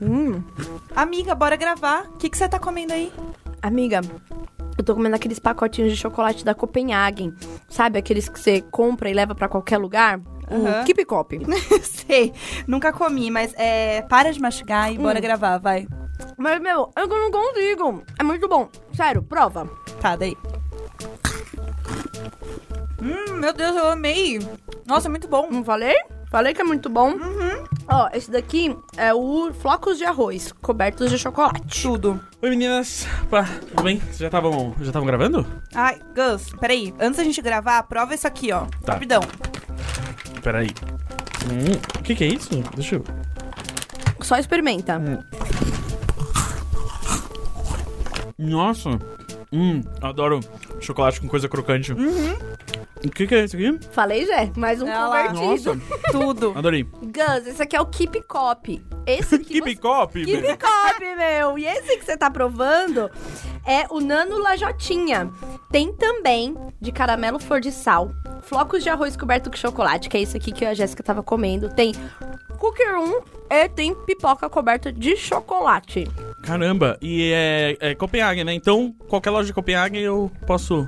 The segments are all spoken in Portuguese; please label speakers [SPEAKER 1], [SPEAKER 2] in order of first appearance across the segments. [SPEAKER 1] Hum.
[SPEAKER 2] Amiga, bora gravar. O que que você tá comendo aí?
[SPEAKER 1] Amiga, eu tô comendo aqueles pacotinhos de chocolate da Copenhagen. Sabe aqueles que você compra e leva pra qualquer lugar?
[SPEAKER 2] Aham.
[SPEAKER 1] O Keep Cop.
[SPEAKER 2] Sei, nunca comi, mas é. Para de mastigar e bora gravar, vai.
[SPEAKER 1] Mas, meu, eu não consigo. É muito bom. Sério, prova.
[SPEAKER 2] Tá, daí. Hum, meu Deus, eu amei. Nossa, é muito bom.
[SPEAKER 1] Não falei? Falei que é muito bom. Ó, esse daqui é o flocos de arroz cobertos de chocolate.
[SPEAKER 2] Tudo.
[SPEAKER 3] Oi meninas, Pá, tudo bem? Vocês já estavam já estavam gravando?
[SPEAKER 2] Ai, Gus, peraí. Antes da gente gravar, prova isso aqui, ó.
[SPEAKER 3] Tá.
[SPEAKER 2] Rapidão.
[SPEAKER 3] Peraí. Hum, o que que é isso? Deixa eu...
[SPEAKER 1] Só experimenta.
[SPEAKER 3] Nossa, hum, adoro chocolate com coisa crocante. Uhum. O que que é isso aqui?
[SPEAKER 1] Falei, Jé, mais um
[SPEAKER 2] Olha lá.
[SPEAKER 1] convertido.
[SPEAKER 3] Nossa,
[SPEAKER 2] Tudo.
[SPEAKER 3] adorei.
[SPEAKER 1] Gus, esse aqui é o Keep Cop. Esse aqui
[SPEAKER 3] Keep
[SPEAKER 1] você...
[SPEAKER 3] copy,
[SPEAKER 1] Keep Cop, meu! E esse que você tá provando é o Nano Lajotinha. Tem também de caramelo flor de sal, flocos de arroz coberto com chocolate, que é isso aqui que eu e a Jéssica tava comendo. Tem cookie room e tem pipoca coberta de chocolate.
[SPEAKER 3] Caramba, e é, é Copenhague, né? Então, qualquer loja de Copenhague eu posso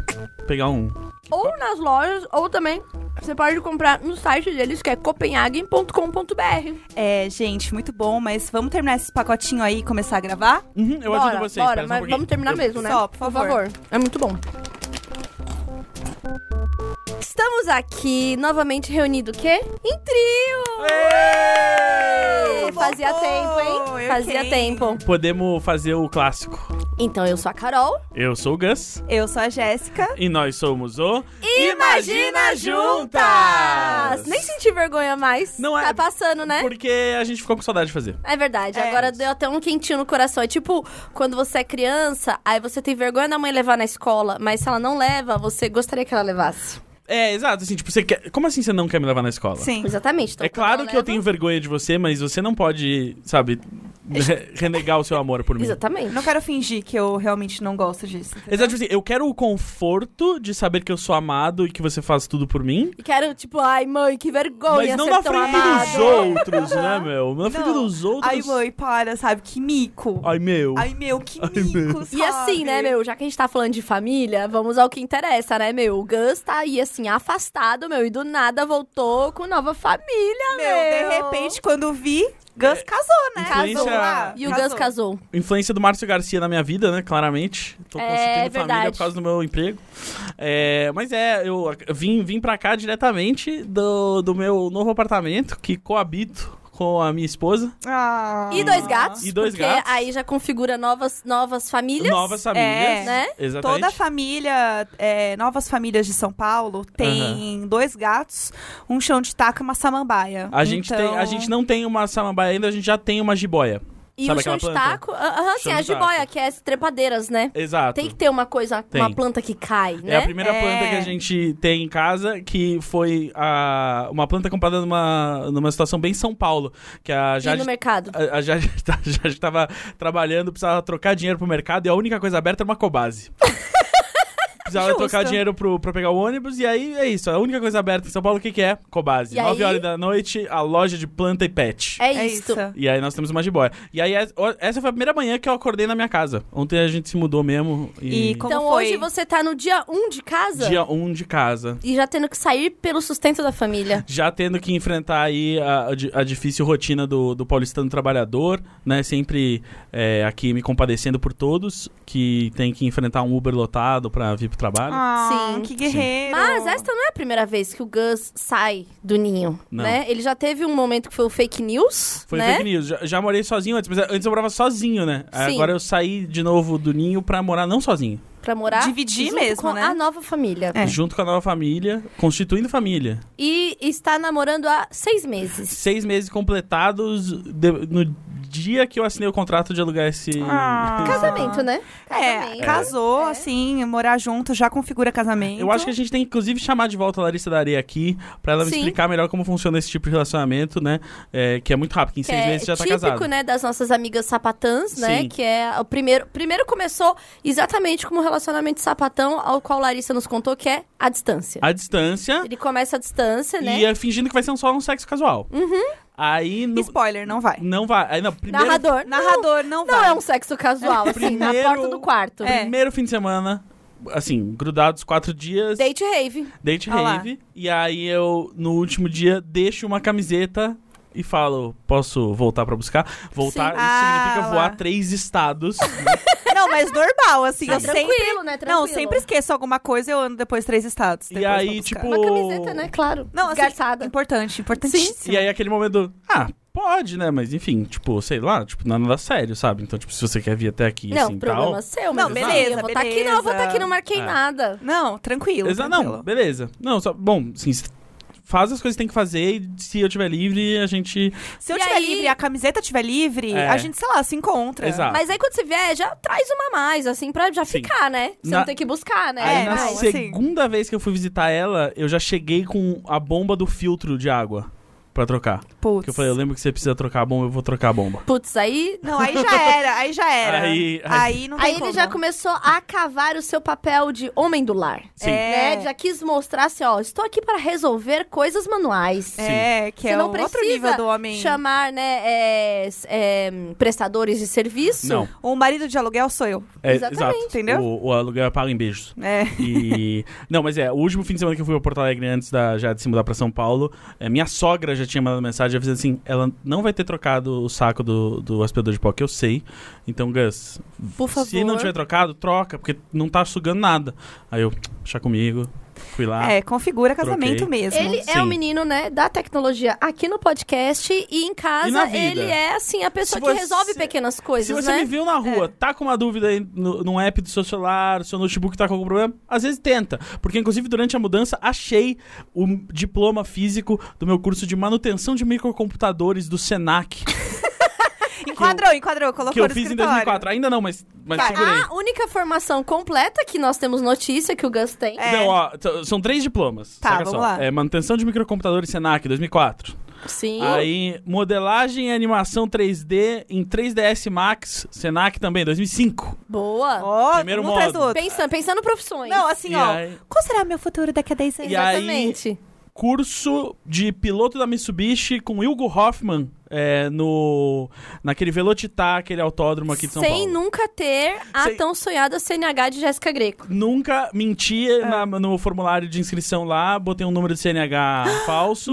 [SPEAKER 3] pegar um.
[SPEAKER 1] Ou nas lojas, ou também você pode comprar no site deles, que é copenhagen.com.br.
[SPEAKER 2] É, gente, muito bom, mas vamos terminar esse pacotinho aí e começar a gravar?
[SPEAKER 3] Uhum, eu ajudo vocês.
[SPEAKER 1] Bora,
[SPEAKER 3] espera só um
[SPEAKER 1] mas
[SPEAKER 3] pouquinho.
[SPEAKER 1] vamos terminar mesmo, né?
[SPEAKER 2] Só, por favor.
[SPEAKER 1] É muito bom. Estamos aqui novamente reunido o quê? Em trio!
[SPEAKER 3] Ê!
[SPEAKER 1] Fazia
[SPEAKER 2] Voltou!
[SPEAKER 1] tempo, hein?
[SPEAKER 2] Eu
[SPEAKER 1] Fazia
[SPEAKER 2] quem?
[SPEAKER 1] tempo.
[SPEAKER 3] Podemos fazer o clássico.
[SPEAKER 1] Então eu sou a Carol.
[SPEAKER 3] Eu sou o Gus
[SPEAKER 2] Eu sou a Jéssica.
[SPEAKER 3] e nós somos o...
[SPEAKER 1] Nem senti vergonha mais.
[SPEAKER 3] Não é-
[SPEAKER 1] Tá passando, né?
[SPEAKER 3] Porque a gente ficou com saudade de fazer.
[SPEAKER 1] É verdade,
[SPEAKER 2] É.
[SPEAKER 1] agora deu até um quentinho no coração. É tipo, quando você é criança, aí você tem vergonha da mãe levar na escola, mas se ela não leva, você gostaria que ela levasse.
[SPEAKER 3] É, exato, assim, tipo, você quer... Como assim você não quer me levar na escola?
[SPEAKER 2] Sim. tá
[SPEAKER 1] Exatamente. então
[SPEAKER 3] É
[SPEAKER 1] quando
[SPEAKER 3] claro
[SPEAKER 1] ela
[SPEAKER 3] que eu
[SPEAKER 1] leva-
[SPEAKER 3] tenho vergonha de você, mas você não pode, sabe, re- renegar o seu amor por mim.
[SPEAKER 1] Exatamente.
[SPEAKER 2] Não quero fingir que eu realmente não gosto disso.
[SPEAKER 3] Exato, tipo assim, eu quero o conforto de saber que eu sou amado e que você faz tudo por mim.
[SPEAKER 1] E quero, tipo, ai, mãe, que
[SPEAKER 2] Oh,
[SPEAKER 1] vergonha
[SPEAKER 3] mas não
[SPEAKER 1] ser
[SPEAKER 3] na
[SPEAKER 1] tão
[SPEAKER 3] frente
[SPEAKER 1] amado.
[SPEAKER 3] dos outros, né, meu? Na frente
[SPEAKER 2] Não.
[SPEAKER 3] dos outros.
[SPEAKER 2] Ai, mãe, para, sabe? Que mico.
[SPEAKER 3] Ai, meu.
[SPEAKER 2] Ai, meu, que
[SPEAKER 3] Ai, meu.
[SPEAKER 2] mico, sabe?
[SPEAKER 1] E assim, né, meu, já que a gente tá falando de família, vamos ao que interessa, né, meu? O Gus tá aí, assim, afastado, meu, e do nada voltou com nova família,
[SPEAKER 2] Meu, de repente, quando vi,
[SPEAKER 3] É.
[SPEAKER 2] Gus casou, né?
[SPEAKER 3] Influência-
[SPEAKER 2] Casou lá.
[SPEAKER 1] E o Gus casou.
[SPEAKER 3] Influência do Márcio Garcia na minha vida, né? Claramente. Tô
[SPEAKER 1] É,
[SPEAKER 3] conseguindo família
[SPEAKER 1] verdade.
[SPEAKER 3] por causa do meu emprego. É, mas é, eu vim, vim pra cá diretamente do, do meu novo apartamento que coabito com a minha esposa.
[SPEAKER 2] Ah.
[SPEAKER 1] E dois gatos.
[SPEAKER 3] E dois
[SPEAKER 1] porque
[SPEAKER 3] gatos.
[SPEAKER 1] aí já configura novas, novas famílias.
[SPEAKER 3] Novas famílias.
[SPEAKER 1] Né?
[SPEAKER 3] Exatamente.
[SPEAKER 2] Toda a família, é, novas famílias de São Paulo, tem dois gatos, um chão de taca e uma samambaia.
[SPEAKER 3] A gente,
[SPEAKER 2] Então-
[SPEAKER 3] tem, a gente não tem uma samambaia ainda, a gente já tem uma jiboia.
[SPEAKER 1] E
[SPEAKER 3] Sabe
[SPEAKER 1] o chão
[SPEAKER 3] aquela
[SPEAKER 1] de
[SPEAKER 3] planta?
[SPEAKER 1] taco. Aham, sim,
[SPEAKER 3] Chão
[SPEAKER 1] a
[SPEAKER 3] de taco.
[SPEAKER 1] jiboia, que é as trepadeiras, né?
[SPEAKER 3] Exato.
[SPEAKER 1] Tem que ter uma coisa,
[SPEAKER 3] Tem.
[SPEAKER 1] uma planta que cai, né?
[SPEAKER 3] É a primeira
[SPEAKER 2] É.
[SPEAKER 3] planta que a gente tem em casa, que foi a, uma planta comprada numa, numa situação bem São Paulo, que a
[SPEAKER 1] E
[SPEAKER 3] Jade...
[SPEAKER 1] no mercado.
[SPEAKER 3] A a Jade, tá, a Jade tava trabalhando, precisava trocar dinheiro pro mercado e a única coisa aberta era uma cobase. precisava
[SPEAKER 1] Justo.
[SPEAKER 3] trocar dinheiro pro, pra pegar o ônibus e aí é isso. A única coisa aberta em São Paulo, o que, que é? Cobase.
[SPEAKER 1] E
[SPEAKER 3] 9
[SPEAKER 1] aí?
[SPEAKER 3] horas da noite, a loja de planta e pet.
[SPEAKER 1] É,
[SPEAKER 2] É
[SPEAKER 1] isso.
[SPEAKER 2] isso.
[SPEAKER 3] E aí nós temos uma jiboia. E aí es- ó, essa foi a primeira manhã que eu acordei na minha casa. Ontem a gente se mudou mesmo e,
[SPEAKER 2] E como
[SPEAKER 1] Então
[SPEAKER 2] foi?
[SPEAKER 1] hoje você tá no dia 1 um de casa
[SPEAKER 3] dia 1 um de casa.
[SPEAKER 1] e já tendo que sair pelo sustento da família.
[SPEAKER 3] Já tendo que enfrentar aí a, a di- a difícil rotina do, do paulistano trabalhador, né? Sempre é, aqui me compadecendo por todos que tem que enfrentar um Uber lotado pra vir pro trabalho.
[SPEAKER 2] Ah,
[SPEAKER 1] Sim.
[SPEAKER 2] que guerreiro.
[SPEAKER 1] Mas esta não é a primeira vez que o Gus sai do ninho,
[SPEAKER 3] Não.
[SPEAKER 1] né? Ele já teve um momento que foi o fake news,
[SPEAKER 3] Foi
[SPEAKER 1] né?
[SPEAKER 3] fake news. Já, já morei sozinho antes, mas antes eu morava sozinho, né?
[SPEAKER 1] Sim.
[SPEAKER 3] Agora eu saí de novo do ninho pra morar não sozinho,
[SPEAKER 1] Pra morar
[SPEAKER 2] Dividir
[SPEAKER 1] junto
[SPEAKER 2] mesmo,
[SPEAKER 1] com
[SPEAKER 2] né?
[SPEAKER 1] a nova família.
[SPEAKER 2] É.
[SPEAKER 3] junto com a nova família, constituindo família.
[SPEAKER 1] E está namorando há seis meses.
[SPEAKER 3] seis meses completados de- no dia que eu assinei o contrato de alugar esse.
[SPEAKER 2] Ah.
[SPEAKER 1] Casamento, né?
[SPEAKER 2] É, casou,
[SPEAKER 1] É.
[SPEAKER 2] assim, morar junto já configura casamento.
[SPEAKER 3] Eu acho que a gente tem, inclusive, chamar de volta a Larissa da Areia aqui pra ela me
[SPEAKER 1] Então Sim.
[SPEAKER 3] explicar melhor como funciona esse tipo de relacionamento, né? É, que é muito rápido, que em
[SPEAKER 1] Que
[SPEAKER 3] seis
[SPEAKER 1] é
[SPEAKER 3] meses já tá
[SPEAKER 1] típico,
[SPEAKER 3] casado.
[SPEAKER 1] né, das nossas amigas sapatãs, né?
[SPEAKER 3] Sim.
[SPEAKER 1] Que é o primeiro. Primeiro começou exatamente como o relacionamento de sapatão, ao qual Larissa nos contou, que é a distância.
[SPEAKER 3] A distância
[SPEAKER 1] Ele começa à distância, né?
[SPEAKER 3] Ah.
[SPEAKER 1] Uhum.
[SPEAKER 3] e é fingindo que vai ser um só um sexo casual. Aí no-
[SPEAKER 2] Spoiler, não vai.
[SPEAKER 3] não vai. Aí, não, primeiro,
[SPEAKER 1] Narrador.
[SPEAKER 2] Narrador, não,
[SPEAKER 1] Não, não
[SPEAKER 2] vai.
[SPEAKER 1] é um sexo casual, assim, na
[SPEAKER 3] Primeiro-
[SPEAKER 1] porta do quarto.
[SPEAKER 2] Tá. É.
[SPEAKER 3] primeiro fim de semana, assim, grudados quatro dias, date,
[SPEAKER 1] Date rave.
[SPEAKER 2] Ah lá.
[SPEAKER 3] rave. E aí eu, no último dia, deixo uma camiseta. E falo, posso voltar pra buscar? Voltar
[SPEAKER 1] Sim.
[SPEAKER 3] isso
[SPEAKER 2] Ah,
[SPEAKER 3] significa
[SPEAKER 2] lá.
[SPEAKER 3] voar três estados.
[SPEAKER 2] Não, mas normal, assim, eu
[SPEAKER 1] Tranquilo,
[SPEAKER 2] sempre...
[SPEAKER 1] né?
[SPEAKER 2] Não,
[SPEAKER 1] Tranquilo.
[SPEAKER 2] eu sempre assim. esqueço alguma coisa e eu ando depois três estados.
[SPEAKER 3] e
[SPEAKER 2] depois pra
[SPEAKER 3] aí,
[SPEAKER 2] buscar.
[SPEAKER 3] tipo.
[SPEAKER 1] Uma camiseta, né? Claro.
[SPEAKER 2] Não, assim,
[SPEAKER 1] Desgarçada.
[SPEAKER 2] importante, importantíssimo.
[SPEAKER 3] E aí aquele momento, do, ah, pode, né? Mas enfim, tipo, sei lá, tipo, não é nada sério, sabe? Então, tipo, se você quer vir até aqui
[SPEAKER 1] não,
[SPEAKER 3] assim
[SPEAKER 1] problema
[SPEAKER 3] tal.
[SPEAKER 1] seu, mas
[SPEAKER 2] Não,
[SPEAKER 1] assim,
[SPEAKER 2] beleza,
[SPEAKER 1] eu vou tá aqui, não, eu vou tá aqui, não marquei
[SPEAKER 3] É.
[SPEAKER 1] nada.
[SPEAKER 2] Não, tranquilo.
[SPEAKER 3] Exa-
[SPEAKER 2] tranquilo.
[SPEAKER 3] não, beleza. Não, só, bom, assim, s- faz as coisas que tem que fazer e se eu tiver livre, a gente.
[SPEAKER 2] Se eu
[SPEAKER 1] E
[SPEAKER 2] tiver
[SPEAKER 1] aí-
[SPEAKER 2] livre, a camiseta tiver livre,
[SPEAKER 3] É.
[SPEAKER 2] a gente, sei lá, se encontra.
[SPEAKER 3] Exato.
[SPEAKER 1] Mas aí quando você vier, já traz uma a mais, assim, pra já
[SPEAKER 3] Ah. Sim.
[SPEAKER 1] ficar, né? Você
[SPEAKER 3] Na-
[SPEAKER 1] não tem que buscar, né?
[SPEAKER 3] Aí
[SPEAKER 2] É,
[SPEAKER 3] na
[SPEAKER 2] não, assim-
[SPEAKER 3] segunda vez que eu fui visitar ela, eu já cheguei com a bomba do filtro de água pra trocar.
[SPEAKER 2] Putz.
[SPEAKER 3] Porque eu falei, eu lembro que você precisa trocar a bomba, eu vou trocar a bomba.
[SPEAKER 1] Putz, aí.
[SPEAKER 2] Não, aí já era, aí já era.
[SPEAKER 3] Aí- aí-
[SPEAKER 2] não tem
[SPEAKER 1] Aí ele
[SPEAKER 2] como.
[SPEAKER 1] já começou a cavar o seu papel de homem do lar.
[SPEAKER 3] Sim.
[SPEAKER 2] É.
[SPEAKER 1] Né? Já quis mostrar assim, ó, estou aqui para resolver coisas manuais.
[SPEAKER 2] É, que
[SPEAKER 1] Você
[SPEAKER 2] é
[SPEAKER 1] não
[SPEAKER 2] o outro
[SPEAKER 1] precisa
[SPEAKER 2] nível do homem.
[SPEAKER 1] Chamar, né, é, s- é, prestadores de serviço.
[SPEAKER 3] Não,
[SPEAKER 2] Um marido de aluguel sou eu.
[SPEAKER 3] é,
[SPEAKER 1] Exatamente.
[SPEAKER 3] exato.
[SPEAKER 2] Entendeu?
[SPEAKER 3] O, o aluguel é pago em beijos.
[SPEAKER 2] É.
[SPEAKER 3] E. Não, mas é, o último fim de semana que eu fui pra Porto Alegre antes da, já de se mudar pra São Paulo, é, minha sogra já tinha mandado mensagem avisando assim: ela não vai ter trocado o saco do, do aspirador de pó, que eu sei. Então, Gus,
[SPEAKER 1] Por favor.
[SPEAKER 3] se não tiver trocado, troca, porque não tá sugando nada. Aí eu, deixa comigo, fui lá.
[SPEAKER 2] É, configura casamento
[SPEAKER 3] Ah. troquei.
[SPEAKER 2] mesmo.
[SPEAKER 1] Ele
[SPEAKER 3] Sim.
[SPEAKER 1] é o menino, né, da tecnologia aqui no podcast e em
[SPEAKER 3] E na
[SPEAKER 1] casa
[SPEAKER 3] vida.
[SPEAKER 1] ele é, assim, a pessoa
[SPEAKER 3] Se
[SPEAKER 1] que
[SPEAKER 3] você-
[SPEAKER 1] resolve pequenas
[SPEAKER 3] Se
[SPEAKER 1] coisas,
[SPEAKER 3] você me
[SPEAKER 1] né?
[SPEAKER 3] viu na rua, tá com uma dúvida aí no, num app do seu celular, seu notebook tá com algum problema, às vezes tenta. Porque, inclusive, durante a mudança, achei o m- diploma físico do meu curso de manutenção de microcomputadores do SENAC,
[SPEAKER 2] Enquadrou, enquadrou, colocou
[SPEAKER 3] que eu
[SPEAKER 2] no
[SPEAKER 3] fiz em
[SPEAKER 2] escritório.
[SPEAKER 3] 2004. Ainda não, mas, mas
[SPEAKER 2] Vai. Ah,
[SPEAKER 3] segurei.
[SPEAKER 1] A única formação completa que nós temos notícia que o Gus tem.
[SPEAKER 2] É.
[SPEAKER 3] Não, ó, t- são três diplomas.
[SPEAKER 2] Tá,
[SPEAKER 3] saca
[SPEAKER 2] vamos
[SPEAKER 3] só.
[SPEAKER 2] lá.
[SPEAKER 3] É manutenção de microcomputadores SENAC 2004.
[SPEAKER 1] Sim.
[SPEAKER 3] Aí, modelagem e animação 3D em 3ds Max, SENAC também 2005.
[SPEAKER 1] Boa.
[SPEAKER 2] Ó,
[SPEAKER 3] Primeiro
[SPEAKER 2] um atrás do
[SPEAKER 3] modo.
[SPEAKER 2] outro.
[SPEAKER 1] Pensando, pensando profissões.
[SPEAKER 2] Não, assim,
[SPEAKER 3] E
[SPEAKER 2] ó.
[SPEAKER 3] aí-
[SPEAKER 2] Qual será meu futuro daqui a 10 anos?
[SPEAKER 3] E aí-
[SPEAKER 1] Exatamente.
[SPEAKER 3] curso de piloto da Mitsubishi com Hugo Hoffman é, no naquele Velocitar, aquele autódromo aqui de São
[SPEAKER 1] Sem
[SPEAKER 3] Paulo.
[SPEAKER 1] nunca ter a
[SPEAKER 3] Sem-
[SPEAKER 1] tão sonhada CNH de Jéssica Greco.
[SPEAKER 3] Nunca menti
[SPEAKER 2] Ah.
[SPEAKER 3] na- no formulário de inscrição lá, botei um número de CNH falso.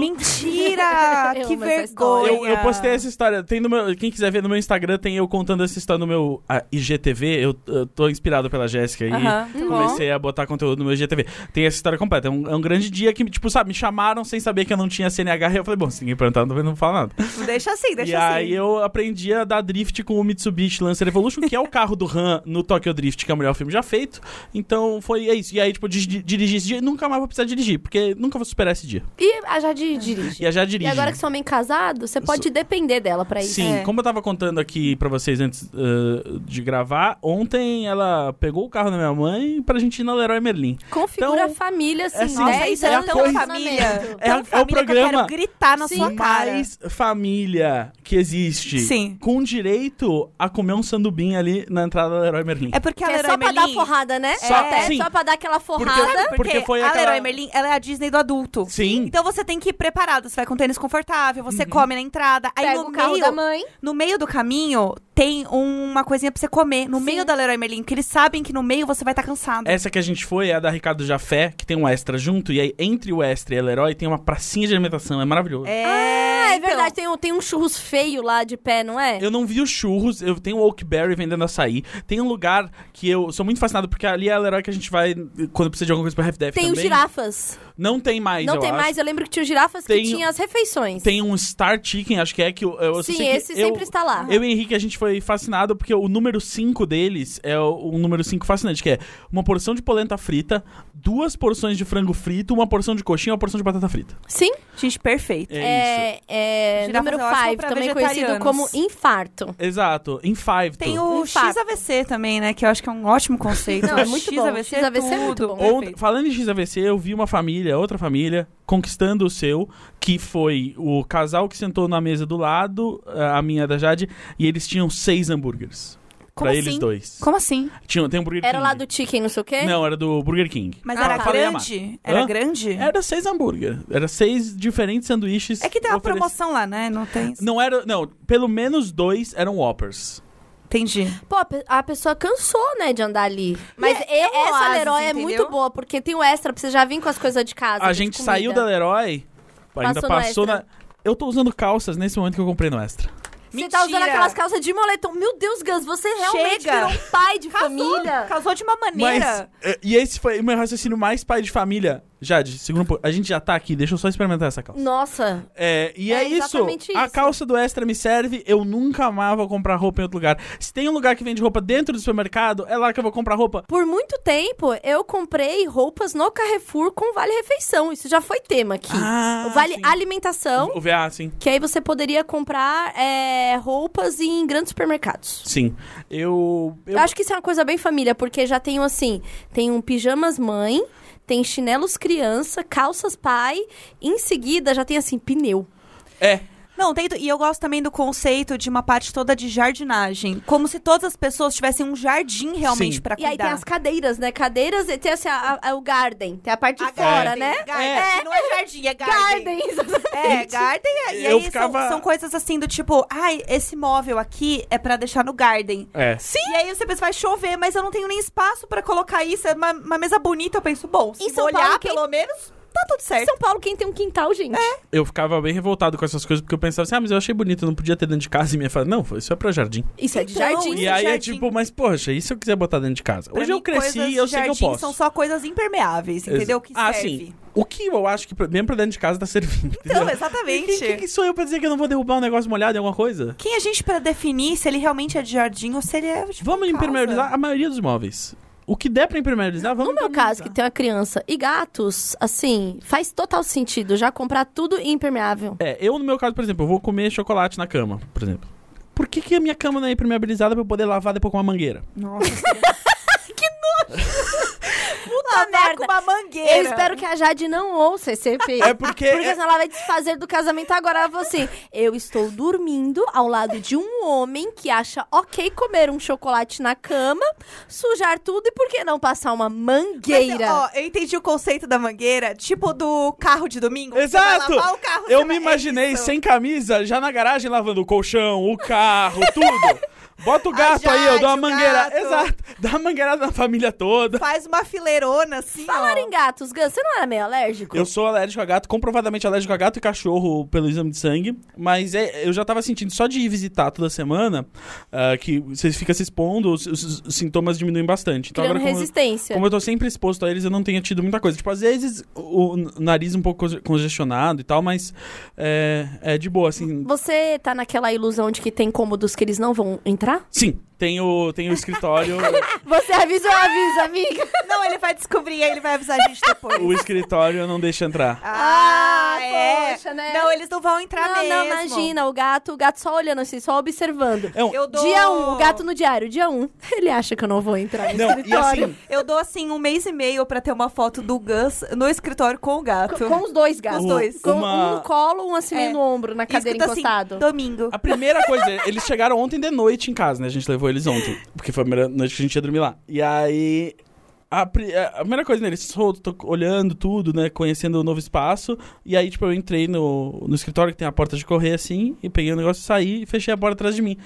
[SPEAKER 2] Mentira!
[SPEAKER 1] Eu
[SPEAKER 2] que
[SPEAKER 1] amo essa história.
[SPEAKER 2] vergonha.
[SPEAKER 3] Eu, eu postei essa história. Tem no meu- quem quiser ver no meu Instagram, tem eu contando essa história no meu ah, IGTV. Eu, eu tô inspirado pela Jéssica aí.
[SPEAKER 2] Aham, tá bom.
[SPEAKER 3] Comecei a botar conteúdo no meu IGTV. Tem essa história completa. É um, é um grande dia que, tipo, sabe, me chamaram sem saber que eu não tinha CNH. E eu falei, bom, se ninguém perguntar, eu não, não falo nada.
[SPEAKER 2] Deixa assim, deixa
[SPEAKER 3] E
[SPEAKER 2] assim.
[SPEAKER 3] aí eu aprendi a dar drift com o Mitsubishi Lancer Evolution, que é o carro do Han no Tokyo Drift, que é o melhor filme já feito. Então foi é isso. E aí, tipo, dirigi, dirigi esse dia e nunca mais vou precisar dirigir, porque nunca vou superar esse dia.
[SPEAKER 1] E a Jade dirige.
[SPEAKER 3] E a já
[SPEAKER 1] E
[SPEAKER 3] dirige.
[SPEAKER 1] agora que são homem casado, você pode depender dela pra isso.
[SPEAKER 3] Sim,
[SPEAKER 2] É.
[SPEAKER 3] como eu tava contando aqui pra vocês antes eh, de gravar, ontem ela pegou o carro da minha mãe pra gente ir na Leroy Merlin.
[SPEAKER 1] Configura
[SPEAKER 3] Então,
[SPEAKER 1] a família, assim,
[SPEAKER 3] é assim,
[SPEAKER 1] 10
[SPEAKER 3] é a
[SPEAKER 1] anos de
[SPEAKER 3] coisa-
[SPEAKER 1] relacionamento.
[SPEAKER 3] É,
[SPEAKER 2] Tão
[SPEAKER 3] é o
[SPEAKER 2] família Que eu
[SPEAKER 3] programa
[SPEAKER 2] quero gritar na
[SPEAKER 1] Sim.
[SPEAKER 2] sua cara.
[SPEAKER 3] mais família que existe.
[SPEAKER 2] Sim.
[SPEAKER 3] Com direito a comer um sandubim ali na entrada da Leroy Merlin.
[SPEAKER 2] É porque
[SPEAKER 1] Que
[SPEAKER 2] a
[SPEAKER 1] é
[SPEAKER 2] Leroy
[SPEAKER 1] só pra
[SPEAKER 2] Merlin...
[SPEAKER 1] dar forrada, né?
[SPEAKER 2] Só-
[SPEAKER 1] é,
[SPEAKER 3] sim.
[SPEAKER 1] só pra dar aquela forrada.
[SPEAKER 2] Sabe por
[SPEAKER 3] Porque
[SPEAKER 2] quê?
[SPEAKER 3] foi
[SPEAKER 2] a
[SPEAKER 3] aquela-
[SPEAKER 2] Leroy Merlin, ela é a Disney do adulto.
[SPEAKER 3] Sim. Uhum.
[SPEAKER 2] Então você tem que ir preparado. Você vai com tênis confortável, você come na entrada. Aí
[SPEAKER 1] Pega
[SPEAKER 2] no
[SPEAKER 1] o carro
[SPEAKER 2] meio,
[SPEAKER 1] da mãe.
[SPEAKER 2] no meio do caminho tem uma coisinha pra você comer. No
[SPEAKER 1] Sim.
[SPEAKER 2] meio da Leroy Merlin, que eles sabem que no meio você vai estar cansado.
[SPEAKER 3] Essa que a gente foi é a da Ricardo Jafé, que tem um extra junto, e aí entre o extra e a Leroy tem uma pracinha de alimentação, é maravilhoso.
[SPEAKER 2] É,
[SPEAKER 1] Ah, é
[SPEAKER 2] então.
[SPEAKER 1] verdade. Tem, um- tem um churros feio lá de pé, não é?
[SPEAKER 3] Eu não vi os churros, eu tenho o Oakberry vendendo açaí. Tem um lugar que eu sou muito fascinado, porque ali é a Leroy que a gente vai eh, quando precisa de alguma coisa pra half
[SPEAKER 1] Tem
[SPEAKER 3] também.
[SPEAKER 1] os girafas.
[SPEAKER 3] Não tem mais,
[SPEAKER 1] Não
[SPEAKER 3] eu
[SPEAKER 1] tem
[SPEAKER 3] acho.
[SPEAKER 1] mais, eu lembro que tinha o girafas
[SPEAKER 3] Tem-
[SPEAKER 1] que tinha as refeições.
[SPEAKER 3] Tem um Star Chicken, acho que é que eu, eu só
[SPEAKER 1] Sim,
[SPEAKER 3] sei que
[SPEAKER 1] esse
[SPEAKER 3] eu-
[SPEAKER 1] sempre está lá.
[SPEAKER 3] Eu e o Henrique, a gente foi fascinado porque o número 5 deles é o- um número 5 fascinante, que é uma porção de polenta frita, duas porções de frango frito, uma porção de coxinha e uma porção de batata frita.
[SPEAKER 1] Sim,
[SPEAKER 2] X perfeito.
[SPEAKER 3] É, isso.
[SPEAKER 1] é, é
[SPEAKER 2] Girafas
[SPEAKER 1] número
[SPEAKER 2] eu acho
[SPEAKER 1] 5,
[SPEAKER 2] pra
[SPEAKER 1] também conhecido
[SPEAKER 2] vegetarianos.
[SPEAKER 1] como infarto.
[SPEAKER 3] Exato. Em five.
[SPEAKER 2] Tem
[SPEAKER 1] Um
[SPEAKER 2] o
[SPEAKER 1] fato.
[SPEAKER 2] XAVC também, né? Que eu acho que é um ótimo conceito.
[SPEAKER 1] Não, é muito bom.
[SPEAKER 2] XAVC,
[SPEAKER 1] XAVC é
[SPEAKER 2] tudo.
[SPEAKER 1] muito bom.
[SPEAKER 3] Ont-
[SPEAKER 2] Perfeito.
[SPEAKER 3] falando em XAVC, eu vi uma família, outra família, conquistando o seu, que foi o casal que sentou na mesa do lado, eh, a minha da Jade, e eles tinham seis hambúrgueres.
[SPEAKER 1] Como
[SPEAKER 3] pra
[SPEAKER 1] assim?
[SPEAKER 3] eles dois.
[SPEAKER 2] Como assim?
[SPEAKER 3] Tinha, tem um Burger
[SPEAKER 1] Era
[SPEAKER 3] King.
[SPEAKER 1] lá do chicken, não sei o quê?
[SPEAKER 3] Não, era do Burger King.
[SPEAKER 2] Mas
[SPEAKER 1] Ah,
[SPEAKER 2] era
[SPEAKER 1] tá.
[SPEAKER 2] grande?
[SPEAKER 3] Hã?
[SPEAKER 2] Era grande?
[SPEAKER 3] Era seis hambúrguer. Era seis diferentes sanduíches.
[SPEAKER 2] É que tem uma
[SPEAKER 3] oferec-
[SPEAKER 2] promoção lá, né? Não tem.
[SPEAKER 3] Não era. Não, pelo menos dois eram Whoppers.
[SPEAKER 2] Entendi.
[SPEAKER 1] Pô, a pe- a pessoa cansou, né, de andar ali. Mas e-
[SPEAKER 2] é um
[SPEAKER 1] essa
[SPEAKER 2] oásis,
[SPEAKER 1] Leroy é
[SPEAKER 2] entendeu?
[SPEAKER 1] muito boa, porque tem o extra pra você já vir com as coisas de casa.
[SPEAKER 3] A
[SPEAKER 1] de
[SPEAKER 3] gente
[SPEAKER 1] é tipo comida.
[SPEAKER 3] saiu da Leroy, ainda
[SPEAKER 1] no
[SPEAKER 3] passou
[SPEAKER 1] Extra.
[SPEAKER 3] na. Eu tô usando calças nesse momento que eu comprei no Extra.
[SPEAKER 1] Você tá usando
[SPEAKER 2] Mentira.
[SPEAKER 1] aquelas calças de moletom. Meu Deus, Gus, você realmente
[SPEAKER 2] Chega.
[SPEAKER 1] virou um pai de família.
[SPEAKER 2] Casou de uma
[SPEAKER 3] Mas.
[SPEAKER 2] maneira.
[SPEAKER 3] eh, E esse foi o meu raciocínio mais pai de família. Jade, segura um pouco. A gente já tá aqui, deixa eu só experimentar essa calça.
[SPEAKER 1] Nossa.
[SPEAKER 3] É, e
[SPEAKER 1] É
[SPEAKER 3] é, isso.
[SPEAKER 1] exatamente
[SPEAKER 3] A
[SPEAKER 1] isso.
[SPEAKER 3] calça do Extra me serve. Eu nunca amava comprar roupa em outro lugar. Se tem um lugar que vende roupa dentro do supermercado, é lá que eu vou comprar roupa.
[SPEAKER 1] Por muito tempo, eu comprei roupas no Carrefour com Vale Refeição. Isso já foi tema aqui.
[SPEAKER 3] Ah,
[SPEAKER 1] O vale
[SPEAKER 3] sim.
[SPEAKER 1] Alimentação,
[SPEAKER 3] O VA, sim.
[SPEAKER 1] que aí você poderia comprar é, roupas em grandes supermercados.
[SPEAKER 3] Sim. Eu. eu-
[SPEAKER 1] Eu
[SPEAKER 2] Tá.
[SPEAKER 1] acho que isso é uma coisa bem família, porque já tem um assim, tem um pijamas mãe, tem chinelos criança, calças pai, em seguida já tem assim, pneu.
[SPEAKER 3] É.
[SPEAKER 2] Não, tem, e eu gosto também do conceito de uma parte toda de jardinagem. Como se todas as pessoas tivessem um jardim realmente
[SPEAKER 3] Sim.
[SPEAKER 2] pra
[SPEAKER 1] E aí
[SPEAKER 2] cuidar.
[SPEAKER 1] tem as cadeiras, né? Cadeiras, e tem assim, a- a- o garden, tem a parte de
[SPEAKER 2] A
[SPEAKER 1] fora,
[SPEAKER 2] garden,
[SPEAKER 1] né?
[SPEAKER 2] garden, que não é jardim, é
[SPEAKER 1] Garden!
[SPEAKER 2] É, garden. é- E aí
[SPEAKER 3] Eu
[SPEAKER 2] são-
[SPEAKER 3] ficava-
[SPEAKER 2] são, coisas assim do tipo, ai, esse móvel aqui é pra deixar no garden.
[SPEAKER 3] É.
[SPEAKER 2] Sim. E aí você pensa, vai chover, mas eu não tenho nem espaço pra colocar isso. É uma, uma mesa bonita, eu penso, bom, se
[SPEAKER 1] Em São
[SPEAKER 2] vou olhar
[SPEAKER 1] Paulo, quem-
[SPEAKER 2] pelo menos, tá tudo
[SPEAKER 1] Em
[SPEAKER 2] certo. É.
[SPEAKER 1] São Paulo, quem tem um quintal, gente?
[SPEAKER 3] Eu ficava bem revoltado com essas coisas, porque eu pensava assim, ah, mas eu achei bonito, eu não podia ter dentro de casa. E minha fala, não, isso é pra jardim.
[SPEAKER 1] Isso é de
[SPEAKER 2] Então,
[SPEAKER 1] jardim.
[SPEAKER 2] Isso
[SPEAKER 3] e
[SPEAKER 2] é
[SPEAKER 3] aí é
[SPEAKER 2] jardim.
[SPEAKER 3] tipo, mas poxa, e se eu quiser botar dentro de casa?
[SPEAKER 2] Pra
[SPEAKER 3] Hoje eu
[SPEAKER 2] mim,
[SPEAKER 3] cresci
[SPEAKER 2] coisas
[SPEAKER 3] e eu
[SPEAKER 2] de
[SPEAKER 3] sei que eu
[SPEAKER 2] jardim
[SPEAKER 3] posso.
[SPEAKER 2] são só coisas impermeáveis, entendeu? Que
[SPEAKER 3] ah,
[SPEAKER 2] serve.
[SPEAKER 3] sim. O que eu acho que pra- mesmo pra dentro de casa tá servindo.
[SPEAKER 2] Então,
[SPEAKER 3] entendeu?
[SPEAKER 2] exatamente.
[SPEAKER 3] Quem, quem que sou eu pra dizer que eu não vou derrubar um negócio molhado em alguma coisa?
[SPEAKER 2] Quem a gente pra definir se ele realmente é de jardim ou se ele é de
[SPEAKER 3] Vamos
[SPEAKER 2] casa?
[SPEAKER 3] impermeabilizar a maioria dos móveis. O que der pra impermeabilizar, vamos
[SPEAKER 1] No meu caso, que tem uma criança e gatos, assim, faz total sentido já comprar tudo impermeável.
[SPEAKER 3] É, eu no meu caso, por exemplo, eu vou comer chocolate na cama, por exemplo. Por que, que a minha cama não é impermeabilizada pra eu poder lavar depois com uma mangueira?
[SPEAKER 2] Nossa.
[SPEAKER 1] Puta
[SPEAKER 2] Ah, Merda. com uma mangueira.
[SPEAKER 1] Eu espero que a Jade não ouça esse EP.
[SPEAKER 3] É porque-
[SPEAKER 1] Porque senão ela vai desfazer do casamento agora. Ela falou assim: Eu estou dormindo ao lado de um homem que acha ok comer um chocolate na cama, sujar tudo e por que não passar uma mangueira?
[SPEAKER 2] Mas, ó, eu entendi o conceito da mangueira, tipo do carro de domingo. Você
[SPEAKER 3] Exato!
[SPEAKER 2] vai lavar o carro,
[SPEAKER 3] Eu
[SPEAKER 2] você
[SPEAKER 3] me
[SPEAKER 2] vai- é
[SPEAKER 3] imaginei
[SPEAKER 2] isso.
[SPEAKER 3] sem camisa, já na garagem lavando o colchão, o carro, tudo. Bota o gato aí, eu dou uma
[SPEAKER 2] Jade, o
[SPEAKER 3] mangueira.
[SPEAKER 2] gato.
[SPEAKER 3] Exato. Dá uma mangueirada na família toda.
[SPEAKER 2] Faz uma fileirona assim,
[SPEAKER 1] Falar
[SPEAKER 2] ó.
[SPEAKER 1] em gatos, Ah, Gus, você não era meio alérgico?
[SPEAKER 3] Eu sou alérgico a gato, comprovadamente alérgico a gato e cachorro pelo exame de sangue, mas é- eu já tava sentindo só de ir visitar toda semana ah, que você fica se expondo, os, os- os sintomas diminuem bastante. Então
[SPEAKER 1] Criando
[SPEAKER 3] agora como eu-
[SPEAKER 1] resistência.
[SPEAKER 3] Como eu tô sempre exposto a eles, eu não tenho tido muita coisa. Tipo, às vezes o o nariz um pouco conge- congestionado e tal, mas é, é de boa, assim.
[SPEAKER 1] Você tá naquela ilusão de que tem cômodos que eles não vão entrar?
[SPEAKER 3] Sim, tem o, tem o escritório.
[SPEAKER 2] Ah,
[SPEAKER 1] Você avisa ou avisa, amiga?
[SPEAKER 2] Não, ele vai descobrir, aí ele vai avisar a gente depois.
[SPEAKER 3] o escritório não deixa entrar.
[SPEAKER 1] Ah, poxa, né?
[SPEAKER 2] é. Não, eles não vão entrar
[SPEAKER 1] não,
[SPEAKER 2] mesmo.
[SPEAKER 1] não, imagina, o gato, o gato só olhando assim, só observando.
[SPEAKER 3] Não,
[SPEAKER 2] Eu dou...
[SPEAKER 1] Dia 1, um, o gato no diário, dia 1. Um, ele acha que eu não vou entrar no
[SPEAKER 3] não e
[SPEAKER 1] escritório.
[SPEAKER 3] assim,
[SPEAKER 2] Eu dou, assim, um mês e meio pra ter uma foto do Gus no escritório com o gato.
[SPEAKER 1] Com, com os dois gatos.
[SPEAKER 2] Os dois.
[SPEAKER 1] Com
[SPEAKER 3] Uma-
[SPEAKER 1] um no colo, um assim meio
[SPEAKER 2] É.
[SPEAKER 1] no ombro, na
[SPEAKER 2] E
[SPEAKER 1] cadeira
[SPEAKER 2] escrito
[SPEAKER 1] encostado.
[SPEAKER 2] Assim, domingo.
[SPEAKER 3] a primeira coisa, eles chegaram ontem de noite em casa, né? A gente levou eles ontem, porque foi a primeira noite que a gente ia dormir lá. E aí. A, pri- a primeira coisa né, eles solto, tô olhando tudo, né? Conhecendo o novo espaço. E aí, tipo, eu entrei no, no escritório que tem a porta de correr, assim, e peguei o negócio, saí e fechei a porta atrás de mim.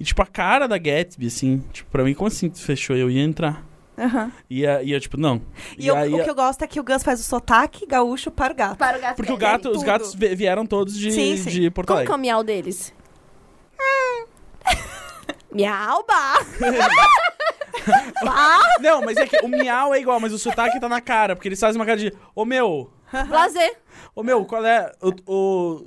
[SPEAKER 3] E, tipo, a cara da Gatsby, assim, tipo, pra mim, como assim tu fechou? Eu ia entrar.
[SPEAKER 2] Aham.
[SPEAKER 3] E, a- e eu, tipo, não.
[SPEAKER 2] E, eu-
[SPEAKER 3] aí,
[SPEAKER 2] o que eu gosto é que o Gus faz o sotaque gaúcho para o gato.
[SPEAKER 1] Para o gato.
[SPEAKER 3] Porque o gato,
[SPEAKER 2] é
[SPEAKER 3] os
[SPEAKER 2] Tudo.
[SPEAKER 3] gatos vi- vieram todos de,
[SPEAKER 2] Sim, sim.
[SPEAKER 3] de Porto
[SPEAKER 1] Como que é
[SPEAKER 3] Alegre.
[SPEAKER 1] o miau deles? Miauba! Ah,
[SPEAKER 3] Não, mas é que o miau é igual, mas o sotaque tá na cara, porque eles fazem uma cara de. Ô meu,
[SPEAKER 1] Prazer.
[SPEAKER 3] ô meu, qual é. O, o-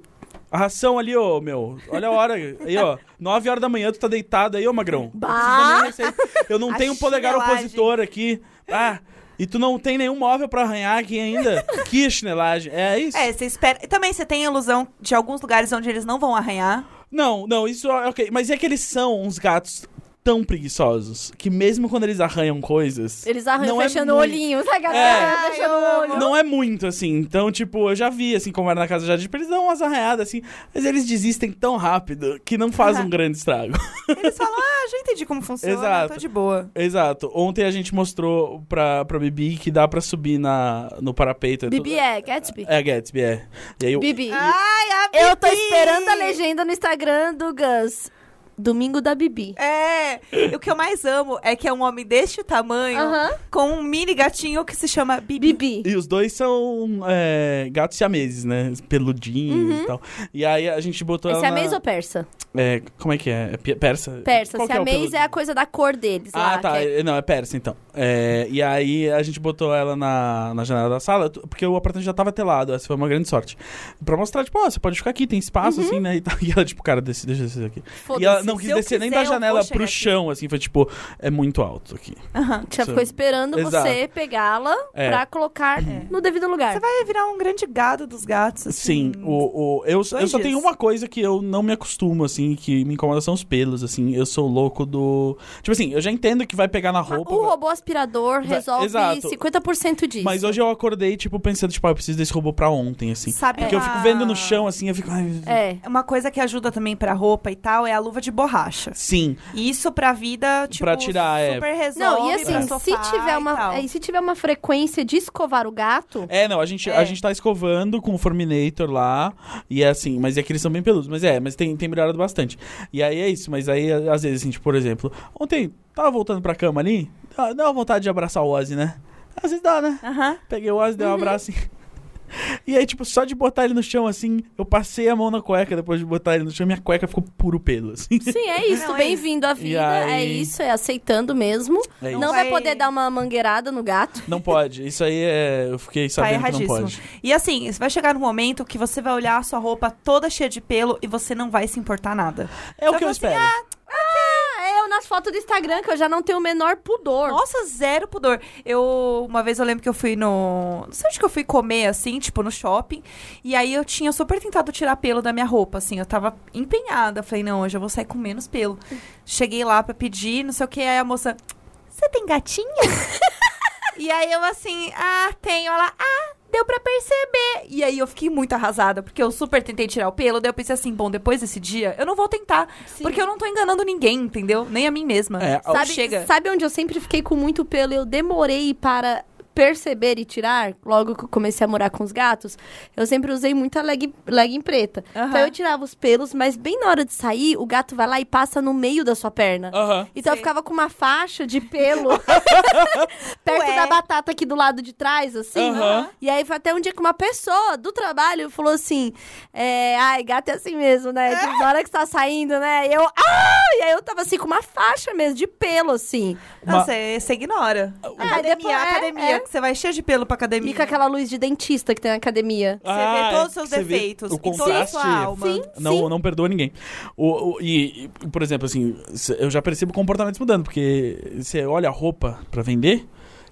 [SPEAKER 3] a ração ali, ô meu. Olha a hora. Aí, ó. 9 horas da manhã, tu tá deitado aí, ô magrão.
[SPEAKER 1] Bah!
[SPEAKER 3] Eu não sei- Eu não
[SPEAKER 2] A
[SPEAKER 3] tenho um polegar
[SPEAKER 2] chinelagem.
[SPEAKER 3] opositor aqui. Ah, e tu não tem nenhum móvel pra arranhar aqui ainda? que chinelagem. É isso?
[SPEAKER 2] É, você espera. e Também você tem a ilusão de alguns lugares onde eles não vão arranhar.
[SPEAKER 3] Não, não, isso é ok. Mas é que eles são uns gatos tão preguiçosos que mesmo quando eles arranham coisas.
[SPEAKER 1] Eles arranham
[SPEAKER 3] não é
[SPEAKER 1] fechando o
[SPEAKER 3] muito-
[SPEAKER 1] olhinho, sabe? a
[SPEAKER 3] É.
[SPEAKER 1] galera
[SPEAKER 2] Ai,
[SPEAKER 1] fechando
[SPEAKER 2] eu
[SPEAKER 1] o
[SPEAKER 2] amo.
[SPEAKER 1] olho.
[SPEAKER 3] Não é muito, assim. Então, tipo, eu já vi, assim, como era na casa já de eles dão umas arranhadas, assim. Mas eles desistem tão rápido que não faz um grande estrago.
[SPEAKER 2] Eles falam, ah, já entendi como funciona,
[SPEAKER 3] Exato.
[SPEAKER 2] tô de boa.
[SPEAKER 3] Exato. Ontem a gente mostrou pra, pra Bibi que dá pra subir na, no parapeito. É
[SPEAKER 1] Bibi
[SPEAKER 3] tudo-
[SPEAKER 1] é Gatsby.
[SPEAKER 3] É, Gatsby, é. E aí eu...
[SPEAKER 1] Bibi.
[SPEAKER 2] Ai, a
[SPEAKER 1] Eu tô
[SPEAKER 2] Bibi!
[SPEAKER 1] esperando a legenda no Instagram do Gus. Domingo da Bibi.
[SPEAKER 2] É, e o que eu mais amo é que é um homem deste tamanho
[SPEAKER 1] Aham.
[SPEAKER 2] com um mini gatinho que se chama Bibi.
[SPEAKER 1] Bibi.
[SPEAKER 3] E os dois são é, gatos siameses, né? Peludinhos e tal. E aí a gente botou
[SPEAKER 1] Esse Uhum. é
[SPEAKER 3] ela na...
[SPEAKER 1] siamês ou persa?
[SPEAKER 3] É, como é que é? É pe- persa?
[SPEAKER 1] Persa.
[SPEAKER 3] Qual que é o
[SPEAKER 1] siamês é,
[SPEAKER 3] peludo?
[SPEAKER 1] a coisa da cor deles lá.
[SPEAKER 3] Ah, tá.
[SPEAKER 1] que é-
[SPEAKER 3] É- Não, é persa, então. É, e aí a gente botou ela na, na janela da sala, tu- porque o apartamento já tava telado. Essa foi uma grande sorte. Pra mostrar, tipo, ó, você pode ficar aqui, tem espaço, assim, né? E, tal. E ela, tipo, cara, desce, deixa eu descer aqui.
[SPEAKER 1] Foda-se.
[SPEAKER 3] E ela não
[SPEAKER 2] se
[SPEAKER 3] quis
[SPEAKER 2] eu
[SPEAKER 3] descer nem
[SPEAKER 2] quiser,
[SPEAKER 3] da
[SPEAKER 2] eu vou
[SPEAKER 3] janela
[SPEAKER 2] chegar
[SPEAKER 3] pro
[SPEAKER 2] aqui.
[SPEAKER 3] chão, assim. Foi tipo, é muito alto aqui.
[SPEAKER 2] Aham.
[SPEAKER 1] Já ficou esperando
[SPEAKER 3] Exato.
[SPEAKER 1] você pegá-la
[SPEAKER 3] É.
[SPEAKER 1] pra colocar no devido lugar.
[SPEAKER 2] Você vai virar um grande gado dos gatos.
[SPEAKER 3] Sim,
[SPEAKER 2] Assim.
[SPEAKER 3] o, o- eu, eu só
[SPEAKER 2] dias.
[SPEAKER 3] tenho uma coisa que eu não me acostumo, assim, que me incomoda são os pelos, assim. Eu sou louco do. Tipo assim, eu já entendo que vai pegar na roupa.
[SPEAKER 1] O
[SPEAKER 3] vai-
[SPEAKER 1] robô aspirador
[SPEAKER 3] Vai-
[SPEAKER 1] resolve
[SPEAKER 3] Exato.
[SPEAKER 1] 50% disso.
[SPEAKER 3] Mas hoje eu acordei, tipo, pensando, tipo, ah, eu preciso desse robô pra ontem, assim.
[SPEAKER 2] Sabe
[SPEAKER 3] Porque eu
[SPEAKER 2] uma-
[SPEAKER 3] fico vendo no chão, assim, eu fico. ai,
[SPEAKER 1] É.
[SPEAKER 2] Uma coisa que ajuda também pra roupa e tal é a luva de borracha.
[SPEAKER 3] Sim,
[SPEAKER 2] E isso pra vida, tipo,
[SPEAKER 3] Pra tirar, é.
[SPEAKER 2] super resolve.
[SPEAKER 1] Não, e
[SPEAKER 2] pra
[SPEAKER 1] assim,
[SPEAKER 2] sofá
[SPEAKER 1] se tiver,
[SPEAKER 2] e tal.
[SPEAKER 1] uma, é e se tiver uma frequência de escovar o gato,
[SPEAKER 3] É, não, a gente, a
[SPEAKER 2] É.
[SPEAKER 3] gente tá escovando com o Forminator lá. E é assim, mas é que eles são bem peludos. Mas é, mas tem, tem melhorado bastante. E aí é isso, mas aí, às vezes, assim, tipo, por exemplo, ontem tava voltando pra cama ali, dá dá uma vontade de abraçar o Ozzy, né? Às vezes dá, né?
[SPEAKER 2] Aham.
[SPEAKER 3] Peguei o Ozzy,
[SPEAKER 2] Uhum.
[SPEAKER 3] dei um abraço assim. E aí, tipo, só de botar ele no chão assim, eu passei a mão na cueca depois de botar ele no chão, minha cueca ficou puro pelo, assim.
[SPEAKER 1] sim, é isso.
[SPEAKER 2] Não, é
[SPEAKER 1] Bem-vindo à vida. É
[SPEAKER 3] aí?
[SPEAKER 1] isso, é aceitando mesmo.
[SPEAKER 3] É isso.
[SPEAKER 1] não vai...
[SPEAKER 2] Vai-
[SPEAKER 1] poder dar uma mangueirada no gato.
[SPEAKER 3] Não pode. Isso aí é. Eu fiquei sabendo que não
[SPEAKER 2] Tá erradíssimo.
[SPEAKER 3] pode.
[SPEAKER 2] E assim, isso vai chegar num momento que você vai olhar a sua roupa toda cheia de pelo e você não vai se importar nada.
[SPEAKER 3] É o
[SPEAKER 2] Só
[SPEAKER 3] que eu
[SPEAKER 2] assim,
[SPEAKER 3] espero.
[SPEAKER 1] Ah, eu nas fotos do Instagram, que eu já não tenho o menor pudor.
[SPEAKER 2] Nossa, zero pudor. Eu uma vez eu lembro que eu fui no, não sei onde que eu fui comer assim, tipo no shopping, e aí eu tinha super tentado tirar pelo da minha roupa, assim, eu tava empenhada, falei, não, hoje eu vou sair com menos pelo. Cheguei lá pra pedir, não sei o que, aí a moça, você tem gatinha? e aí eu assim, ah, tenho, ela, ah, deu pra perceber. E aí eu fiquei muito arrasada, porque eu super tentei tirar o pelo, daí eu pensei assim, bom, depois desse dia, eu não vou tentar,
[SPEAKER 1] Sim.
[SPEAKER 2] porque eu não tô enganando ninguém, entendeu? Nem a mim mesma.
[SPEAKER 3] É,
[SPEAKER 2] Sabe,
[SPEAKER 1] Sabe,
[SPEAKER 2] chega.
[SPEAKER 1] sabe onde eu sempre fiquei com muito pelo e eu demorei para perceber e tirar? Logo que eu comecei a morar com os gatos, eu sempre usei muita leg, legging preta.
[SPEAKER 2] Aham.
[SPEAKER 1] Então eu tirava os pelos, mas bem na hora de sair, o gato vai lá e passa no meio da sua perna.
[SPEAKER 3] Aham.
[SPEAKER 1] Então eu
[SPEAKER 2] Sei.
[SPEAKER 1] ficava com uma faixa de pelo perto
[SPEAKER 2] Ué.
[SPEAKER 1] da batata aqui do lado de trás, assim.
[SPEAKER 3] Aham.
[SPEAKER 1] E aí foi até um dia que uma pessoa do trabalho falou assim: é, Ai, gato é assim mesmo, né? Tipo, Na hora que você tá saindo, né? E eu. Ah! E aí eu tava assim com uma faixa mesmo, de pelo, assim.
[SPEAKER 2] Não,
[SPEAKER 3] Ma-
[SPEAKER 2] você você ignora. academia,
[SPEAKER 1] depois- é,
[SPEAKER 2] academia.
[SPEAKER 1] é.
[SPEAKER 2] que Você vai cheio de pelo pra academia.
[SPEAKER 1] E com aquela luz de dentista que tem na academia.
[SPEAKER 2] Você
[SPEAKER 3] Ah,
[SPEAKER 2] vê todos os seus
[SPEAKER 3] você é vê
[SPEAKER 2] defeitos
[SPEAKER 3] O
[SPEAKER 2] e toda a
[SPEAKER 3] contraste
[SPEAKER 2] sua alma.
[SPEAKER 1] Sim,
[SPEAKER 3] não,
[SPEAKER 1] sim.
[SPEAKER 3] não perdoa ninguém. O, o- e, e, por exemplo, assim, se- eu já percebo comportamentos mudando, porque você olha a roupa pra vender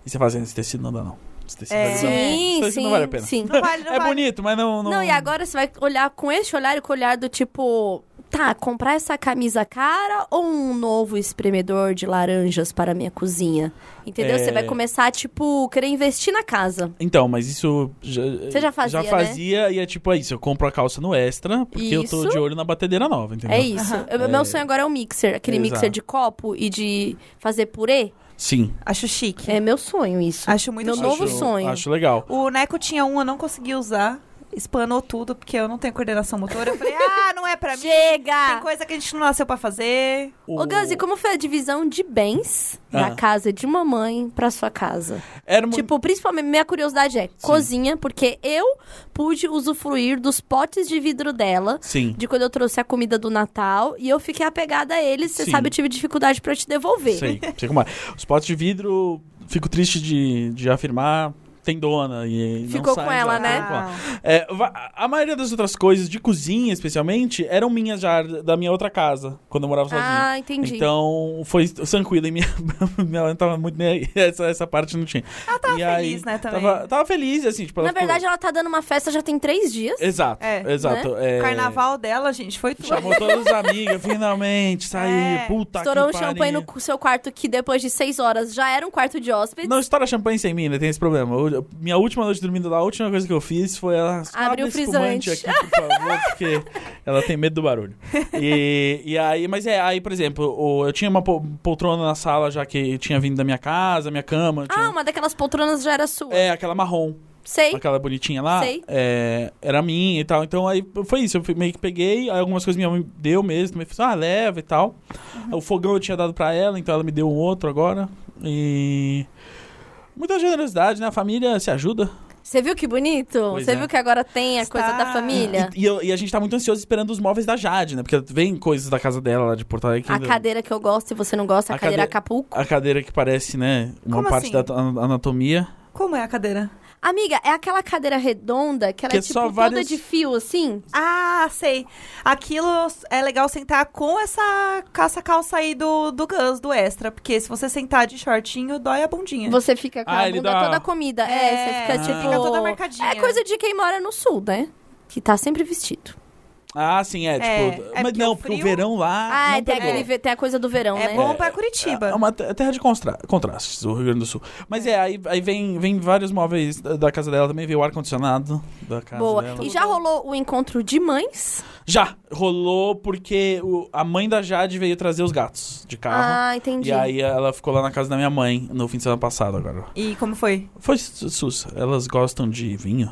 [SPEAKER 3] e você faz, "Ah, esse tecido não dá, não. Esse tecido,
[SPEAKER 2] É.
[SPEAKER 3] vai durar-
[SPEAKER 1] Sim,
[SPEAKER 3] Isso aí
[SPEAKER 1] sim.
[SPEAKER 3] não vale a pena.
[SPEAKER 1] Sim.
[SPEAKER 2] Não vale, não
[SPEAKER 3] É
[SPEAKER 2] vale.
[SPEAKER 3] bonito, mas não. Não,
[SPEAKER 1] Não, e agora você vai olhar com este olhar e com o olhar do tipo. Tá, comprar essa camisa cara ou um novo espremedor de laranjas para minha cozinha? Entendeu?
[SPEAKER 3] É.
[SPEAKER 1] Você vai começar, tipo, querer investir na casa.
[SPEAKER 3] Então, mas isso. Já,
[SPEAKER 1] Você já fazia, né?
[SPEAKER 3] Já fazia e é tipo, é isso. Eu compro a calça no extra, porque eu
[SPEAKER 1] Isso.
[SPEAKER 3] tô de olho na batedeira nova, entendeu?
[SPEAKER 1] É isso. Eu-
[SPEAKER 3] É.
[SPEAKER 1] Meu sonho agora é um mixer. Aquele
[SPEAKER 3] Exato.
[SPEAKER 1] mixer de copo e de fazer purê.
[SPEAKER 3] Sim.
[SPEAKER 2] Acho chique.
[SPEAKER 1] É meu sonho isso.
[SPEAKER 2] Acho muito
[SPEAKER 1] Meu
[SPEAKER 2] chique.
[SPEAKER 1] novo
[SPEAKER 3] acho,
[SPEAKER 1] sonho.
[SPEAKER 3] Acho legal.
[SPEAKER 2] O Neco tinha um, eu não consegui usar. espanou tudo, porque eu não tenho coordenação motora. Eu falei, ah, não é pra mim. Tem
[SPEAKER 1] Chega!
[SPEAKER 2] coisa que a gente não nasceu pra fazer.
[SPEAKER 1] Ô, Gus, e como foi a divisão de bens
[SPEAKER 3] Ah.
[SPEAKER 1] da casa de mamãe pra sua casa?
[SPEAKER 3] Era uma-
[SPEAKER 1] Tipo, principalmente, minha curiosidade é cozinha, porque eu pude usufruir dos potes de vidro dela,
[SPEAKER 3] Sim.
[SPEAKER 1] de quando eu trouxe a comida do Natal, e eu fiquei apegada a eles. Você
[SPEAKER 3] Sim.
[SPEAKER 1] sabe, eu tive dificuldade pra te devolver.
[SPEAKER 3] Sei, sei como é. Os potes de vidro, fico triste de, de afirmar, tem dona. E não
[SPEAKER 1] Ficou
[SPEAKER 3] sai
[SPEAKER 1] com
[SPEAKER 3] de
[SPEAKER 1] ela,
[SPEAKER 3] lá,
[SPEAKER 2] Ah,
[SPEAKER 1] né?
[SPEAKER 3] ficou com ela. É, va- a maioria das outras coisas, de cozinha especialmente, eram minhas já da minha outra casa, quando eu morava sozinho.
[SPEAKER 1] Ah, entendi.
[SPEAKER 3] Então, foi tranquilo. E minha, minha mãe não tava muito nem aí. Essa, essa parte não tinha. Ela
[SPEAKER 2] tava feliz, né, também.
[SPEAKER 3] Tava, tava feliz, assim, tipo... ela
[SPEAKER 1] Na
[SPEAKER 3] ficou-
[SPEAKER 1] verdade, ela tá dando uma festa já tem três dias.
[SPEAKER 3] Exato,
[SPEAKER 2] É,
[SPEAKER 3] exato. é.
[SPEAKER 1] né?
[SPEAKER 2] O carnaval dela, gente, foi tudo.
[SPEAKER 3] Chamou todas as amigas, finalmente, saí,
[SPEAKER 2] É.
[SPEAKER 3] puta
[SPEAKER 1] Estourou um
[SPEAKER 3] que pariu.
[SPEAKER 1] champanhe no cu- seu quarto, que depois de seis horas já era um quarto de hóspedes.
[SPEAKER 3] Não estoura champanhe sem mim, né? Tem esse problema. Eu- minha última noite dormindo lá, a última coisa que eu fiz foi ela. "Só
[SPEAKER 1] Abre o
[SPEAKER 3] esse espumante
[SPEAKER 1] frisante."
[SPEAKER 3] aqui, por favor, porque ela tem medo do barulho. E, e aí, mas é, aí, por exemplo, o- eu tinha uma pol- poltrona na sala já que tinha vindo da minha casa, minha cama.
[SPEAKER 1] Ah,
[SPEAKER 3] tinha-
[SPEAKER 1] uma daquelas poltronas já era sua.
[SPEAKER 3] É, aquela marrom,
[SPEAKER 1] Sei.
[SPEAKER 3] aquela bonitinha lá.
[SPEAKER 1] Sei.
[SPEAKER 3] é, era minha e tal. Então aí foi isso. Eu fui- meio que peguei, aí algumas coisas minha mãe deu mesmo. Também fiz, ah, leva e tal.
[SPEAKER 1] Uhum.
[SPEAKER 3] O fogão eu tinha dado pra ela, então ela me deu um outro agora. E. Muita generosidade, né? A família se ajuda.
[SPEAKER 1] Você viu que bonito?
[SPEAKER 3] Pois
[SPEAKER 1] Você
[SPEAKER 3] é.
[SPEAKER 1] viu que agora tem a
[SPEAKER 2] Está-
[SPEAKER 1] coisa da família?
[SPEAKER 3] E, eu- e a gente tá muito ansioso esperando os móveis da Jade, né? Porque vem coisas da casa dela lá de Porto Alegre. que
[SPEAKER 1] A
[SPEAKER 3] ainda-
[SPEAKER 1] cadeira que eu gosto e você não gosta, a,
[SPEAKER 3] A
[SPEAKER 1] cadeira
[SPEAKER 3] cade-
[SPEAKER 1] Acapulco.
[SPEAKER 3] A cadeira que parece, né? Uma
[SPEAKER 2] Como
[SPEAKER 3] parte
[SPEAKER 2] assim?
[SPEAKER 3] da at- an- anatomia.
[SPEAKER 2] Como é a cadeira?
[SPEAKER 1] Amiga, é aquela cadeira redonda que ela
[SPEAKER 3] Que
[SPEAKER 1] é
[SPEAKER 3] é
[SPEAKER 1] tipo
[SPEAKER 3] só
[SPEAKER 1] toda
[SPEAKER 3] vários-
[SPEAKER 1] de fio, assim?
[SPEAKER 2] Ah, sei. Aquilo é legal sentar com essa caça calça aí do, do Gus, do extra. Porque se você sentar de shortinho, dói a bundinha.
[SPEAKER 1] Você fica com
[SPEAKER 3] Ah,
[SPEAKER 1] a
[SPEAKER 3] ele
[SPEAKER 1] bunda
[SPEAKER 3] dá-
[SPEAKER 1] toda comida. É,
[SPEAKER 2] É,
[SPEAKER 1] você fica
[SPEAKER 3] você
[SPEAKER 1] tipo.
[SPEAKER 2] fica toda marcadinha.
[SPEAKER 1] É coisa de quem mora no sul, né? Que tá sempre vestido.
[SPEAKER 3] Ah, sim, é.
[SPEAKER 2] É,
[SPEAKER 3] tipo,
[SPEAKER 2] é
[SPEAKER 3] mas
[SPEAKER 2] porque
[SPEAKER 3] não,
[SPEAKER 2] o
[SPEAKER 3] porque o
[SPEAKER 2] frio-
[SPEAKER 3] verão lá.
[SPEAKER 1] Ah,
[SPEAKER 3] não
[SPEAKER 1] tem,
[SPEAKER 3] pegou.
[SPEAKER 1] aquele ve- tem a coisa do verão,
[SPEAKER 2] É
[SPEAKER 1] né?
[SPEAKER 2] bom pra
[SPEAKER 3] É
[SPEAKER 2] Curitiba.
[SPEAKER 3] uma te- terra de constra- contrastes, o Rio Grande do Sul. Mas é, aí, aí vem, vem vários móveis da da casa dela também, veio o ar-condicionado da casa
[SPEAKER 1] Boa.
[SPEAKER 3] dela.
[SPEAKER 1] E já rolou o encontro de mães.
[SPEAKER 3] Já, rolou porque o- a mãe da Jade veio trazer os gatos de carro.
[SPEAKER 1] Ah, entendi.
[SPEAKER 3] e aí ela ficou lá na casa da minha mãe no fim de semana passado agora.
[SPEAKER 2] E como foi?
[SPEAKER 3] Foi su- sussa. Elas gostam de vinho?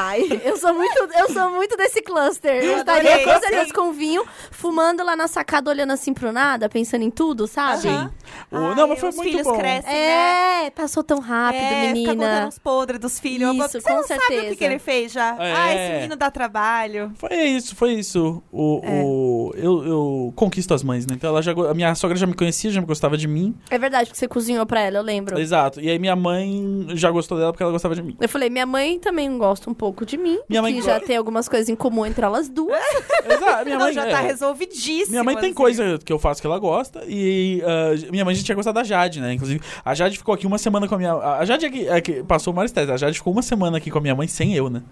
[SPEAKER 1] Ai, eu sou muito, eu sou muito desse cluster. Eu
[SPEAKER 2] adorei,
[SPEAKER 1] estaria com
[SPEAKER 2] assim.
[SPEAKER 1] certeza com vinho, fumando lá na sacada, olhando assim pro nada, pensando em tudo, sabe?
[SPEAKER 2] Aham.
[SPEAKER 3] O- não, mas
[SPEAKER 2] Ai,
[SPEAKER 3] foi
[SPEAKER 2] os
[SPEAKER 3] muito
[SPEAKER 2] filhos
[SPEAKER 3] bom.
[SPEAKER 2] crescem, né?
[SPEAKER 1] É, passou tão rápido,
[SPEAKER 2] é, fica contando
[SPEAKER 1] menina.
[SPEAKER 2] os podres dos filhos.
[SPEAKER 1] Isso,
[SPEAKER 2] Você
[SPEAKER 1] com
[SPEAKER 2] não sabe o
[SPEAKER 1] certeza.
[SPEAKER 2] que, que ele fez já.
[SPEAKER 3] É.
[SPEAKER 2] Ah, esse menino dá trabalho.
[SPEAKER 3] Foi isso, foi isso. O,
[SPEAKER 2] É.
[SPEAKER 3] o- eu, eu conquisto as mães, né? Então ela já, go- a minha sogra já me conhecia, já me gostava de mim.
[SPEAKER 1] É verdade, porque você cozinhou pra ela, eu lembro.
[SPEAKER 3] Exato. E aí minha mãe já gostou dela porque ela gostava de mim.
[SPEAKER 1] Eu falei, minha mãe também gosta um pouco de mim.
[SPEAKER 3] Minha mãe
[SPEAKER 1] que
[SPEAKER 3] go-
[SPEAKER 1] já tem algumas coisas em comum entre elas
[SPEAKER 2] É?
[SPEAKER 1] duas.
[SPEAKER 3] Exato. Minha
[SPEAKER 2] não,
[SPEAKER 3] mãe
[SPEAKER 2] já
[SPEAKER 3] é.
[SPEAKER 2] tá resolvidíssimo.
[SPEAKER 3] Minha mãe tem
[SPEAKER 2] assim.
[SPEAKER 3] coisa que eu faço que ela gosta e ah, minha mãe já tinha gostado da Jade, né? Inclusive, a Jade ficou aqui uma semana com a minha... A Jade é que, é que passou o maior estresse. A Jade ficou uma semana aqui com a minha mãe sem eu, né?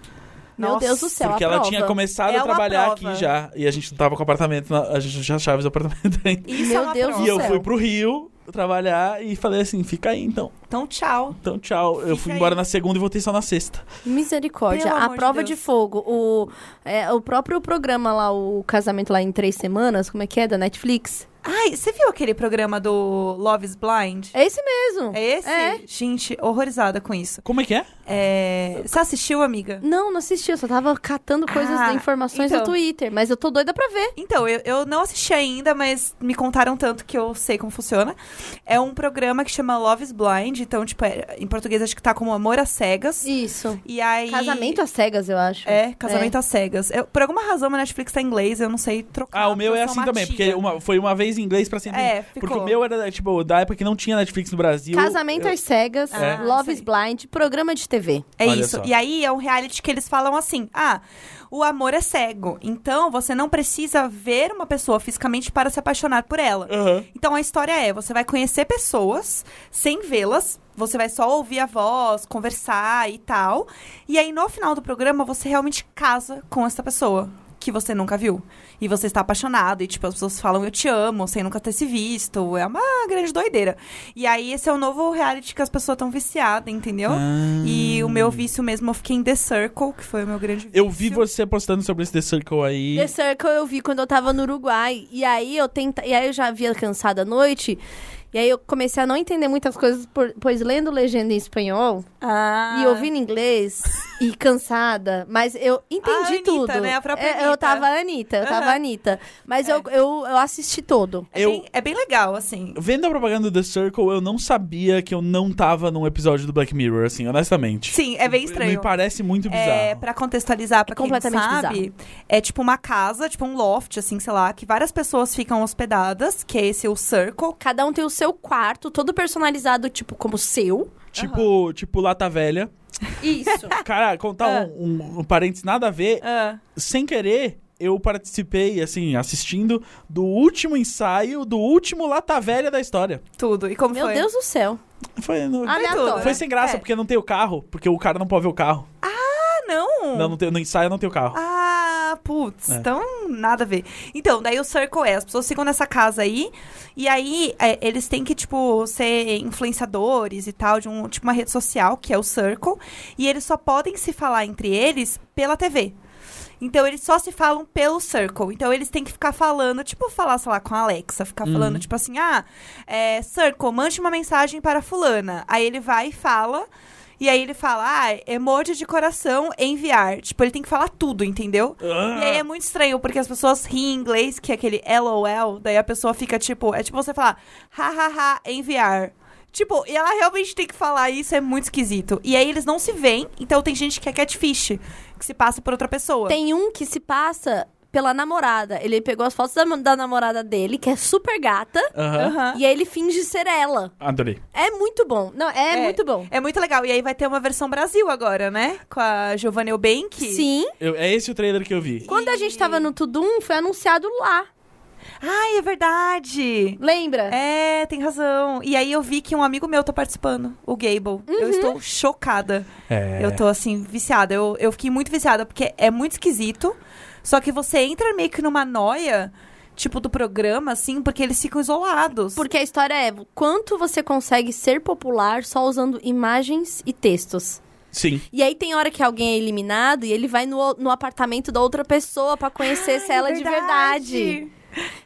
[SPEAKER 1] Meu
[SPEAKER 2] Nossa,
[SPEAKER 1] Deus do céu,
[SPEAKER 3] Porque
[SPEAKER 1] a
[SPEAKER 3] ela
[SPEAKER 1] prova.
[SPEAKER 3] tinha começado
[SPEAKER 2] É
[SPEAKER 3] a
[SPEAKER 2] uma
[SPEAKER 3] trabalhar
[SPEAKER 2] prova.
[SPEAKER 3] aqui já. E a gente não tava com apartamento, na- a gente não tinha chaves do apartamento ainda.
[SPEAKER 2] Isso
[SPEAKER 1] Meu
[SPEAKER 2] é uma
[SPEAKER 1] Deus do
[SPEAKER 2] prova.
[SPEAKER 3] E eu
[SPEAKER 1] céu.
[SPEAKER 3] fui pro Rio trabalhar e falei assim, fica aí então.
[SPEAKER 2] Então, tchau.
[SPEAKER 3] Então tchau. Eu
[SPEAKER 2] Fica
[SPEAKER 3] fui
[SPEAKER 2] aí.
[SPEAKER 3] embora na segunda e voltei só na sexta.
[SPEAKER 1] Misericórdia,
[SPEAKER 2] Pelo
[SPEAKER 1] a
[SPEAKER 2] amor de
[SPEAKER 1] prova
[SPEAKER 2] Deus.
[SPEAKER 1] de, fogo. O, é, o próprio programa lá, o casamento lá em três semanas, como é que é? Da Netflix.
[SPEAKER 2] Ai, você viu aquele programa do Love is Blind?
[SPEAKER 1] É esse mesmo.
[SPEAKER 2] É esse?
[SPEAKER 1] É.
[SPEAKER 2] Gente, horrorizada com isso.
[SPEAKER 3] Como é que é?
[SPEAKER 2] É... Você assistiu, amiga?
[SPEAKER 1] Não, não assisti, eu só tava catando coisas,
[SPEAKER 2] Ah,
[SPEAKER 1] informações
[SPEAKER 2] então.
[SPEAKER 1] do Twitter, mas eu tô doida pra ver.
[SPEAKER 2] Então, eu, eu não assisti ainda, mas me contaram tanto que eu sei como funciona. É um programa que chama Love is Blind. Então, tipo, é- em português acho que tá como Amor às Cegas.
[SPEAKER 1] Isso.
[SPEAKER 2] É, E aí...
[SPEAKER 1] Casamento às cegas, eu acho.
[SPEAKER 2] É, Casamento às Cegas. Eu- por alguma razão, meu Netflix tá em inglês, eu não sei trocar.
[SPEAKER 3] Ah, o meu
[SPEAKER 2] porque
[SPEAKER 3] é
[SPEAKER 2] eu sou
[SPEAKER 3] assim
[SPEAKER 2] então uma
[SPEAKER 3] também,
[SPEAKER 2] tia.
[SPEAKER 3] porque uma, foi uma vez em inglês pra sempre.
[SPEAKER 2] É, ficou.
[SPEAKER 3] porque o meu era, tipo, da época que não tinha Netflix no Brasil.
[SPEAKER 1] Casamento
[SPEAKER 3] eu-
[SPEAKER 1] às cegas,
[SPEAKER 2] É.
[SPEAKER 1] Love
[SPEAKER 2] Ah,
[SPEAKER 1] is
[SPEAKER 2] sei.
[SPEAKER 1] Blind, programa de TV.
[SPEAKER 2] É
[SPEAKER 3] Olha
[SPEAKER 2] isso.
[SPEAKER 3] só.
[SPEAKER 2] E aí é um reality que eles falam assim: ah, o amor é cego. Então você não precisa ver uma pessoa fisicamente para se apaixonar por ela.
[SPEAKER 3] Aham.
[SPEAKER 2] Então a história é: você vai conhecer pessoas sem vê-las, você vai só ouvir a voz, conversar e tal. E aí no final do programa você realmente casa com essa pessoa que você nunca viu. E você está apaixonado e tipo as pessoas falam eu te amo sem nunca ter se visto. É uma grande doideira. E aí esse é o novo reality que as pessoas estão viciadas, entendeu?
[SPEAKER 3] Ah.
[SPEAKER 2] E o meu vício mesmo, eu fiquei em The Circle, que foi o meu grande vício.
[SPEAKER 3] Eu vi você postando sobre esse The Circle aí.
[SPEAKER 1] The Circle é eu vi quando eu tava no Uruguai. E aí eu tenta... E aí eu já via cansada à noite. E aí eu comecei a não entender muitas coisas, por- pois lendo legenda em espanhol
[SPEAKER 2] Ah.
[SPEAKER 1] e ouvindo inglês, e cansada, mas eu
[SPEAKER 2] A
[SPEAKER 1] entendi
[SPEAKER 2] Anitta,
[SPEAKER 1] tudo.
[SPEAKER 2] né? A própria
[SPEAKER 1] É, eu
[SPEAKER 2] Anitta.
[SPEAKER 1] tava a Anitta, eu tava a
[SPEAKER 2] Aham.
[SPEAKER 1] Anitta. Mas eu, eu, eu assisti todo.
[SPEAKER 2] É,
[SPEAKER 3] Eu-
[SPEAKER 2] bem, é bem legal, assim.
[SPEAKER 3] Vendo a propaganda do The Circle, eu não sabia que eu não tava num episódio do Black Mirror, assim, honestamente.
[SPEAKER 2] Sim, é bem
[SPEAKER 3] Me
[SPEAKER 2] estranho.
[SPEAKER 3] parece muito bizarro.
[SPEAKER 2] É, pra contextualizar, pra
[SPEAKER 1] É
[SPEAKER 2] quem não
[SPEAKER 1] completamente
[SPEAKER 2] sabe, é tipo uma casa, tipo um loft, assim, sei lá, que várias pessoas ficam hospedadas, que é esse o Circle.
[SPEAKER 1] Cada um tem o seu quarto, todo personalizado, tipo, como seu.
[SPEAKER 3] Tipo, tipo Lata Velha.
[SPEAKER 1] Isso.
[SPEAKER 3] Cara, contar
[SPEAKER 2] Ah.
[SPEAKER 3] um, um, um parênteses nada a ver.
[SPEAKER 2] Ah,
[SPEAKER 3] Sem querer, eu participei, assim, assistindo do último ensaio do último Lata Velha da história.
[SPEAKER 2] tudo. E como
[SPEAKER 1] Meu
[SPEAKER 2] foi?
[SPEAKER 1] Deus do céu.
[SPEAKER 3] Foi, no-
[SPEAKER 1] Aleatório.
[SPEAKER 2] tudo,
[SPEAKER 3] foi sem graça,
[SPEAKER 2] É.
[SPEAKER 3] porque não tem o carro. Porque o cara não pode ver o carro.
[SPEAKER 2] Ah,
[SPEAKER 1] Hum.
[SPEAKER 2] não!
[SPEAKER 3] Não, não tem, no ensaio não tem o carro.
[SPEAKER 2] Ah, putz,
[SPEAKER 3] É.
[SPEAKER 2] então nada a ver. Então, daí o Circle é, as pessoas ficam nessa casa aí, e aí é, eles têm que, tipo, ser influenciadores e tal, de um, tipo uma rede social, que é o Circle, e eles só podem se falar entre eles pela TV. Então, eles só se falam pelo Circle. Então, eles têm que ficar falando, tipo, falar, sei lá, com a Alexa. Ficar falando, tipo assim, ah, é, Circle, mande uma mensagem para fulana. Aí ele vai e fala. E aí ele fala, ah, emoji de coração, enviar. Tipo, ele tem que falar tudo, entendeu? E aí é muito estranho, porque as pessoas riem em inglês, que é aquele LOL. Daí a pessoa fica, tipo, é tipo você falar, hahaha, enviar. Tipo, e ela realmente tem que falar isso, é muito esquisito. E aí eles não se veem, então tem gente que é catfish, que se passa por outra pessoa.
[SPEAKER 1] Tem um que se passa pela namorada. Ele pegou as fotos da, da namorada dele, que é super gata,
[SPEAKER 3] Aham.
[SPEAKER 2] Aham.
[SPEAKER 1] e aí ele finge ser ela.
[SPEAKER 3] Adorei.
[SPEAKER 1] É muito bom. Não, é, muito bom.
[SPEAKER 2] É muito legal. E aí vai ter uma versão Brasil agora, né? Com a Giovanna Eubank.
[SPEAKER 1] Sim.
[SPEAKER 3] Eu- é esse o trailer que eu vi.
[SPEAKER 1] Quando a gente tava no Tudum, foi anunciado lá.
[SPEAKER 2] Ai, é verdade.
[SPEAKER 1] Lembra?
[SPEAKER 2] É, tem razão. E aí eu vi que um amigo meu tá participando, o Gable.
[SPEAKER 1] Uhum.
[SPEAKER 2] Eu estou chocada.
[SPEAKER 3] É.
[SPEAKER 2] Eu tô, assim, viciada. Eu, eu fiquei muito viciada, porque é muito esquisito. Só que você entra meio que numa noia, tipo, do programa, assim, porque eles ficam isolados.
[SPEAKER 1] Porque a história é quanto você consegue ser popular só usando imagens e textos.
[SPEAKER 3] Sim.
[SPEAKER 1] E aí tem hora que alguém é eliminado e ele vai no, no apartamento da outra pessoa pra conhecer se
[SPEAKER 2] Ai,
[SPEAKER 1] ela é de verdade.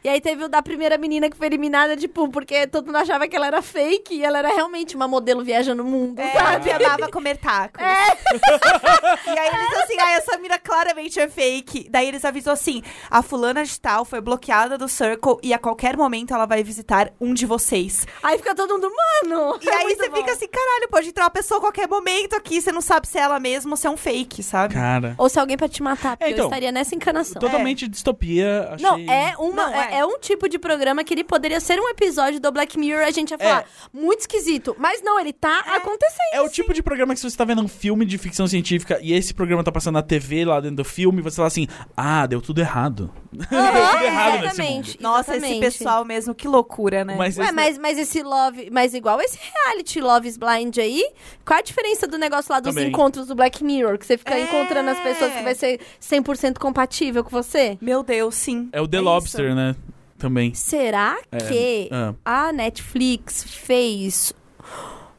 [SPEAKER 1] E aí teve o da primeira menina que foi eliminada, tipo, porque todo mundo achava que ela era fake e ela era realmente uma modelo viajando o mundo, sabe?
[SPEAKER 2] É, eu amava comer tacos. e aí eles assim, ah, essa mina claramente é fake. Daí eles avisam assim, a fulana de tal foi bloqueada do Circle e a qualquer momento ela vai visitar um de vocês.
[SPEAKER 1] Aí fica todo mundo, mano!
[SPEAKER 2] E
[SPEAKER 1] é
[SPEAKER 2] aí
[SPEAKER 1] muito
[SPEAKER 2] você
[SPEAKER 1] bom.
[SPEAKER 2] fica assim, caralho, pode entrar uma pessoa a qualquer momento aqui, você não sabe se é ela mesma ou se é um fake, sabe?
[SPEAKER 3] Cara.
[SPEAKER 1] Ou se alguém pra te matar, porque
[SPEAKER 3] então,
[SPEAKER 1] eu estaria nessa encanação.
[SPEAKER 3] Totalmente distopia.
[SPEAKER 1] é.
[SPEAKER 3] Achei...
[SPEAKER 1] Não, é, uma,
[SPEAKER 2] Não,
[SPEAKER 1] é.
[SPEAKER 2] é.
[SPEAKER 1] é um tipo de programa que ele poderia ser um episódio do Black Mirror, a gente ia falar,
[SPEAKER 3] É.
[SPEAKER 1] muito esquisito. Mas não, ele tá acontecendo.
[SPEAKER 3] É o tipo de programa que se você tá vendo um filme de ficção científica e esse programa tá passando na TV lá dentro do filme, você fala assim, ah, deu tudo errado.
[SPEAKER 1] Aham,
[SPEAKER 3] tudo errado nesse
[SPEAKER 1] exatamente.
[SPEAKER 2] Nossa,
[SPEAKER 1] exatamente.
[SPEAKER 2] esse pessoal mesmo, que loucura, né?
[SPEAKER 3] Mas,
[SPEAKER 1] Ué,
[SPEAKER 3] esse-
[SPEAKER 1] mas, mas esse Love, mas igual esse reality Love is Blind aí, qual a diferença do negócio lá dos
[SPEAKER 3] Também.
[SPEAKER 1] encontros do Black Mirror? Que você fica
[SPEAKER 2] É.
[SPEAKER 1] encontrando as pessoas que vai ser 100% compatível com você?
[SPEAKER 2] Meu Deus, sim.
[SPEAKER 3] é o The
[SPEAKER 2] isso.
[SPEAKER 3] Lobster, né? Também.
[SPEAKER 1] Será
[SPEAKER 3] É,
[SPEAKER 1] que
[SPEAKER 3] ah.
[SPEAKER 1] a Netflix fez...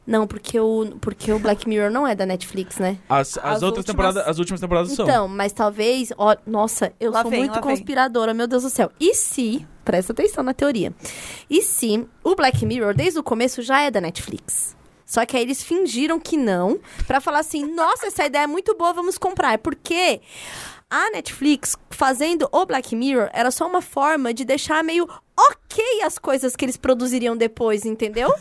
[SPEAKER 1] Não, porque o, porque o Black Mirror não é da Netflix, né?
[SPEAKER 2] As
[SPEAKER 3] As, as, outras
[SPEAKER 2] últimas-
[SPEAKER 3] temporadas, as últimas temporadas são.
[SPEAKER 1] Então, mas talvez, ó, nossa, eu
[SPEAKER 2] Lá
[SPEAKER 1] sou
[SPEAKER 2] vem,
[SPEAKER 1] muito
[SPEAKER 2] lá vem.
[SPEAKER 1] conspiradora, meu Deus do céu. E se, presta atenção na teoria. E se o Black Mirror desde o começo já é da Netflix? Só que aí eles fingiram que não, pra falar assim: "Nossa, essa ideia é muito boa, vamos comprar". É Porque a Netflix fazendo o Black Mirror era só uma forma de deixar meio OK as coisas que eles produziriam depois, entendeu?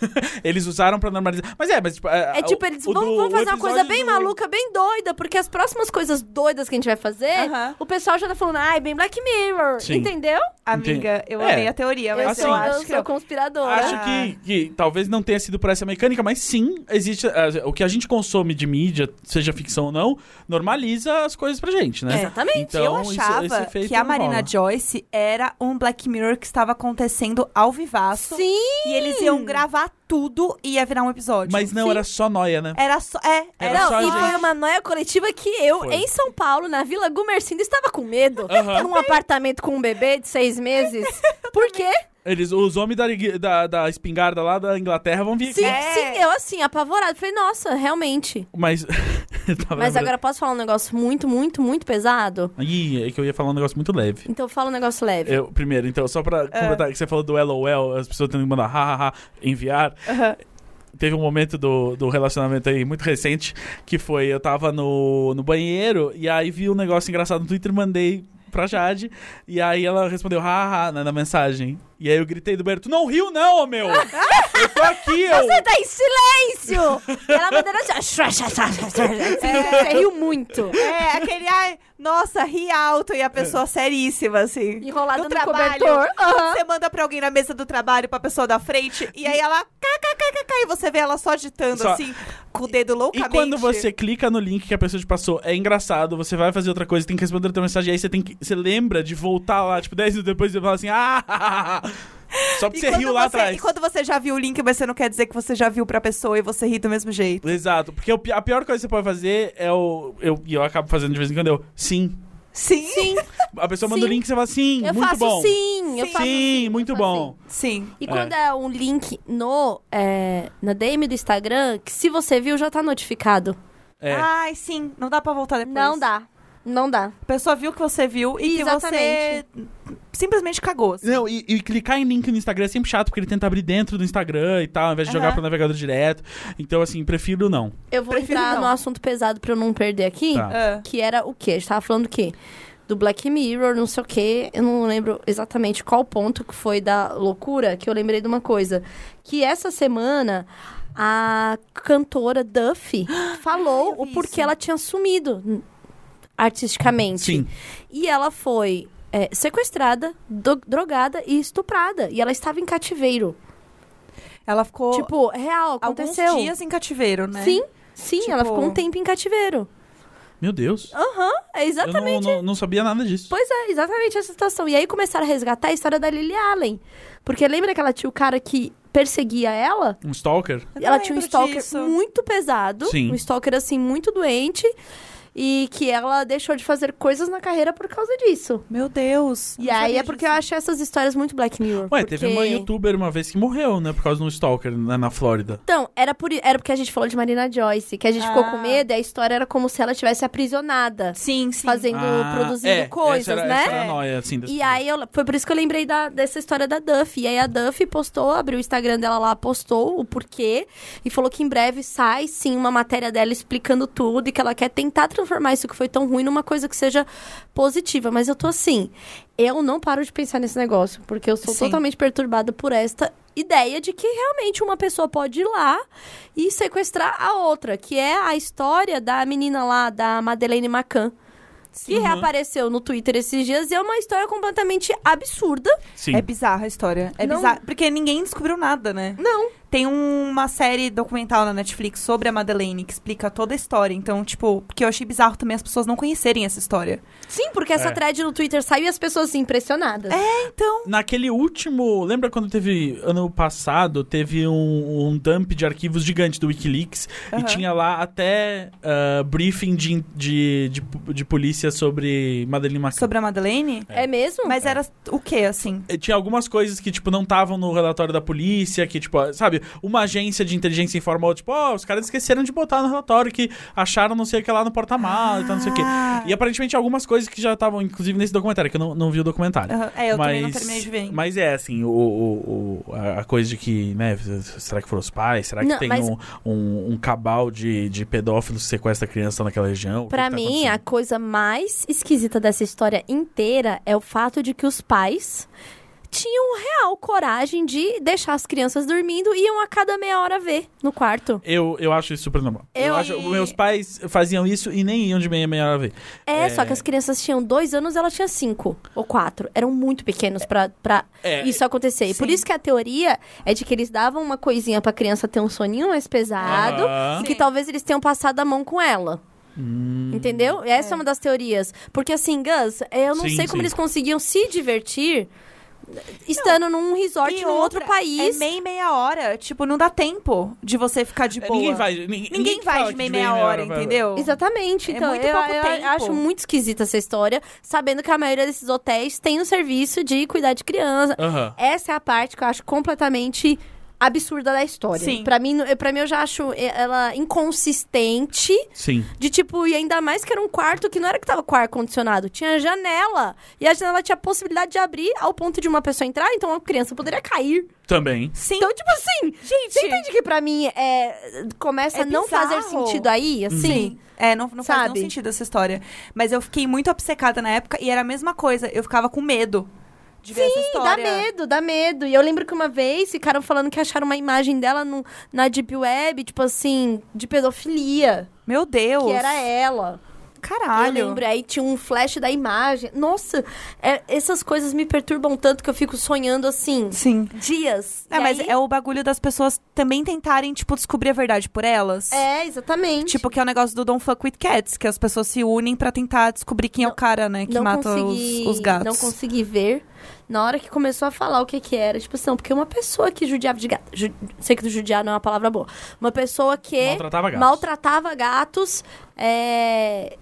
[SPEAKER 3] Eles usaram pra normalizar. Mas é, mas tipo.
[SPEAKER 1] É tipo, eles vão, vão fazer uma coisa bem maluca, bem doida, porque as próximas coisas doidas que a gente vai fazer,
[SPEAKER 2] Aham.
[SPEAKER 1] o pessoal já tá falando, ai, bem Black Mirror,
[SPEAKER 3] Sim.
[SPEAKER 1] entendeu?
[SPEAKER 2] Amiga, eu
[SPEAKER 3] É.
[SPEAKER 2] amei a teoria, mas
[SPEAKER 3] Assim,
[SPEAKER 1] eu sou,
[SPEAKER 2] eu
[SPEAKER 1] eu
[SPEAKER 2] acho que...
[SPEAKER 1] sou
[SPEAKER 2] eu-
[SPEAKER 1] conspiradora.
[SPEAKER 3] Acho
[SPEAKER 2] Ah.
[SPEAKER 3] que, que talvez não tenha sido por essa mecânica, mas sim, existe. ah, o que a gente consome de mídia, seja ficção ou não, normaliza as coisas pra gente, né?
[SPEAKER 2] É.
[SPEAKER 1] Exatamente.
[SPEAKER 3] Então,
[SPEAKER 2] eu
[SPEAKER 3] isso-
[SPEAKER 2] achava
[SPEAKER 3] esse efeito
[SPEAKER 2] que a Marina
[SPEAKER 3] rola.
[SPEAKER 2] Joyce era um Black Mirror que estava acontecendo ao vivaço.
[SPEAKER 1] Sim!
[SPEAKER 2] E eles iam gravar tudo e ia virar um episódio.
[SPEAKER 3] Mas não,
[SPEAKER 1] Sim.
[SPEAKER 3] era só noia, né?
[SPEAKER 2] Era só. É,
[SPEAKER 3] Era
[SPEAKER 2] era
[SPEAKER 1] não,
[SPEAKER 3] só a
[SPEAKER 1] e
[SPEAKER 3] gente.
[SPEAKER 1] foi uma noia coletiva que eu,
[SPEAKER 3] Foi.
[SPEAKER 1] em São Paulo, na Vila Gumercindo, estava com medo.
[SPEAKER 3] Aham.
[SPEAKER 1] Num apartamento com um bebê de seis meses. Por quê?
[SPEAKER 3] Eles, os homens da, ligue- da, da espingarda lá da Inglaterra vão vir
[SPEAKER 1] Sim,
[SPEAKER 3] aqui.
[SPEAKER 2] É.
[SPEAKER 1] sim, eu assim, apavorada. Falei, nossa, realmente.
[SPEAKER 3] Mas. eu tava
[SPEAKER 1] Mas
[SPEAKER 3] lembrando-
[SPEAKER 1] agora posso falar um negócio muito, muito, muito pesado?
[SPEAKER 3] Ih, é que eu ia falar um negócio muito leve.
[SPEAKER 1] Então fala um negócio leve.
[SPEAKER 3] Eu,
[SPEAKER 1] Ah.
[SPEAKER 3] primeiro, então, só pra completar que você falou do LOL, as pessoas tendo que mandar hahaha, enviar.
[SPEAKER 2] Aham.
[SPEAKER 3] teve um momento do, do relacionamento aí muito recente que foi: eu tava no, no banheiro e aí vi um negócio engraçado no Twitter e mandei pra Jade. E aí ela respondeu, haha, na, na mensagem. E aí eu gritei do banheiro: tu não riu, não, ô meu! Eu tô aqui, eu.
[SPEAKER 2] é
[SPEAKER 1] Você tá em silêncio! Ela mandando assim, ó, Você riu muito.
[SPEAKER 2] É, aquele, ai, nossa, ri alto e a
[SPEAKER 3] É.
[SPEAKER 2] pessoa seríssima, assim.
[SPEAKER 1] Enrolada no
[SPEAKER 2] trabalho,
[SPEAKER 1] cobertor, aham.
[SPEAKER 2] Você manda pra alguém na mesa do trabalho, pra pessoa da frente, e aí ela, kkkk, e você vê ela só digitando,
[SPEAKER 3] Só-
[SPEAKER 2] assim, com o dedo
[SPEAKER 3] E
[SPEAKER 2] loucamente.
[SPEAKER 3] quando você clica no link que a pessoa te passou, é engraçado, você vai fazer outra coisa, tem que responder outra mensagem, aí você tem que. Você lembra de voltar lá, tipo, 10 minutos depois e fala assim, ah! Só porque
[SPEAKER 2] E
[SPEAKER 3] você
[SPEAKER 2] quando
[SPEAKER 3] riu lá
[SPEAKER 2] você-
[SPEAKER 3] atrás.
[SPEAKER 2] E quando você já viu o link, mas você não quer dizer que você já viu pra pessoa e você ri do mesmo jeito.
[SPEAKER 3] Exato, porque o pi- a pior coisa que você pode fazer é o. Eu, e eu acabo fazendo de vez em quando, eu. Sim.
[SPEAKER 2] Sim.
[SPEAKER 1] Sim,
[SPEAKER 3] A pessoa manda o
[SPEAKER 1] Sim.
[SPEAKER 3] link e você fala, sim,
[SPEAKER 1] eu
[SPEAKER 3] muito
[SPEAKER 1] faço
[SPEAKER 3] bom.
[SPEAKER 1] sim, eu
[SPEAKER 3] sim,
[SPEAKER 1] faço sim, eu
[SPEAKER 3] muito
[SPEAKER 1] faço
[SPEAKER 3] bom.
[SPEAKER 2] Sim.
[SPEAKER 1] E
[SPEAKER 3] É.
[SPEAKER 1] quando é um link no, é, na DM do Instagram, que se você viu, já tá notificado.
[SPEAKER 3] É.
[SPEAKER 1] Ah.
[SPEAKER 2] Ai, sim. Não dá pra voltar depois.
[SPEAKER 1] Não dá. Não dá.
[SPEAKER 2] A pessoa viu que você viu e que você simplesmente cagou. assim.
[SPEAKER 3] Não, e, e clicar em link no Instagram é sempre chato, porque ele tenta abrir dentro do Instagram e tal, ao invés de jogar
[SPEAKER 2] Aham.
[SPEAKER 3] pro navegador direto. Então, assim, prefiro não.
[SPEAKER 1] Eu vou
[SPEAKER 2] Prefiro
[SPEAKER 1] entrar
[SPEAKER 2] não.
[SPEAKER 1] no assunto pesado pra eu não perder aqui.
[SPEAKER 3] Tá.
[SPEAKER 2] Ah.
[SPEAKER 1] Que era o quê? A gente tava falando o quê? Do Black Mirror, não sei o quê. Eu não lembro exatamente qual ponto que foi da loucura que eu lembrei de uma coisa. Que essa semana a cantora Duffy falou
[SPEAKER 2] Ah, eu
[SPEAKER 1] o
[SPEAKER 2] vi
[SPEAKER 1] porquê
[SPEAKER 2] isso.
[SPEAKER 1] ela tinha sumido n- artisticamente.
[SPEAKER 3] Sim.
[SPEAKER 1] E ela foi é, sequestrada, do- drogada e estuprada. E ela estava em cativeiro.
[SPEAKER 2] Ela ficou
[SPEAKER 1] tipo, real,
[SPEAKER 2] alguns
[SPEAKER 1] aconteceu.
[SPEAKER 2] dias em cativeiro, né?
[SPEAKER 1] Sim, sim, ela
[SPEAKER 2] Tipo-
[SPEAKER 1] ficou um tempo em cativeiro.
[SPEAKER 3] Meu Deus.
[SPEAKER 1] Aham, é
[SPEAKER 3] Eu
[SPEAKER 1] exatamente.
[SPEAKER 3] não, não, não sabia nada disso.
[SPEAKER 1] Pois é, exatamente essa situação. E aí começaram a resgatar a história da Lily Allen. Porque lembra que ela tinha o cara que perseguia ela?
[SPEAKER 3] Um stalker?
[SPEAKER 2] Eu não
[SPEAKER 1] ela tinha um
[SPEAKER 2] lembro
[SPEAKER 1] stalker
[SPEAKER 2] disso.
[SPEAKER 1] muito pesado.
[SPEAKER 3] Sim.
[SPEAKER 1] Um stalker, assim, muito doente. E que ela deixou de fazer coisas na carreira por causa disso.
[SPEAKER 2] Meu Deus.
[SPEAKER 1] E
[SPEAKER 2] não
[SPEAKER 1] aí
[SPEAKER 2] sabia
[SPEAKER 1] é porque
[SPEAKER 2] disso.
[SPEAKER 1] eu acho essas histórias muito Black Mirror.
[SPEAKER 3] Ué,
[SPEAKER 1] porque...
[SPEAKER 3] teve uma youtuber uma vez que morreu, né? Por causa de um stalker na, na Flórida.
[SPEAKER 1] Então, era, por, era porque a gente falou de Marina Joyce, que a gente ficou
[SPEAKER 2] Ah.
[SPEAKER 1] com medo e a história era como se ela estivesse aprisionada,
[SPEAKER 2] Sim, sim.
[SPEAKER 1] fazendo,
[SPEAKER 3] Ah,
[SPEAKER 1] produzindo
[SPEAKER 3] é,
[SPEAKER 1] coisas,
[SPEAKER 3] essa era,
[SPEAKER 1] né?
[SPEAKER 3] Essa era a noia, assim. desse-
[SPEAKER 1] E aí, eu- foi por isso que eu lembrei da- dessa história da Duffy. E aí, a Duffy postou, abriu o Instagram dela lá, postou o porquê. E falou que em breve sai, sim, uma matéria dela explicando tudo. E que ela quer tentar transformar isso que foi tão ruim numa coisa que seja positiva. Mas eu tô assim, eu não paro de pensar nesse negócio. Porque eu sou
[SPEAKER 2] Sim.
[SPEAKER 1] totalmente perturbada por esta ideia de que realmente uma pessoa pode ir lá e sequestrar a outra. Que é a história da menina lá, da Madeleine McCann que
[SPEAKER 3] Uhum.
[SPEAKER 1] reapareceu no Twitter esses dias e é uma história completamente absurda.
[SPEAKER 3] tipo. Sim.
[SPEAKER 2] É bizarra a história. É
[SPEAKER 1] Não-
[SPEAKER 2] bizarra. Porque ninguém descobriu nada, né?
[SPEAKER 1] Não.
[SPEAKER 2] Tem um- uma série documental na Netflix sobre a Madeleine que explica toda a história. Então, tipo, porque eu achei bizarro também as pessoas não conhecerem essa história.
[SPEAKER 1] Sim, porque essa
[SPEAKER 3] É.
[SPEAKER 1] thread no Twitter saiu e as pessoas assim, impressionadas. É.
[SPEAKER 2] Então.
[SPEAKER 3] Naquele último. Lembra quando teve. Ano passado, teve um, um dump de arquivos gigante do Wikileaks e
[SPEAKER 2] Aham.
[SPEAKER 3] tinha lá até ah, briefing de, de, de, de polícia sobre Madeleine Macan.
[SPEAKER 2] Sobre a Madeleine?
[SPEAKER 1] É mesmo?
[SPEAKER 2] Mas era o que, assim?
[SPEAKER 3] Eh, Tinha algumas coisas que, tipo, não estavam no relatório da polícia, que, tipo, ah, sabe, uma agência de inteligência informou, tipo, ó, os caras esqueceram de botar no relatório que acharam não sei o que lá no porta-malas e tal, Então, não sei o que.
[SPEAKER 2] Ah.
[SPEAKER 3] E aparentemente algumas coisas que já estavam, inclusive, nesse documentário, que eu não, não vi o documentário.
[SPEAKER 2] Aham. É, eu também não terminei de ver. ainda.
[SPEAKER 3] Mas é, assim, o, o- o- a a coisa de que, né, será que foram os pais? Será que
[SPEAKER 1] Não,
[SPEAKER 3] tem
[SPEAKER 1] mas-
[SPEAKER 3] um, um, um cabal de, de pedófilos que sequestra criança naquela região? O que
[SPEAKER 1] Pra
[SPEAKER 3] que tá
[SPEAKER 1] mim, a
[SPEAKER 3] acontecendo?
[SPEAKER 1] coisa mais esquisita dessa história inteira é o fato de que os pais tinham real coragem de deixar as crianças dormindo e iam a cada meia hora ver no quarto.
[SPEAKER 3] Eu, eu acho isso super normal. Eu,
[SPEAKER 1] Eu-
[SPEAKER 3] acho meus pais faziam isso e nem iam de meia meia hora ver.
[SPEAKER 1] É,
[SPEAKER 3] É.
[SPEAKER 1] só que as crianças tinham dois anos, ela tinha cinco ou quatro. Eram muito pequenos pra, pra
[SPEAKER 3] É,
[SPEAKER 1] isso acontecer. E por
[SPEAKER 2] Sim.
[SPEAKER 1] isso que a teoria é de que eles davam uma coisinha pra criança ter um soninho mais pesado.
[SPEAKER 3] Aham.
[SPEAKER 1] E que
[SPEAKER 2] Sim.
[SPEAKER 1] talvez eles tenham passado a mão com ela.
[SPEAKER 3] Hum.
[SPEAKER 1] Entendeu? Essa é. uma das teorias. Porque assim, Gus, eu não
[SPEAKER 3] Sim,
[SPEAKER 1] sei como
[SPEAKER 3] sim.
[SPEAKER 1] eles conseguiam se divertir estando num resort
[SPEAKER 2] E
[SPEAKER 1] num outro
[SPEAKER 2] outra,
[SPEAKER 1] país.
[SPEAKER 2] É meia, meia hora. Tipo, não dá tempo de você ficar de
[SPEAKER 3] É,
[SPEAKER 2] boa.
[SPEAKER 3] Ninguém vai, ninguém,
[SPEAKER 2] Ninguém
[SPEAKER 3] que
[SPEAKER 2] vai
[SPEAKER 3] fala
[SPEAKER 2] de
[SPEAKER 3] que
[SPEAKER 2] meia, meia hora,
[SPEAKER 3] vai-
[SPEAKER 2] entendeu?
[SPEAKER 1] Exatamente.
[SPEAKER 2] É
[SPEAKER 1] Então,
[SPEAKER 2] muito
[SPEAKER 1] eu,
[SPEAKER 2] pouco
[SPEAKER 1] eu
[SPEAKER 2] tempo.
[SPEAKER 1] acho muito esquisita essa história, sabendo que a maioria desses hotéis tem o serviço de cuidar de criança.
[SPEAKER 3] Aham.
[SPEAKER 1] Essa é a parte que eu acho completamente absurda da história.
[SPEAKER 2] Sim.
[SPEAKER 1] Pra mim, para mim eu já acho eh, ela inconsistente.
[SPEAKER 3] Sim.
[SPEAKER 1] De tipo, e ainda mais que era um quarto que não era que tava com ar-condicionado, tinha janela. E a janela tinha a possibilidade de abrir ao ponto de uma pessoa entrar, então a criança poderia cair.
[SPEAKER 3] Também.
[SPEAKER 2] Sim.
[SPEAKER 1] Então, tipo assim,
[SPEAKER 2] gente,
[SPEAKER 1] você entende que pra mim é, começa
[SPEAKER 2] É
[SPEAKER 1] a não
[SPEAKER 2] bizarro.
[SPEAKER 1] fazer sentido aí, assim?
[SPEAKER 2] Sim. É, não, não faz nenhum
[SPEAKER 1] Sabe?
[SPEAKER 2] sentido essa história. Mas eu fiquei muito obcecada na época e era a mesma coisa. Eu ficava com medo de ver essa
[SPEAKER 1] Dá
[SPEAKER 2] história.
[SPEAKER 1] medo, dá medo. E eu lembro que uma vez ficaram falando que acharam uma imagem dela no- na Deep Web, tipo assim, de pedofilia.
[SPEAKER 2] Meu Deus.
[SPEAKER 1] Que era ela.
[SPEAKER 2] Caralho.
[SPEAKER 1] Eu lembro, aí tinha um flash da imagem. Nossa, é- essas coisas me perturbam tanto que eu fico sonhando assim,
[SPEAKER 2] Sim.
[SPEAKER 1] dias.
[SPEAKER 2] É,
[SPEAKER 1] E
[SPEAKER 2] mas
[SPEAKER 1] aí-
[SPEAKER 2] é o bagulho das pessoas também tentarem, tipo, descobrir a verdade por elas.
[SPEAKER 1] É, exatamente.
[SPEAKER 2] Tipo, que é o negócio do Don't Fuck With Cats, que as pessoas se unem pra tentar descobrir quem é o cara, né, que
[SPEAKER 1] não
[SPEAKER 2] mata
[SPEAKER 1] consegui,
[SPEAKER 2] os, os gatos.
[SPEAKER 1] Não consegui ver. Na hora que começou a falar o que que era, tipo assim, não, porque uma pessoa que judiava de gato. ju- sei que judiar não é uma palavra boa. Uma pessoa que
[SPEAKER 3] Maltratava gatos.
[SPEAKER 1] maltratava gatos, é,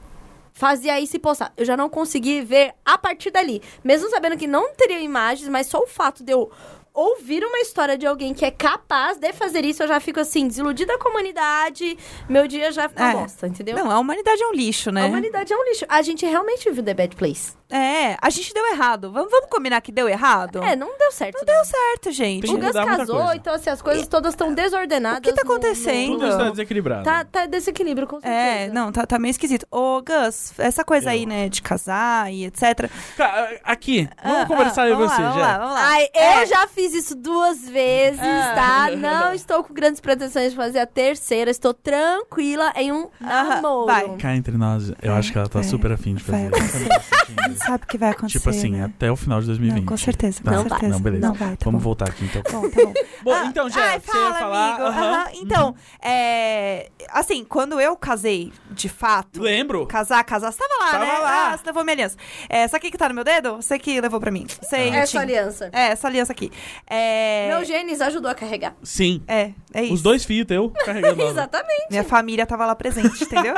[SPEAKER 1] fazia isso e postar. Eu já não consegui ver a partir dali. Mesmo sabendo que não teria imagens, mas só o fato de eu ouvir uma história de alguém que é capaz de fazer isso, eu já fico assim, desiludida com a humanidade, meu dia já fica
[SPEAKER 2] É.
[SPEAKER 1] bosta, entendeu?
[SPEAKER 2] Não, a humanidade é um lixo, né?
[SPEAKER 1] A humanidade é um lixo. A gente realmente vive The Bad Place.
[SPEAKER 2] É, a gente deu errado. Vamos, vamos combinar que deu errado?
[SPEAKER 1] É, não deu certo.
[SPEAKER 2] Não deu certo, gente.
[SPEAKER 3] Tem
[SPEAKER 1] O
[SPEAKER 3] que
[SPEAKER 1] Gus
[SPEAKER 3] mudar muita
[SPEAKER 1] casou,
[SPEAKER 3] coisa.
[SPEAKER 1] então assim, as coisas todas estão desordenadas.
[SPEAKER 2] O que tá
[SPEAKER 1] no- no-
[SPEAKER 2] acontecendo?
[SPEAKER 3] Tudo está desequilibrado.
[SPEAKER 1] Tá, tá desequilíbrio, com certeza.
[SPEAKER 2] É, não, tá, tá meio esquisito. Ô, Gus, essa coisa aí,
[SPEAKER 3] Eu.
[SPEAKER 2] né, de casar e etc.
[SPEAKER 3] Ca- Aqui, vamos
[SPEAKER 2] Ah,
[SPEAKER 3] conversar
[SPEAKER 2] ah,
[SPEAKER 3] eu e
[SPEAKER 2] vamos
[SPEAKER 3] você,
[SPEAKER 2] lá, vamos lá,
[SPEAKER 3] já.
[SPEAKER 2] vamos lá.
[SPEAKER 1] Ai,
[SPEAKER 2] É. Ah.
[SPEAKER 1] eu já fiz isso duas vezes, tá? Não estou com grandes pretensões de fazer a terceira. Estou tranquila em um
[SPEAKER 2] Aham,
[SPEAKER 1] namoro.
[SPEAKER 2] vai.
[SPEAKER 3] Cá entre nós, eu acho que ela tá
[SPEAKER 2] É.
[SPEAKER 3] super afim de fazer.
[SPEAKER 2] Vai.
[SPEAKER 3] exatamente esse
[SPEAKER 2] Não
[SPEAKER 3] sentido.
[SPEAKER 2] Sabe o que vai acontecer.
[SPEAKER 3] Tipo assim,
[SPEAKER 2] né?
[SPEAKER 3] até o final de 2020.
[SPEAKER 2] Não, com certeza, com
[SPEAKER 3] Tá.
[SPEAKER 1] Não vai.
[SPEAKER 2] certeza.
[SPEAKER 3] Não, beleza.
[SPEAKER 2] Não vai, tá
[SPEAKER 3] Vamos
[SPEAKER 2] bom.
[SPEAKER 3] voltar aqui, então.
[SPEAKER 2] Bom, tá bom.
[SPEAKER 3] Bom,
[SPEAKER 2] Ah,
[SPEAKER 3] então, já,
[SPEAKER 2] ai,
[SPEAKER 3] você ia
[SPEAKER 2] fala,
[SPEAKER 3] falar...
[SPEAKER 2] amigo.
[SPEAKER 3] aham.
[SPEAKER 2] Aham, Então, é, assim, quando eu casei, de fato,
[SPEAKER 3] Lembro.
[SPEAKER 2] casar, casar, você tava lá,
[SPEAKER 3] Tava
[SPEAKER 2] né?
[SPEAKER 3] lá.
[SPEAKER 2] Ah, você levou minha aliança. É, sabe o que que tá no meu dedo? Você que levou pra mim. Sei,
[SPEAKER 1] Essa
[SPEAKER 2] tinha.
[SPEAKER 1] aliança.
[SPEAKER 2] É, essa aliança aqui. É,
[SPEAKER 1] Meu genes ajudou a carregar.
[SPEAKER 3] Sim.
[SPEAKER 2] é, é isso.
[SPEAKER 3] Os dois filhos teu carregando. ela.
[SPEAKER 1] Exatamente.
[SPEAKER 2] Minha família tava lá presente, entendeu?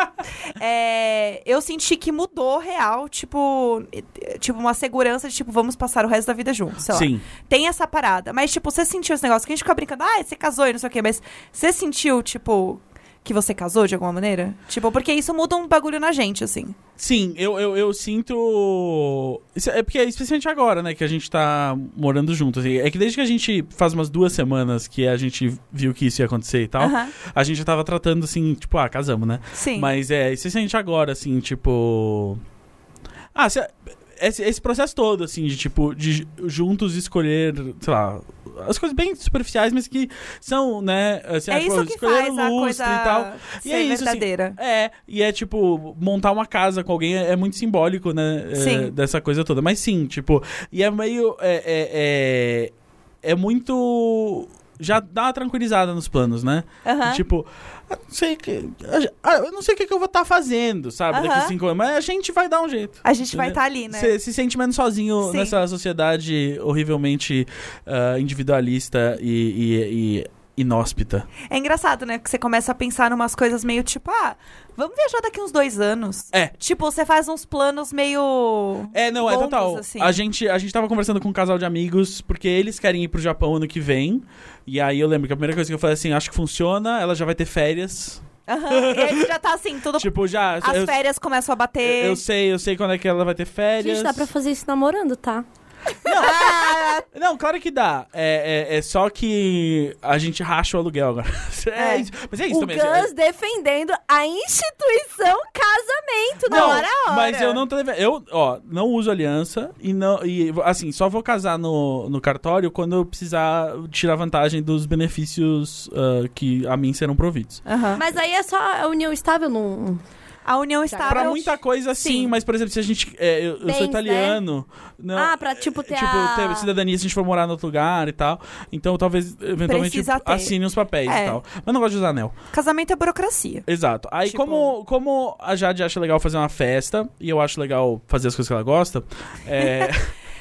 [SPEAKER 2] É, eu senti que mudou real, tipo, eh, tipo, uma segurança de tipo, vamos passar o resto da vida juntos. Sei lá.
[SPEAKER 3] Sim.
[SPEAKER 2] Tem essa parada. Mas, tipo, você sentiu esse negócio que a gente fica brincando, ah, você casou e não sei o quê, mas você sentiu, tipo, que você casou de alguma maneira? Tipo, porque isso muda um bagulho na gente, assim.
[SPEAKER 3] Sim, eu, eu, eu sinto. Isso é porque, especialmente agora, né, que a gente tá morando junto. assim, é que desde que a gente faz umas duas semanas que a gente viu que isso ia acontecer e tal,
[SPEAKER 2] Aham.
[SPEAKER 3] a gente já tava tratando assim, tipo, ah, casamos, né?
[SPEAKER 2] Sim.
[SPEAKER 3] Mas é, especialmente agora, assim, tipo. Ah, se- esse, esse processo todo, assim, de tipo, de ju- juntos escolher, sei lá, as coisas bem superficiais, mas que são, né, assim, ah,
[SPEAKER 2] é
[SPEAKER 3] tipo,
[SPEAKER 2] isso que
[SPEAKER 3] escolher
[SPEAKER 2] faz
[SPEAKER 3] o
[SPEAKER 2] a
[SPEAKER 3] lustre
[SPEAKER 2] coisa
[SPEAKER 3] e tal.
[SPEAKER 2] ser
[SPEAKER 3] E é isso, assim,
[SPEAKER 2] verdadeira.
[SPEAKER 3] É, e é tipo, montar uma casa com alguém é, é muito simbólico, né? é,
[SPEAKER 2] Sim.
[SPEAKER 3] dessa coisa toda. Mas sim, tipo, e é meio. É, é, é, é muito. Já dá uma tranquilizada nos planos, né?
[SPEAKER 2] Aham.
[SPEAKER 3] E, Tipo, ah, não sei que. ah, Eu não sei o que, que eu vou estar fazendo, sabe?
[SPEAKER 2] Aham.
[SPEAKER 3] Daqui cinco anos. Mas a gente vai dar um jeito.
[SPEAKER 2] A gente vai estar ali, né?
[SPEAKER 3] Você se sente menos sozinho
[SPEAKER 2] Sim.
[SPEAKER 3] nessa sociedade horrivelmente ah, individualista e- e- e inóspita.
[SPEAKER 2] É engraçado, né? Que você começa a pensar numas coisas meio tipo, ah, vamos viajar daqui uns dois anos.
[SPEAKER 3] É.
[SPEAKER 2] Tipo, você faz uns planos meio.
[SPEAKER 3] É, não, é
[SPEAKER 2] longos,
[SPEAKER 3] total.
[SPEAKER 2] assim.
[SPEAKER 3] A, gente, a gente tava conversando com um casal de amigos, porque eles querem ir pro Japão ano que vem. E aí eu lembro que a primeira coisa que eu falei assim, acho que funciona, ela já vai ter férias.
[SPEAKER 2] Aham. E aí já tá assim, tudo.
[SPEAKER 3] Tipo, já.
[SPEAKER 2] as
[SPEAKER 3] eu,
[SPEAKER 2] férias começam a bater.
[SPEAKER 3] eu sei, eu sei quando é que ela vai ter férias.
[SPEAKER 1] Gente, dá pra fazer isso namorando, tá?
[SPEAKER 3] Não, claro que dá. É, é, é só que a gente racha o aluguel agora.
[SPEAKER 2] É.
[SPEAKER 3] É, isso. Mas é isso
[SPEAKER 1] O
[SPEAKER 3] também.
[SPEAKER 1] Gus defendendo a instituição casamento na hora a hora.
[SPEAKER 3] Mas eu não tô devendo. Eu, ó, não uso aliança e não. E, assim, só vou casar no, no cartório quando eu precisar tirar vantagem dos benefícios ah, que a mim serão providos.
[SPEAKER 2] Aham.
[SPEAKER 1] Mas aí é só a união estável num.
[SPEAKER 2] A união estável.
[SPEAKER 3] Pra muita coisa, sim,
[SPEAKER 2] Ah, Sim.
[SPEAKER 3] mas, por exemplo, se a gente. é, eu, eu
[SPEAKER 1] Bens,
[SPEAKER 3] sou
[SPEAKER 1] né?
[SPEAKER 3] italiano. Não,
[SPEAKER 1] Ah, pra tipo ter
[SPEAKER 3] tipo,
[SPEAKER 1] a...
[SPEAKER 3] ter cidadania se a gente for morar em outro lugar e tal. Então, talvez, eventualmente,
[SPEAKER 2] Precisa ter.
[SPEAKER 3] assine os papéis
[SPEAKER 2] É.
[SPEAKER 3] e tal. Mas não gosto de usar anel.
[SPEAKER 2] Casamento é burocracia.
[SPEAKER 3] Exato. Aí,
[SPEAKER 2] Tipo-
[SPEAKER 3] como, como a Jade acha legal fazer uma festa, e eu acho legal fazer as coisas que ela gosta, é,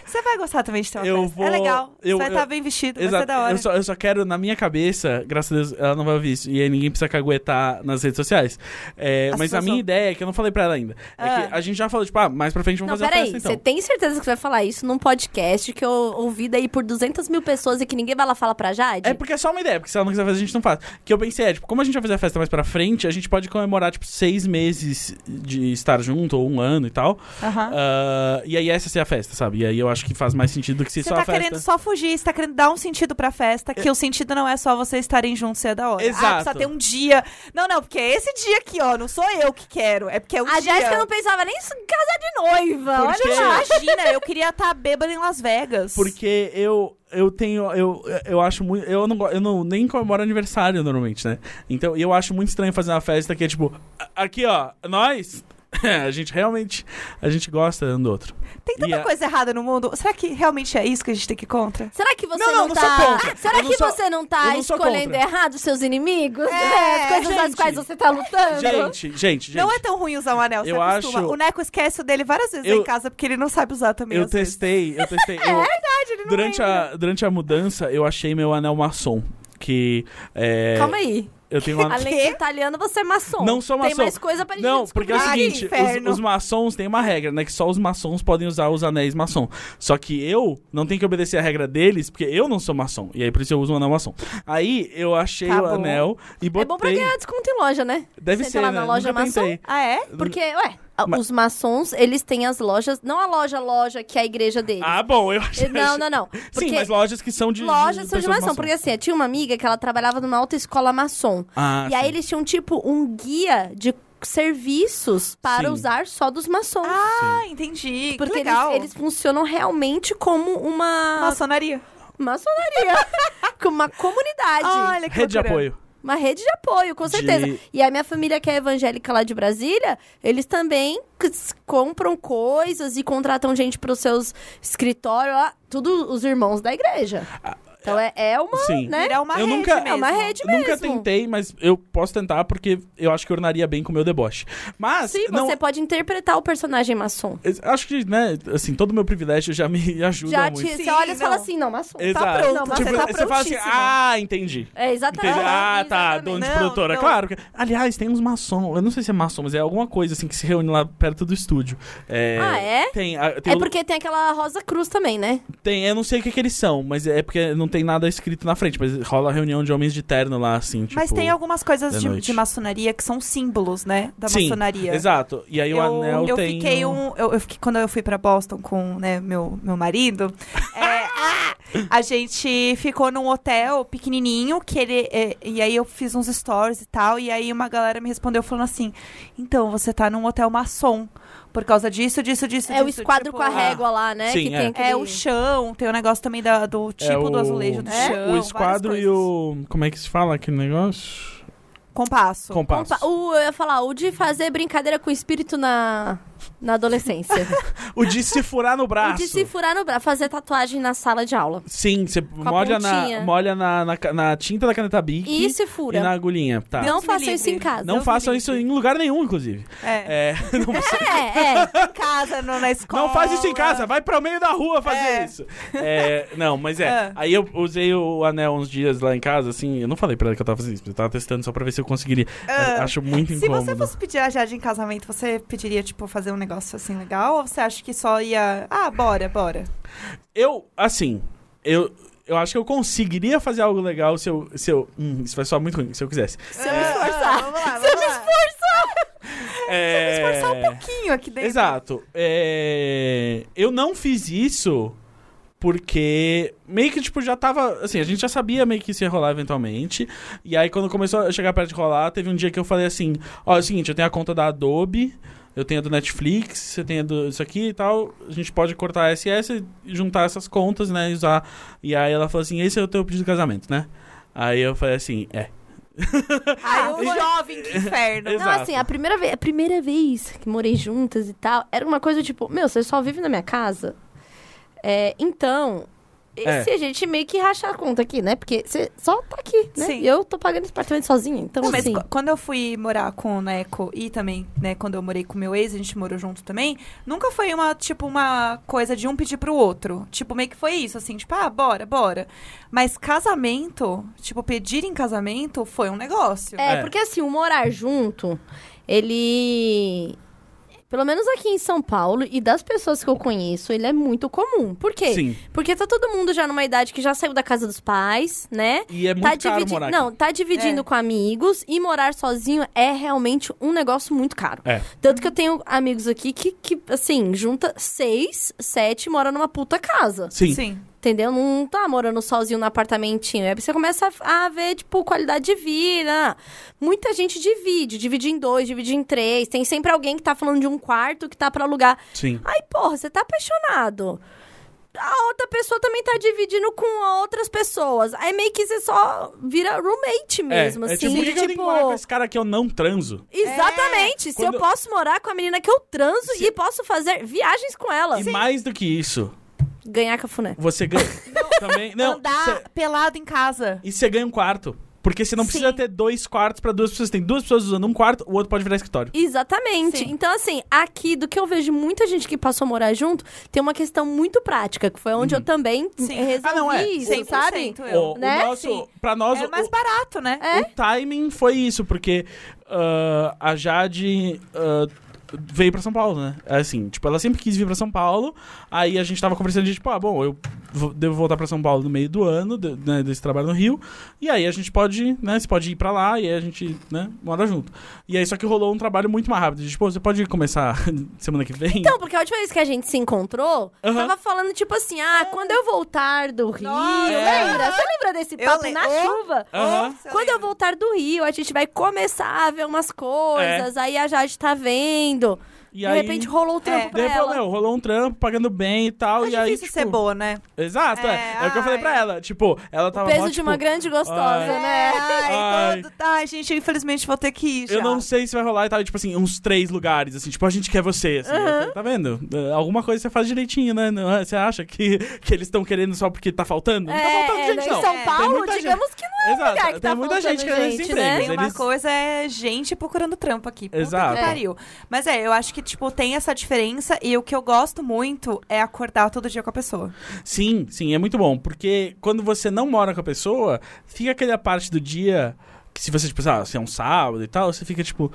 [SPEAKER 2] Você vai gostar também de ter uma
[SPEAKER 3] Eu
[SPEAKER 2] festa.
[SPEAKER 3] vou-
[SPEAKER 2] É legal.
[SPEAKER 3] eu-
[SPEAKER 2] você vai
[SPEAKER 3] eu-
[SPEAKER 2] estar bem vestido, vai
[SPEAKER 3] Exato.
[SPEAKER 2] ser da hora.
[SPEAKER 3] Eu só, eu só quero, na minha cabeça, graças a Deus, ela não vai ouvir isso. E aí ninguém precisa caguetar nas redes sociais. É,
[SPEAKER 2] A
[SPEAKER 3] mas a
[SPEAKER 2] situação.
[SPEAKER 3] minha ideia, que eu não falei pra ela ainda, é
[SPEAKER 2] Ah.
[SPEAKER 3] que a gente já falou, tipo, ah, mais pra frente vamos
[SPEAKER 1] Não,
[SPEAKER 3] fazer a
[SPEAKER 1] peraí,
[SPEAKER 3] festa,
[SPEAKER 1] você
[SPEAKER 3] então.
[SPEAKER 1] tem certeza que você vai falar isso num podcast que eu ouvi daí por 200 mil pessoas e que ninguém vai lá falar pra Jade?
[SPEAKER 3] É porque é só uma ideia, porque se ela não quiser fazer, a gente não faz. Que eu pensei, é, tipo, como a gente vai fazer a festa mais pra frente, a gente pode comemorar, tipo, seis meses de estar junto, ou um ano e tal.
[SPEAKER 2] Aham.
[SPEAKER 3] Ah, e aí essa ser a festa, sabe? E aí eu acho que faz mais sentido do que se
[SPEAKER 2] Você
[SPEAKER 3] só
[SPEAKER 2] tá
[SPEAKER 3] a festa.
[SPEAKER 2] querendo só fugir, você tá querendo dar um sentido pra festa, que o sentido não é só vocês estarem juntos e é da hora. Ah,
[SPEAKER 3] Exato.
[SPEAKER 2] precisa ter um dia. Não, não, porque é esse dia aqui, ó, não sou eu que quero, é porque é um
[SPEAKER 1] a
[SPEAKER 2] dia.
[SPEAKER 1] Jéssica não pensava nem em casar de noiva.
[SPEAKER 3] Por
[SPEAKER 1] Olha
[SPEAKER 3] quê?
[SPEAKER 1] lá.
[SPEAKER 2] Imagina, eu queria estar bêbada em Las Vegas.
[SPEAKER 3] Porque eu, eu tenho. Eu, eu acho muito. Eu não, go- eu não nem comemoro aniversário normalmente, né? Então eu acho muito estranho fazer uma festa que é tipo. "A- Aqui, ó, nós. A gente realmente. A gente gosta um do outro.
[SPEAKER 2] Tem tanta
[SPEAKER 3] E a-
[SPEAKER 2] coisa errada no mundo. Será que realmente é isso que a gente tem que ir contra?
[SPEAKER 1] Será que você
[SPEAKER 3] Não, não,
[SPEAKER 1] não,
[SPEAKER 3] não sou
[SPEAKER 1] tá.
[SPEAKER 3] contra.
[SPEAKER 1] Será
[SPEAKER 3] Eu não
[SPEAKER 1] que
[SPEAKER 3] sou-
[SPEAKER 1] você não
[SPEAKER 3] eu
[SPEAKER 1] tá
[SPEAKER 3] não sou
[SPEAKER 1] escolhendo
[SPEAKER 3] contra.
[SPEAKER 1] errado os seus inimigos?
[SPEAKER 2] É,
[SPEAKER 1] É, as coisas das
[SPEAKER 3] gente.
[SPEAKER 1] quais você tá lutando?
[SPEAKER 3] Gente, gente, gente.
[SPEAKER 2] Não é tão ruim usar um anel, você
[SPEAKER 3] Eu
[SPEAKER 2] acostuma.
[SPEAKER 3] acho-
[SPEAKER 2] O Neco esquece o dele várias vezes
[SPEAKER 3] Eu-
[SPEAKER 2] em casa, porque ele não sabe usar também.
[SPEAKER 3] eu
[SPEAKER 2] às vezes.
[SPEAKER 3] testei, eu testei. eu-
[SPEAKER 2] Verdade, ele não
[SPEAKER 3] durante,
[SPEAKER 2] lembra.
[SPEAKER 3] a, durante a mudança, eu achei meu anel maçom. Que. É,
[SPEAKER 1] Calma aí.
[SPEAKER 3] Eu tenho um uma.
[SPEAKER 1] Além de italiano, você é maçom.
[SPEAKER 3] Não sou
[SPEAKER 1] Tem
[SPEAKER 3] maçom.
[SPEAKER 1] mais coisa pra gente
[SPEAKER 3] Não, porque é o
[SPEAKER 2] Ai,
[SPEAKER 1] descobrir.
[SPEAKER 3] seguinte, os,
[SPEAKER 2] inferno.
[SPEAKER 3] os maçons têm uma regra, né? Que só os maçons podem usar os anéis maçom. Só que eu não tenho que obedecer a regra deles, porque eu não sou maçom. E aí por isso eu uso um anel maçom. Aí eu achei
[SPEAKER 2] Tá
[SPEAKER 3] o
[SPEAKER 2] bom.
[SPEAKER 3] anel e
[SPEAKER 1] É
[SPEAKER 3] botei.
[SPEAKER 1] bom pra ganhar desconto em loja, né?
[SPEAKER 3] Deve
[SPEAKER 1] Senta
[SPEAKER 3] ser,
[SPEAKER 1] lá
[SPEAKER 3] né?
[SPEAKER 1] na loja
[SPEAKER 3] Nunca
[SPEAKER 1] maçom.
[SPEAKER 3] tentei.
[SPEAKER 2] Ah, é?
[SPEAKER 1] Porque, ué, a-
[SPEAKER 3] Ma-
[SPEAKER 1] os maçons, eles têm as lojas, não a loja, loja que é a igreja deles.
[SPEAKER 3] Ah, bom, eu achei.
[SPEAKER 1] Não, não, não. Porque
[SPEAKER 3] Sim, mas lojas que são de.
[SPEAKER 1] lojas são de
[SPEAKER 3] pessoas
[SPEAKER 1] maçom, porque assim, tinha uma amiga que ela trabalhava numa autoescola maçom.
[SPEAKER 3] Ah,
[SPEAKER 1] e aí
[SPEAKER 3] sim.
[SPEAKER 1] eles tinham, tipo, um guia de serviços para
[SPEAKER 3] Sim.
[SPEAKER 1] usar só dos maçons.
[SPEAKER 2] Ah, entendi.
[SPEAKER 1] porque
[SPEAKER 2] que
[SPEAKER 1] eles,
[SPEAKER 2] legal.
[SPEAKER 1] eles funcionam realmente como uma
[SPEAKER 2] Maçonaria.
[SPEAKER 1] maçonaria, como uma comunidade.
[SPEAKER 2] Ah, Olha que
[SPEAKER 3] Rede de
[SPEAKER 2] loucura.
[SPEAKER 3] apoio.
[SPEAKER 1] Uma rede de apoio, com
[SPEAKER 3] De-
[SPEAKER 1] certeza. E a minha família que é evangélica lá de Brasília, eles também c- compram coisas e contratam gente para os seus escritórios, lá, tudo os irmãos da igreja.
[SPEAKER 3] Ah,
[SPEAKER 1] Então é, é uma,
[SPEAKER 3] Sim.
[SPEAKER 1] né?
[SPEAKER 2] Virar uma
[SPEAKER 3] Eu
[SPEAKER 2] rede
[SPEAKER 3] nunca-
[SPEAKER 2] mesmo.
[SPEAKER 1] É uma rede mesmo.
[SPEAKER 3] Nunca tentei, mas eu posso tentar porque eu acho que ornaria bem com o meu deboche. Mas
[SPEAKER 1] Sim,
[SPEAKER 3] não,
[SPEAKER 1] você pode interpretar o personagem maçom.
[SPEAKER 3] eu acho que, né, assim, todo o meu privilégio já me ajuda
[SPEAKER 1] Já
[SPEAKER 3] muito.
[SPEAKER 1] te,
[SPEAKER 2] Sim,
[SPEAKER 1] você olha e
[SPEAKER 2] não.
[SPEAKER 1] fala assim, não, maçom.
[SPEAKER 3] Exato.
[SPEAKER 2] pronto,
[SPEAKER 1] Não, mas
[SPEAKER 3] Tipo,
[SPEAKER 1] você tá
[SPEAKER 3] você fala assim,
[SPEAKER 2] prontíssimo.
[SPEAKER 3] ah, entendi.
[SPEAKER 1] É, exatamente.
[SPEAKER 3] Entendi. Ah, tá,
[SPEAKER 1] Exatamente.
[SPEAKER 3] dono de
[SPEAKER 2] Não,
[SPEAKER 3] produtora.
[SPEAKER 2] não.
[SPEAKER 3] Claro. que- Aliás, tem uns maçom. Eu não sei se é maçom, mas é alguma coisa assim que se reúne lá perto do estúdio.
[SPEAKER 1] Ah, é?
[SPEAKER 3] Tem, ah, tem,
[SPEAKER 1] É
[SPEAKER 3] o-
[SPEAKER 1] porque tem aquela Rosa Cruz também, né?
[SPEAKER 3] tem- eu não sei o que, que eles são, mas é porque não tem nada escrito na frente, mas rola reunião de homens de terno lá, assim. Tipo,
[SPEAKER 2] Mas tem algumas
[SPEAKER 3] da
[SPEAKER 2] coisas de,
[SPEAKER 3] noite.
[SPEAKER 2] de maçonaria que são símbolos, né? Da
[SPEAKER 3] Sim,
[SPEAKER 2] maçonaria.
[SPEAKER 3] Exato. E aí o anel
[SPEAKER 2] eu
[SPEAKER 3] tem.
[SPEAKER 2] fiquei
[SPEAKER 3] um-
[SPEAKER 2] um. Eu, eu fiquei, quando eu fui pra Boston com né, meu, meu marido, é, a gente ficou num hotel pequenininho, que ele. é, e aí eu fiz uns stories e tal, e aí uma galera me respondeu falando assim: então você tá num hotel maçom. Por causa disso, disso, disso.
[SPEAKER 1] É o
[SPEAKER 2] disso",
[SPEAKER 1] esquadro
[SPEAKER 2] tipo,
[SPEAKER 1] com a
[SPEAKER 2] ah,
[SPEAKER 1] régua lá, né?
[SPEAKER 3] Sim,
[SPEAKER 1] que
[SPEAKER 3] é.
[SPEAKER 1] tem
[SPEAKER 2] É o
[SPEAKER 1] aquele-
[SPEAKER 2] chão, tem o negócio também da- do tipo
[SPEAKER 3] é
[SPEAKER 2] do
[SPEAKER 3] o-
[SPEAKER 2] azulejo do
[SPEAKER 3] é?
[SPEAKER 2] chão.
[SPEAKER 3] O
[SPEAKER 2] várias
[SPEAKER 3] esquadro e
[SPEAKER 2] coisas.
[SPEAKER 3] o. Como é que se fala aquele negócio?
[SPEAKER 2] Compasso.
[SPEAKER 3] Compasso.
[SPEAKER 1] Compa- o, eu ia falar, o de fazer brincadeira com o espírito na, na adolescência.
[SPEAKER 3] O de se furar no braço.
[SPEAKER 1] o de se furar no braço, fazer tatuagem na sala de aula.
[SPEAKER 3] Sim, você
[SPEAKER 1] a
[SPEAKER 3] molha, na,
[SPEAKER 1] pontinha.
[SPEAKER 3] molha na, na, ca- na tinta da caneta Bic
[SPEAKER 1] E se
[SPEAKER 3] e
[SPEAKER 1] fura.
[SPEAKER 3] na agulhinha. Tá.
[SPEAKER 1] Não
[SPEAKER 2] Deus me
[SPEAKER 1] façam isso
[SPEAKER 2] livre.
[SPEAKER 1] em casa.
[SPEAKER 3] Não
[SPEAKER 2] Deus me
[SPEAKER 3] façam
[SPEAKER 2] livre.
[SPEAKER 3] isso em lugar nenhum, inclusive.
[SPEAKER 2] É.
[SPEAKER 3] É, não,
[SPEAKER 1] É, é.
[SPEAKER 2] Em casa, no- na escola.
[SPEAKER 3] não faz isso em casa, vai pro meio da rua fazer
[SPEAKER 2] É.
[SPEAKER 3] isso. É, não, mas é.
[SPEAKER 2] É.
[SPEAKER 3] Aí eu usei o anel uns dias lá em casa, assim. Eu não falei pra ela que eu tava fazendo isso, eu tava testando só pra ver se eu conseguiria.
[SPEAKER 2] Ah.
[SPEAKER 3] Acho muito
[SPEAKER 2] Se
[SPEAKER 3] incômodo.
[SPEAKER 2] você fosse pedir a Jade em casamento, você pediria, tipo, fazer um negócio assim legal? Ou você acha que só ia. Ah, bora, bora.
[SPEAKER 3] Eu, assim, eu. Eu acho que eu conseguiria fazer algo legal se eu. Se eu hum, isso vai soar muito ruim, se eu quisesse.
[SPEAKER 1] Se eu me esforçar.
[SPEAKER 2] Ah, vamos lá, vamos lá.
[SPEAKER 3] É...
[SPEAKER 2] Esforçar um pouquinho aqui dentro.
[SPEAKER 3] Exato. É, Eu não fiz isso porque meio que, tipo, já tava... Assim, a gente já sabia meio que isso ia rolar eventualmente. E aí, quando começou a chegar perto de rolar, teve um dia que eu falei assim... Ó, é o seguinte, eu tenho a conta da Adobe, eu tenho a do Netflix, você tem a do... Isso aqui e tal. A gente pode cortar a SS e juntar essas contas, né? E usar... E aí ela falou assim, esse é o teu pedido de casamento, né? Aí eu falei assim, é.
[SPEAKER 2] Ai,
[SPEAKER 1] Ah,
[SPEAKER 2] um
[SPEAKER 1] eu-
[SPEAKER 2] jovem, que inferno.
[SPEAKER 3] Exato.
[SPEAKER 1] Não, assim, a primeira, vez, a primeira vez que morei juntas e tal, era uma coisa tipo, meu, você só vive na minha casa? É, então,
[SPEAKER 3] É.
[SPEAKER 1] se a gente meio que racha a conta aqui, né? Porque você só tá aqui, né?
[SPEAKER 2] Sim.
[SPEAKER 1] E eu tô pagando esse apartamento sozinha, então
[SPEAKER 2] Não, mas
[SPEAKER 1] assim...
[SPEAKER 2] qu- quando eu fui morar com o Neco e também, né, quando eu morei com meu ex, a gente morou junto também, nunca foi uma, tipo, uma coisa de um pedir pro outro. Tipo, meio que foi isso, assim, tipo, ah, bora, bora. Mas casamento, tipo, pedir em casamento foi um negócio.
[SPEAKER 1] É,
[SPEAKER 3] É.
[SPEAKER 1] porque assim, o morar junto, ele. Pelo menos aqui em São Paulo e das pessoas que eu conheço, ele é muito comum. Por quê?
[SPEAKER 3] Sim.
[SPEAKER 1] Porque tá todo mundo já numa idade que já saiu da casa dos pais, né?
[SPEAKER 3] E é muito
[SPEAKER 1] tá
[SPEAKER 3] caro
[SPEAKER 1] dividi-
[SPEAKER 3] morar aqui.
[SPEAKER 1] Não, tá dividindo
[SPEAKER 2] É.
[SPEAKER 1] com amigos e morar sozinho é realmente um negócio muito caro.
[SPEAKER 3] É.
[SPEAKER 1] Tanto que eu tenho amigos aqui que, que assim, junta seis, sete e mora numa puta casa.
[SPEAKER 3] Sim.
[SPEAKER 2] Sim.
[SPEAKER 1] Entendeu? Não tá morando sozinho no apartamentinho. Aí você começa a a ver, tipo, qualidade de vida. Muita gente divide, divide em dois, divide em três. Tem sempre alguém que tá falando de um quarto que tá pra alugar.
[SPEAKER 3] Sim.
[SPEAKER 1] Aí, porra, você tá apaixonado. A outra pessoa também tá dividindo com outras pessoas. Aí meio que você só vira roommate mesmo,
[SPEAKER 3] é,
[SPEAKER 1] assim.
[SPEAKER 3] tipo, por que
[SPEAKER 1] de,
[SPEAKER 3] que eu tenho que morar com esse cara que eu não transo?
[SPEAKER 1] Exatamente. Se
[SPEAKER 3] É. Quando-
[SPEAKER 1] eu posso morar com a menina que eu transo e posso fazer viagens com ela.
[SPEAKER 3] E mais do que isso,
[SPEAKER 1] Ganhar cafuné.
[SPEAKER 3] você ganha. também. Não,
[SPEAKER 2] Andar
[SPEAKER 3] cê-
[SPEAKER 2] pelado em casa.
[SPEAKER 3] e você ganha um quarto. Porque você não precisa
[SPEAKER 2] Sim.
[SPEAKER 3] ter dois quartos pra duas pessoas. Tem duas pessoas usando um quarto, o outro pode virar escritório.
[SPEAKER 1] Exatamente.
[SPEAKER 2] Sim.
[SPEAKER 1] Então, assim, aqui, do que eu vejo muita gente que passou a morar junto, tem uma questão muito prática, que foi onde
[SPEAKER 3] Uhum.
[SPEAKER 1] eu também
[SPEAKER 2] Sim.
[SPEAKER 1] resolvi
[SPEAKER 3] Ah, não, é.
[SPEAKER 1] isso,
[SPEAKER 2] 100%,
[SPEAKER 1] sabe?
[SPEAKER 2] eu.
[SPEAKER 3] o,
[SPEAKER 1] Né?
[SPEAKER 3] o nosso,
[SPEAKER 2] Sim.
[SPEAKER 3] pra nós,
[SPEAKER 2] É
[SPEAKER 3] o-
[SPEAKER 2] mais barato, né?
[SPEAKER 1] É.
[SPEAKER 3] o timing foi isso, porque ah, a Jade ah, veio pra São Paulo, né? Assim, tipo, ela sempre quis vir pra São Paulo, aí a gente tava conversando, a gente, tipo, ah, bom, eu vou- devo voltar pra São Paulo no meio do ano, de- né, desse trabalho no Rio, e aí a gente pode, né, você pode ir pra lá, e aí a gente, né, mora junto. E aí só que rolou um trabalho muito mais rápido, a gente, pô, você pode começar semana que vem?
[SPEAKER 1] Então, porque a última vez que a gente se encontrou,
[SPEAKER 3] Aham.
[SPEAKER 1] tava falando tipo assim: ah, quando eu voltar do Rio.
[SPEAKER 2] É. Nossa.
[SPEAKER 1] Lembra? Você lembra desse
[SPEAKER 2] Eu
[SPEAKER 1] papo
[SPEAKER 2] lem-
[SPEAKER 1] na
[SPEAKER 2] Oh.
[SPEAKER 1] chuva?
[SPEAKER 3] Aham.
[SPEAKER 2] Nossa,
[SPEAKER 1] Quando eu
[SPEAKER 2] lembro.
[SPEAKER 1] voltar do Rio, a gente vai começar a ver umas coisas, aí a Jade tá vendo.
[SPEAKER 3] É. E
[SPEAKER 1] de
[SPEAKER 3] aí,
[SPEAKER 1] repente rolou o tempo
[SPEAKER 2] É.
[SPEAKER 1] pra
[SPEAKER 3] depois,
[SPEAKER 1] ela.
[SPEAKER 3] meu, rolou um trampo, pagando bem e tal,
[SPEAKER 2] É
[SPEAKER 3] e aí,
[SPEAKER 2] difícil
[SPEAKER 3] tipo...
[SPEAKER 2] ser boa, né?
[SPEAKER 3] Exato, é. é.
[SPEAKER 2] É,
[SPEAKER 3] o que eu falei
[SPEAKER 2] ai.
[SPEAKER 3] pra ela, tipo, ela tava
[SPEAKER 1] Peso
[SPEAKER 3] mó,
[SPEAKER 1] de
[SPEAKER 3] tipo, é."
[SPEAKER 1] uma grande gostosa,
[SPEAKER 3] ai.
[SPEAKER 1] né?
[SPEAKER 2] É, Ai,
[SPEAKER 3] Ai.
[SPEAKER 2] todo- ai, gente, eu infelizmente vou ter que ir já.
[SPEAKER 3] Eu não sei se vai rolar e tal. E, tipo assim, uns três lugares, assim. Tipo, a gente quer você, assim. eu falei, Tá vendo? Eh, Alguma coisa você faz direitinho, né? Não é- Você acha que, que eles estão querendo só porque tá faltando? não tá faltando gente,
[SPEAKER 1] né? em
[SPEAKER 3] não.
[SPEAKER 1] São
[SPEAKER 2] É,
[SPEAKER 3] tem
[SPEAKER 1] Paulo,
[SPEAKER 3] muita
[SPEAKER 1] digamos que não é um
[SPEAKER 3] Exato,
[SPEAKER 1] lugar que
[SPEAKER 3] tem
[SPEAKER 1] tá
[SPEAKER 3] muita
[SPEAKER 1] faltando
[SPEAKER 3] gente querendo esse
[SPEAKER 1] né?
[SPEAKER 3] emprego.
[SPEAKER 2] Tem uma
[SPEAKER 3] eles-
[SPEAKER 2] coisa é gente procurando trampo aqui. Puta
[SPEAKER 3] Exato.
[SPEAKER 2] que pariu. Mas é, eu acho que, tipo, tem essa diferença e o que eu gosto muito é acordar todo dia com a pessoa.
[SPEAKER 3] Sim, sim, é muito bom. Porque quando você não mora com a pessoa, fica aquela parte do dia que se você, tipo, ah, se é um sábado e tal, você fica, tipo...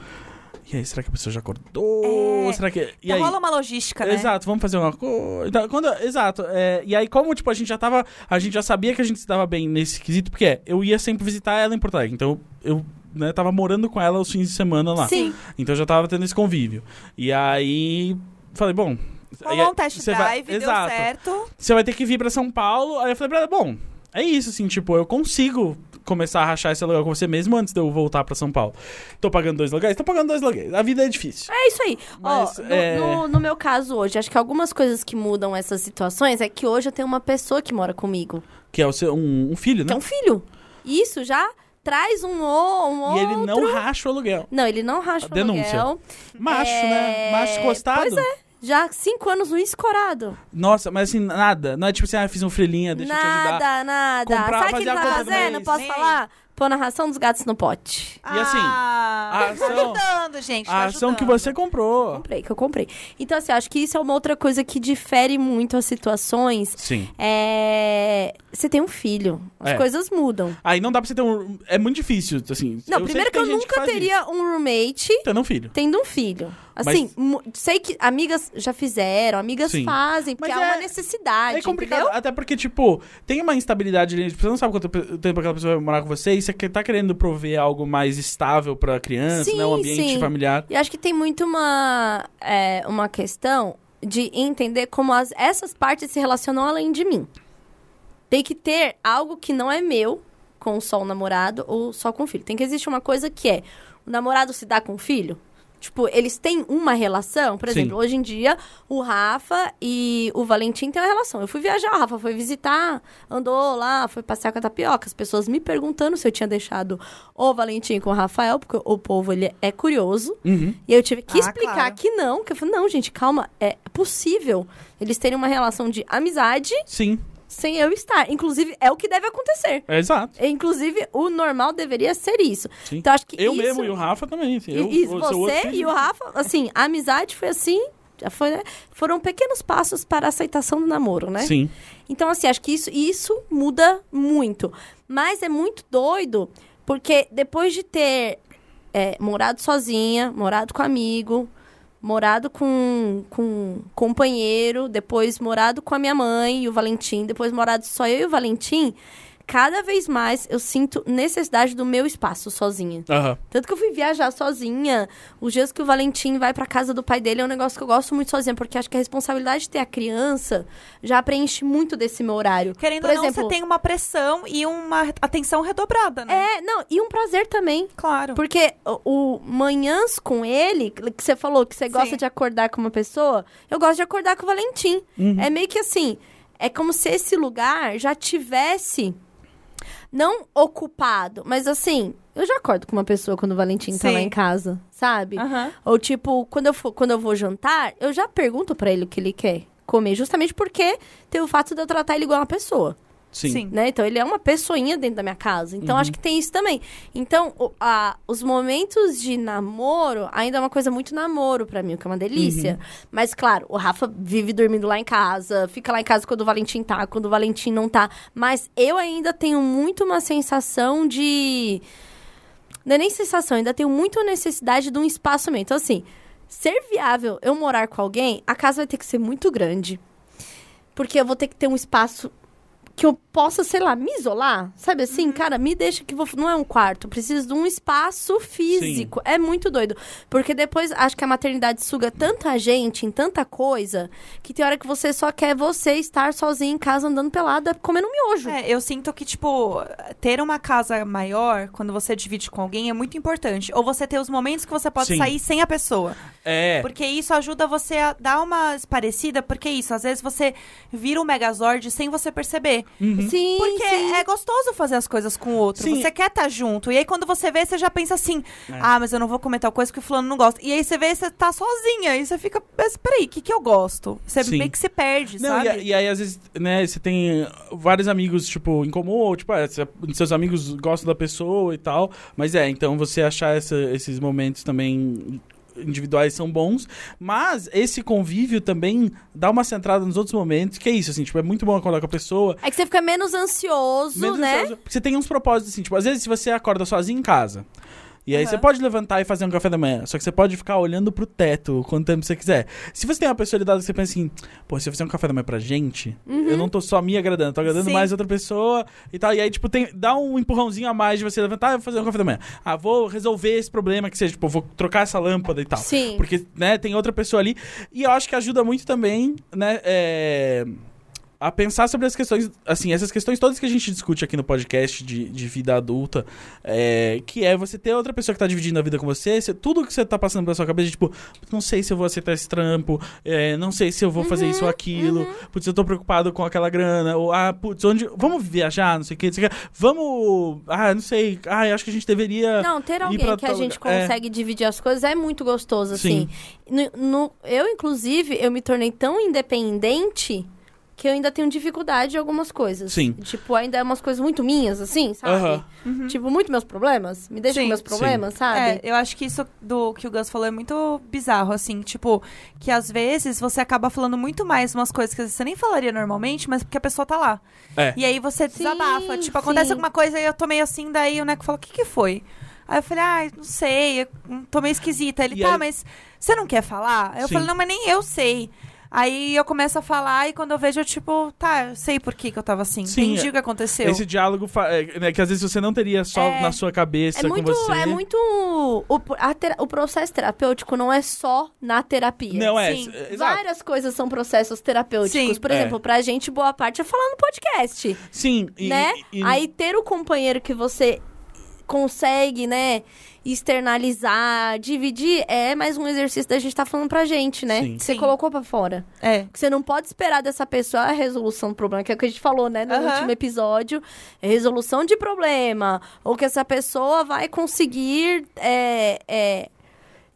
[SPEAKER 3] E aí, será que a pessoa já acordou?
[SPEAKER 2] É.
[SPEAKER 3] Será que... E
[SPEAKER 1] tá
[SPEAKER 2] Então
[SPEAKER 3] aí?
[SPEAKER 2] rola uma logística, né?
[SPEAKER 3] Exato, vamos fazer uma coisa. Então, quando, exato. é, e aí, como, tipo, a gente já tava. A gente já sabia que a gente se dava bem nesse quesito, porque é, eu ia sempre visitar ela em Porto Alegre. Então, eu né, tava morando com ela os fins de semana lá.
[SPEAKER 1] Sim.
[SPEAKER 3] Então eu já tava tendo esse convívio. E aí. Falei, bom. aí-
[SPEAKER 2] Rolou um test
[SPEAKER 3] você
[SPEAKER 2] drive,
[SPEAKER 3] vai-
[SPEAKER 2] deu
[SPEAKER 3] exato.
[SPEAKER 2] certo.
[SPEAKER 3] Você vai ter que vir pra São Paulo. Aí eu falei pra ela, bom, é isso, assim, tipo, eu consigo começar a rachar esse aluguel com você mesmo antes de eu voltar pra São Paulo. Tô pagando dois aluguéis? Tô pagando dois aluguéis. A vida é difícil.
[SPEAKER 1] É isso aí.
[SPEAKER 3] Mas,
[SPEAKER 1] Ó, no,
[SPEAKER 3] é-
[SPEAKER 1] no- no meu caso hoje, acho que algumas coisas que mudam essas situações é que hoje eu tenho uma pessoa que mora comigo,
[SPEAKER 3] Que é o seu, um, um filho,
[SPEAKER 1] que é
[SPEAKER 3] né?
[SPEAKER 1] um filho. E Isso já traz um, o- um
[SPEAKER 3] e
[SPEAKER 1] outro...
[SPEAKER 3] ele não racha o aluguel.
[SPEAKER 1] Não, ele não racha o
[SPEAKER 3] Denúncia.
[SPEAKER 1] aluguel.
[SPEAKER 3] Macho,
[SPEAKER 1] É,
[SPEAKER 3] né? Macho encostado.
[SPEAKER 1] pois é. Já há cinco anos no escorado.
[SPEAKER 3] Nossa, mas assim, nada. Não é tipo assim, ah, fiz um frelinha, deixa eu te ajudar.
[SPEAKER 1] nada, nada.
[SPEAKER 3] Comprar,
[SPEAKER 1] Sabe o que
[SPEAKER 3] fazer
[SPEAKER 1] ele
[SPEAKER 3] a
[SPEAKER 1] tá
[SPEAKER 3] compra do
[SPEAKER 1] fazendo?
[SPEAKER 3] mês.
[SPEAKER 1] Posso
[SPEAKER 2] Nem aí.
[SPEAKER 1] falar? Pôr a ração dos gatos no pote.
[SPEAKER 3] E assim,
[SPEAKER 2] ah,
[SPEAKER 3] a ação-
[SPEAKER 2] tá ajudando, gente. tá
[SPEAKER 3] A ação que
[SPEAKER 2] ajudando.
[SPEAKER 3] você comprou.
[SPEAKER 1] comprei, que eu comprei. Então, assim, eu acho que isso é uma outra coisa que difere muito as situações.
[SPEAKER 3] Sim.
[SPEAKER 1] É. Você tem um filho, as
[SPEAKER 3] É.
[SPEAKER 1] coisas mudam.
[SPEAKER 3] Aí não dá pra você ter um. É muito difícil, assim.
[SPEAKER 1] Não,
[SPEAKER 3] sei
[SPEAKER 1] primeiro que, eu
[SPEAKER 3] tem gente
[SPEAKER 1] nunca
[SPEAKER 3] faz isso,
[SPEAKER 1] teria um roommate
[SPEAKER 3] Tendo um filho.
[SPEAKER 1] tendo um filho.
[SPEAKER 3] Mas-
[SPEAKER 1] Assim, mu- sei que amigas já fizeram, amigas
[SPEAKER 3] Sim.
[SPEAKER 1] fazem, porque
[SPEAKER 3] Mas
[SPEAKER 1] há
[SPEAKER 3] é-
[SPEAKER 1] uma necessidade.
[SPEAKER 3] É complicado,
[SPEAKER 1] Ah, entendeu?
[SPEAKER 3] até porque, tipo, tem uma instabilidade ali. tipo, Você não sabe quanto pe- tempo aquela pessoa vai morar com você e você que- tá querendo prover algo mais estável pra criança,
[SPEAKER 1] Sim,
[SPEAKER 3] né? Um ambiente
[SPEAKER 1] sim.
[SPEAKER 3] familiar.
[SPEAKER 1] E acho que tem muito uma, é, uma questão de entender como as- essas partes se relacionam além de mim. Tem que ter algo que não é meu com só o namorado ou só com o filho. Tem que existir uma coisa que é o namorado se dá com o filho. Tipo, eles têm uma relação. Por
[SPEAKER 3] Sim.
[SPEAKER 1] exemplo, hoje em dia, o Rafa e o Valentim têm uma relação. Eu fui viajar, o Rafa foi visitar, andou lá, foi passear com a tapioca. As pessoas me perguntando se eu tinha deixado o Valentim com o Rafael, porque o povo ele é curioso.
[SPEAKER 3] Uhum.
[SPEAKER 1] E eu tive que
[SPEAKER 2] Ah,
[SPEAKER 1] explicar
[SPEAKER 2] claro.
[SPEAKER 1] que não, que eu falei, não, gente, calma, é possível eles terem uma relação de amizade
[SPEAKER 3] Sim.
[SPEAKER 1] sem eu estar. Inclusive, é o que deve acontecer.
[SPEAKER 3] É, exato.
[SPEAKER 1] Inclusive, o normal deveria ser isso.
[SPEAKER 3] Sim.
[SPEAKER 1] Então, acho que
[SPEAKER 3] Eu
[SPEAKER 1] isso...
[SPEAKER 3] mesmo e o Rafa também. Assim, eu,
[SPEAKER 1] E, e
[SPEAKER 3] eu sou outro
[SPEAKER 1] você
[SPEAKER 3] filho.
[SPEAKER 1] e o Rafa, assim, a amizade foi assim, já foi, né? foram pequenos passos para a aceitação do namoro, né?
[SPEAKER 3] Sim.
[SPEAKER 1] Então, assim, acho que isso, isso muda muito. Mas é muito doido, porque depois de ter é, morado sozinha, morado com amigo, morado com, com companheiro, depois morado com a minha mãe e o Valentim, depois morado só eu e o Valentim, cada vez mais eu sinto necessidade do meu espaço sozinha.
[SPEAKER 3] Aham.
[SPEAKER 1] Tanto que eu fui viajar sozinha. Os dias que o Valentim vai pra casa do pai dele é um negócio que eu gosto muito sozinha, porque acho que a responsabilidade de ter a criança já preenche muito desse meu horário.
[SPEAKER 2] Querendo
[SPEAKER 1] Por
[SPEAKER 2] ou não,
[SPEAKER 1] exemplo,
[SPEAKER 2] você tem uma pressão e uma atenção redobrada, né?
[SPEAKER 1] É, não, e um prazer também.
[SPEAKER 2] Claro.
[SPEAKER 1] Porque o, o manhãs com ele, que você falou que você gosta
[SPEAKER 2] Sim.
[SPEAKER 1] de acordar com uma pessoa, eu gosto de acordar com o Valentim. É meio que assim, é como se esse lugar já tivesse não ocupado, mas assim, eu já acordo com uma pessoa quando o Valentim tá
[SPEAKER 2] Sim.
[SPEAKER 1] lá em casa, sabe?
[SPEAKER 2] Aham.
[SPEAKER 1] Ou tipo, quando eu, for, quando eu vou jantar, eu já pergunto pra ele o que ele quer comer, justamente porque tem o fato de eu tratar ele igual uma pessoa,
[SPEAKER 3] Sim.
[SPEAKER 1] né? Então ele é uma pessoinha dentro da minha casa. Então acho que tem isso também. Então, o- a- os momentos de namoro ainda é uma coisa muito namoro pra mim, o que é uma delícia. Mas claro, o Rafa vive dormindo lá em casa, fica lá em casa quando o Valentim tá, quando o Valentim não tá, mas eu ainda tenho muito uma sensação de não é nem sensação, ainda tenho muito necessidade de um espaço meio. Então, assim, ser viável eu morar com alguém, a casa vai ter que ser muito grande. Porque eu vou ter que ter um espaço que eu possa, sei lá, me isolar. Sabe
[SPEAKER 3] Uhum.
[SPEAKER 1] assim, cara, me deixa que vou. Não é um quarto, eu preciso de um espaço físico. É muito doido. Porque depois acho que a maternidade suga tanta gente em tanta coisa que tem hora que você só quer você estar sozinho em casa andando pelada comendo um miojo.
[SPEAKER 2] É, eu sinto que, tipo, ter uma casa maior, quando você divide com alguém, é muito importante. Ou você ter os momentos que você pode
[SPEAKER 3] Sim.
[SPEAKER 2] sair sem a pessoa.
[SPEAKER 3] É.
[SPEAKER 2] Porque isso ajuda você a dar uma parecida, porque isso, às vezes você vira um megazord sem você perceber.
[SPEAKER 3] Uhum.
[SPEAKER 1] Sim,
[SPEAKER 2] Porque
[SPEAKER 1] sim.
[SPEAKER 2] é gostoso fazer as coisas com o outro.
[SPEAKER 3] Sim. É.
[SPEAKER 2] Você quer estar junto. E aí, quando você vê, você já pensa assim: ah, mas eu não vou comer tal coisa que o fulano não gosta. E aí você vê, você tá sozinha. E você fica, mas peraí, o que, que eu gosto? Você
[SPEAKER 3] Sim.
[SPEAKER 2] meio que se perde,
[SPEAKER 3] Não,
[SPEAKER 2] sabe?
[SPEAKER 3] e, a- e aí, às vezes, né, você tem vários amigos, tipo, em comum, ou, tipo, ah, se- seus amigos gostam da pessoa e tal. Mas é, então você achar essa- esses momentos também individuais são bons, mas esse convívio também dá uma centrada nos outros momentos, que é isso, assim, tipo, é muito bom acordar com a pessoa,
[SPEAKER 1] É que você fica menos ansioso,
[SPEAKER 3] menos
[SPEAKER 1] né?
[SPEAKER 3] ansioso, porque você tem uns propósitos, assim, tipo, às vezes se você acorda sozinho em casa, e aí
[SPEAKER 2] Aham.
[SPEAKER 3] você pode levantar e fazer um café da manhã, só que você pode ficar olhando pro teto quanto tempo você quiser. Se você tem uma pessoa lidada que você pensa assim, pô, se eu fizer um café da manhã pra gente, eu não tô só me agradando, tô agradando
[SPEAKER 2] Uhum. Sim.
[SPEAKER 3] mais outra pessoa e tal. E aí, tipo, tem, dá um empurrãozinho a mais de você levantar e vou fazer um café da manhã. Ah, vou resolver esse problema que seja, tipo, vou trocar essa lâmpada e tal.
[SPEAKER 1] Sim.
[SPEAKER 3] Tá. Porque, né, tem outra pessoa ali. E eu acho que ajuda muito também, né, é, a pensar sobre as questões, assim, essas questões todas que a gente discute aqui no podcast de, de vida adulta, é, que é você ter outra pessoa que tá dividindo a vida com você, você- tudo que você tá passando pela sua cabeça, tipo, não sei se eu vou aceitar esse trampo, é, não sei se eu vou fazer isso ou aquilo, putz, eu tô preocupado com aquela grana, ou, ah, putz, onde, vamos viajar, não sei o que, não sei o que, vamos, ah, não sei, ah, eu acho que a gente deveria...
[SPEAKER 1] Não, ter
[SPEAKER 3] pra
[SPEAKER 1] alguém que a
[SPEAKER 3] tal
[SPEAKER 1] gente
[SPEAKER 3] lugar. É.
[SPEAKER 1] consegue dividir as coisas é muito gostoso, assim. No- no- eu, inclusive, eu me tornei tão independente que eu ainda tenho dificuldade em algumas coisas.
[SPEAKER 3] Sim.
[SPEAKER 1] Tipo, ainda é umas coisas muito minhas, assim, sabe?
[SPEAKER 3] Aham.
[SPEAKER 1] Tipo, muito meus problemas. Me deixa
[SPEAKER 2] Sim.
[SPEAKER 1] com meus problemas, sabe?
[SPEAKER 2] É, eu acho que isso do que o Gus falou é muito bizarro, assim, tipo, que às vezes você acaba falando muito mais umas coisas que às vezes você nem falaria normalmente, mas porque a pessoa tá lá.
[SPEAKER 3] É.
[SPEAKER 2] E aí você
[SPEAKER 1] Sim,
[SPEAKER 2] desabafa, tipo, acontece
[SPEAKER 1] sim.
[SPEAKER 2] alguma coisa e eu tô meio assim, daí o Neco fala, o que que foi? Aí eu falei, ah, não sei, eu hum, tô meio esquisita. Ele,
[SPEAKER 3] E
[SPEAKER 2] tá,
[SPEAKER 3] aí-
[SPEAKER 2] mas você não quer falar? Eu
[SPEAKER 3] Sim.
[SPEAKER 2] falei, não, mas nem eu sei. Aí eu começo a falar e quando eu vejo, eu tipo, tá, eu sei por que que eu tava assim.
[SPEAKER 3] Sim,
[SPEAKER 2] Entendi
[SPEAKER 3] é-
[SPEAKER 2] o que aconteceu.
[SPEAKER 3] Esse diálogo fa- é, né, que às vezes você não teria só
[SPEAKER 2] É.
[SPEAKER 3] na sua
[SPEAKER 1] É
[SPEAKER 3] cabeça
[SPEAKER 1] muito,
[SPEAKER 3] com você.
[SPEAKER 1] é muito. O, a tera- o processo terapêutico não é só na terapia.
[SPEAKER 3] Não é,
[SPEAKER 2] Sim.
[SPEAKER 3] é, exato.
[SPEAKER 1] Várias coisas são processos terapêuticos.
[SPEAKER 2] Sim.
[SPEAKER 1] Por
[SPEAKER 3] É.
[SPEAKER 1] exemplo, pra gente, boa parte é falar no podcast.
[SPEAKER 3] Sim, e,
[SPEAKER 1] né?
[SPEAKER 3] e- e-
[SPEAKER 1] Aí ter o companheiro que você consegue, né, externalizar, dividir, é mais um exercício da gente estar falando pra gente, né?
[SPEAKER 3] Sim.
[SPEAKER 1] Que você
[SPEAKER 2] Sim.
[SPEAKER 1] colocou pra fora.
[SPEAKER 2] É.
[SPEAKER 1] Que você não pode esperar dessa pessoa a resolução do problema, que é o que a gente falou, né, no
[SPEAKER 2] Aham.
[SPEAKER 1] último episódio, é resolução de problema, ou que essa pessoa vai conseguir é, é,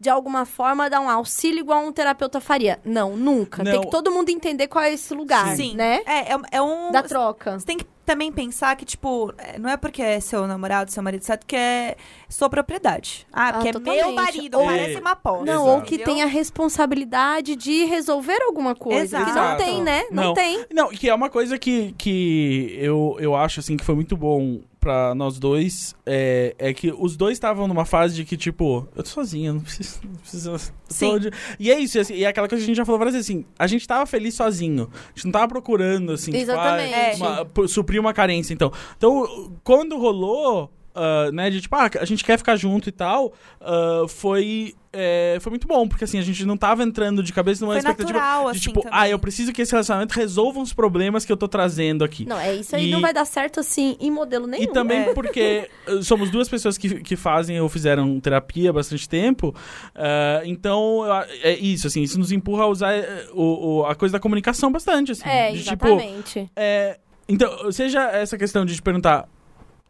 [SPEAKER 1] de alguma forma dar um auxílio igual um terapeuta faria. Não, nunca. Tem
[SPEAKER 3] Não.
[SPEAKER 1] que todo mundo entender qual é esse lugar,
[SPEAKER 2] Sim.
[SPEAKER 1] né?
[SPEAKER 2] É, é, é um.
[SPEAKER 1] Da troca.
[SPEAKER 2] Você tem que também pensar que, tipo, é, não é porque é seu namorado, seu marido, certo? Que é sua propriedade. Ah,
[SPEAKER 1] Ah,
[SPEAKER 2] porque é meu
[SPEAKER 1] totalmente.
[SPEAKER 2] marido,
[SPEAKER 1] Ou-
[SPEAKER 2] parece uma posse.
[SPEAKER 1] Não, ou que
[SPEAKER 2] entendeu?
[SPEAKER 1] tenha responsabilidade de resolver alguma coisa. Que não
[SPEAKER 2] Exato.
[SPEAKER 1] tem, né? Não,
[SPEAKER 3] Não.
[SPEAKER 1] tem.
[SPEAKER 3] Não, e que é uma coisa que, que eu, eu acho, assim, que foi muito bom pra nós dois. É, é que os dois estavam numa fase de que, tipo, eu tô sozinha, não preciso. Não preciso eu
[SPEAKER 2] Sim.
[SPEAKER 3] tô de- E é isso, e, assim, e é aquela coisa que a gente já falou várias vezes, assim, a gente tava feliz sozinho. A gente não tava procurando, assim, tipo, ah,
[SPEAKER 1] Exatamente.
[SPEAKER 3] uma- pu- suprir uma carência, então. Então, quando rolou, ah, né, de tipo, ah, a gente quer ficar junto e tal, ah, foi. é, foi muito bom, porque assim, a gente não tava entrando de cabeça numa
[SPEAKER 2] Foi
[SPEAKER 3] expectativa
[SPEAKER 2] natural,
[SPEAKER 3] de
[SPEAKER 2] assim,
[SPEAKER 3] tipo,
[SPEAKER 2] também.
[SPEAKER 3] ah, eu preciso que esse relacionamento resolva os problemas que eu tô trazendo aqui.
[SPEAKER 1] Não, é isso aí.
[SPEAKER 3] E-
[SPEAKER 1] Não vai dar certo assim em modelo nenhum.
[SPEAKER 3] E também
[SPEAKER 2] é.
[SPEAKER 3] porque eh, somos duas pessoas que, que fazem ou fizeram terapia há bastante tempo. ah, então, eu a- é isso, assim, isso nos empurra a usar eh, o, o- a coisa da comunicação bastante, assim.
[SPEAKER 1] É,
[SPEAKER 3] de, tipo,
[SPEAKER 1] exatamente.
[SPEAKER 3] é, então, seja essa questão de te perguntar.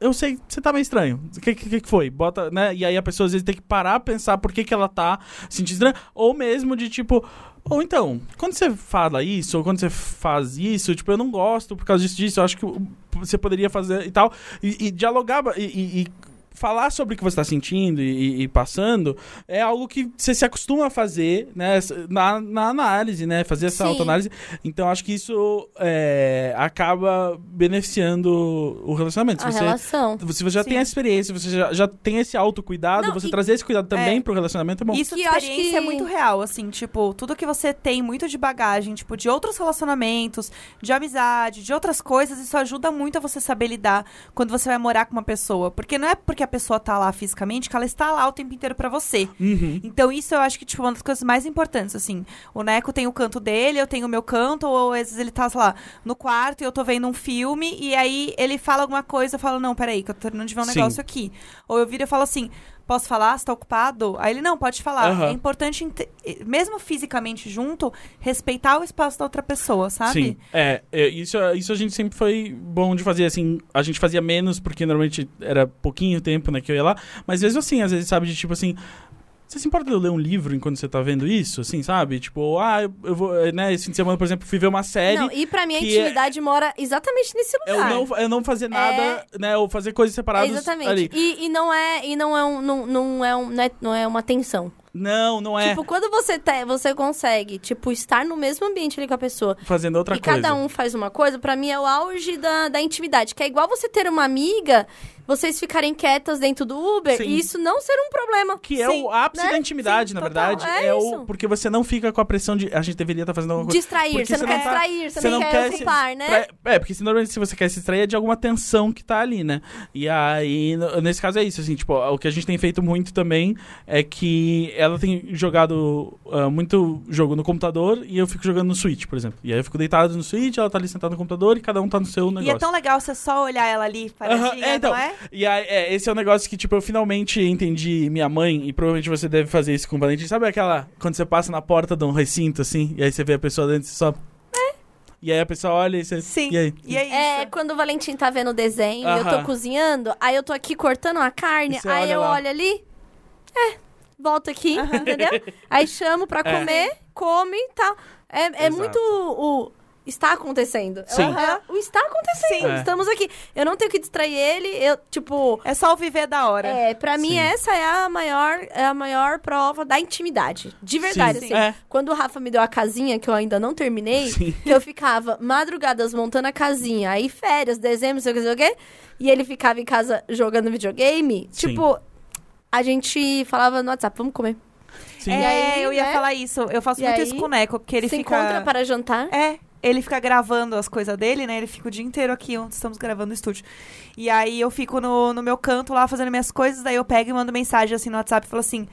[SPEAKER 3] Eu sei, que você tá meio estranho. O que, que, que foi? Bota, né? E aí a pessoa às vezes tem que parar pensar por que, que ela tá sentindo estranha. Ou mesmo de tipo. Ou então, quando você fala isso, ou quando você faz isso, tipo, eu não gosto por causa disso, disso, eu acho que você poderia fazer e tal. E, e dialogar e, e- e falar sobre o que você tá sentindo e, e- e passando é algo que você se acostuma a fazer, né? Na, na análise, né? Fazer essa
[SPEAKER 1] Sim.
[SPEAKER 3] autoanálise. Então acho que isso é, acaba beneficiando o relacionamento.
[SPEAKER 1] A
[SPEAKER 3] Se você,
[SPEAKER 1] relação.
[SPEAKER 3] se você já
[SPEAKER 2] Sim.
[SPEAKER 3] tem essa experiência, você já, já tem esse autocuidado,
[SPEAKER 1] Não,
[SPEAKER 3] você
[SPEAKER 1] e-
[SPEAKER 3] trazer esse cuidado também
[SPEAKER 2] É.
[SPEAKER 3] pro relacionamento é bom.
[SPEAKER 2] Isso de
[SPEAKER 1] Que eu acho
[SPEAKER 2] experiência
[SPEAKER 1] que-
[SPEAKER 2] é muito real, assim, tipo, tudo que você tem muito de bagagem, tipo, de outros relacionamentos, de amizade, de outras coisas, isso ajuda muito a você saber lidar quando você vai morar com uma pessoa. Porque não é porque a pessoa tá lá fisicamente que ela está lá o tempo inteiro pra você.
[SPEAKER 3] Uhum.
[SPEAKER 2] Então, isso eu acho que, tipo, uma das coisas mais importantes, assim. O Neco tem o canto dele, eu tenho o meu canto, ou às vezes ele tá, sei lá, no quarto e eu tô vendo um filme, e aí ele fala alguma coisa, eu falo, não, peraí, que eu tô terminando de ver um
[SPEAKER 3] Sim.
[SPEAKER 2] negócio aqui. Ou eu viro e falo assim, posso falar? Você tá ocupado? Aí ele, não, pode falar.
[SPEAKER 3] Aham.
[SPEAKER 2] É importante, inte- mesmo fisicamente junto, respeitar o espaço da outra pessoa, sabe?
[SPEAKER 3] Sim, é, é, isso, isso a gente sempre foi bom de fazer, assim, a gente fazia menos, porque normalmente era pouquinho tempo, né, que eu ia lá, mas mesmo assim, às vezes, sabe, de tipo assim, você se importa de eu ler um livro enquanto você tá vendo isso, assim, sabe, tipo, ah, eu, eu vou, eh, né, esse fim de semana, por exemplo, fui ver uma série,
[SPEAKER 1] Não, e pra mim a
[SPEAKER 3] que é-
[SPEAKER 1] intimidade mora exatamente nesse
[SPEAKER 3] Eu
[SPEAKER 1] lugar.
[SPEAKER 3] não, eu não fazer nada, né? Ou fazer coisas
[SPEAKER 1] É,
[SPEAKER 3] separadas ali.
[SPEAKER 1] exatamente. E, e não é e não é um, não, não é um, não, é, não é uma tensão.
[SPEAKER 3] Não, não é
[SPEAKER 1] Tipo, quando você te, você consegue, tipo, estar no mesmo ambiente ali com a pessoa
[SPEAKER 3] fazendo outra
[SPEAKER 1] e
[SPEAKER 3] coisa.
[SPEAKER 1] cada um faz uma coisa, pra mim é o auge da, da intimidade, que é igual você ter uma amiga, vocês ficarem quietas dentro do Uber
[SPEAKER 3] Sim.
[SPEAKER 1] e isso não ser um problema.
[SPEAKER 3] Que é o ápice
[SPEAKER 1] né?
[SPEAKER 3] da intimidade,
[SPEAKER 1] Sim,
[SPEAKER 3] na
[SPEAKER 1] total.
[SPEAKER 3] verdade.
[SPEAKER 1] É
[SPEAKER 3] o,
[SPEAKER 1] isso.
[SPEAKER 3] porque você não fica com a pressão de a gente deveria estar fazendo alguma coisa.
[SPEAKER 1] Distrair,
[SPEAKER 3] Porque
[SPEAKER 1] você não
[SPEAKER 3] você
[SPEAKER 1] quer
[SPEAKER 3] não tá-
[SPEAKER 1] distrair, você,
[SPEAKER 3] você
[SPEAKER 1] não
[SPEAKER 3] não
[SPEAKER 1] quer,
[SPEAKER 3] quer se
[SPEAKER 1] ocupar, né?
[SPEAKER 3] Pra- é, porque se normalmente se você quer se distrair é de alguma tensão que tá ali, né? E aí, no- nesse caso é isso, assim, tipo, o que a gente tem feito muito também é que ela tem jogado ah, muito jogo no computador e eu fico jogando no Switch, por exemplo. E aí eu fico deitado no Switch, ela tá ali sentada no computador e cada um tá no seu
[SPEAKER 2] E
[SPEAKER 3] negócio.
[SPEAKER 2] é tão legal você só olhar ela ali,
[SPEAKER 3] Aham,
[SPEAKER 2] paradinha,
[SPEAKER 3] é, então,
[SPEAKER 2] não é?
[SPEAKER 3] E aí, é, esse é um negócio que, tipo, eu finalmente entendi minha mãe, e provavelmente você deve fazer isso com o Valentim. Sabe aquela, quando você passa na porta de um recinto, assim, e aí você vê a pessoa dentro, você só... E aí a pessoa olha e você...
[SPEAKER 2] É. Sim.
[SPEAKER 3] E aí?
[SPEAKER 2] E é isso.
[SPEAKER 1] É, quando o Valentim tá vendo o desenho e eu tô
[SPEAKER 3] Aham.
[SPEAKER 1] cozinhando, aí eu tô aqui cortando a carne,
[SPEAKER 3] E você
[SPEAKER 1] aí
[SPEAKER 3] olha
[SPEAKER 1] eu
[SPEAKER 3] lá.
[SPEAKER 1] olho ali, é, volto aqui, entendeu? Aí chamo pra
[SPEAKER 3] É.
[SPEAKER 1] comer, come e tal. É, é
[SPEAKER 3] Exato.
[SPEAKER 1] muito o... Está acontecendo.
[SPEAKER 3] Sim.
[SPEAKER 1] Aham, O está acontecendo.
[SPEAKER 3] Sim. É.
[SPEAKER 1] Estamos aqui. Eu não tenho que distrair ele. Eu, tipo,
[SPEAKER 2] É só o viver da hora.
[SPEAKER 1] é, pra mim
[SPEAKER 3] Sim.
[SPEAKER 1] essa é a maior, é a maior prova da intimidade. De verdade,
[SPEAKER 3] Sim.
[SPEAKER 1] assim.
[SPEAKER 3] É.
[SPEAKER 1] Quando o Rafa me deu a casinha, que eu ainda não terminei, que eu ficava madrugadas montando a casinha, aí férias, dezembro, sei o que, sei o que, e ele ficava em casa jogando videogame,
[SPEAKER 3] Sim.
[SPEAKER 1] tipo, a gente falava no WhatsApp, vamos comer.
[SPEAKER 3] Sim.
[SPEAKER 2] É,
[SPEAKER 1] E aí,
[SPEAKER 2] eu ia
[SPEAKER 1] né?
[SPEAKER 2] falar isso. Eu faço
[SPEAKER 1] E
[SPEAKER 2] muito
[SPEAKER 1] aí,
[SPEAKER 2] isso com o Neco, porque ele
[SPEAKER 1] Se
[SPEAKER 2] fica.
[SPEAKER 1] encontra para jantar.
[SPEAKER 2] É, ele fica gravando as coisas dele, né? Ele fica o dia inteiro aqui onde estamos gravando o estúdio. E aí eu fico no, no meu canto lá fazendo minhas coisas, daí eu pego e mando mensagem assim no WhatsApp e falo assim.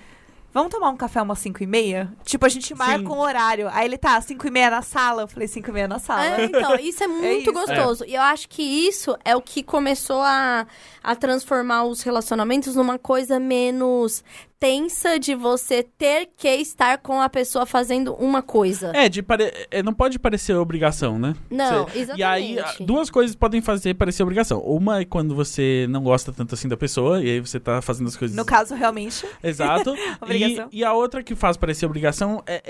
[SPEAKER 2] Vamos tomar um café umas 5 e meia? Tipo, a gente marca um horário. Aí ele tá, 5 e meia na sala. Eu falei, 5 e meia na sala.
[SPEAKER 1] É, então, isso é muito
[SPEAKER 2] isso.
[SPEAKER 1] gostoso. E eu acho que isso é o que começou a, a transformar os relacionamentos numa coisa menos tensa de você ter que estar com a pessoa fazendo uma coisa.
[SPEAKER 3] É, de pare... é, não pode parecer obrigação, né?
[SPEAKER 1] Não,
[SPEAKER 3] Você-
[SPEAKER 1] exatamente.
[SPEAKER 3] E aí, a- duas coisas podem fazer parecer obrigação. Uma é quando você não gosta tanto assim da pessoa, e aí você tá fazendo as coisas.
[SPEAKER 2] No caso, realmente.
[SPEAKER 3] Exato.
[SPEAKER 2] Obrigação.
[SPEAKER 3] E, e a outra que faz parecer obrigação é,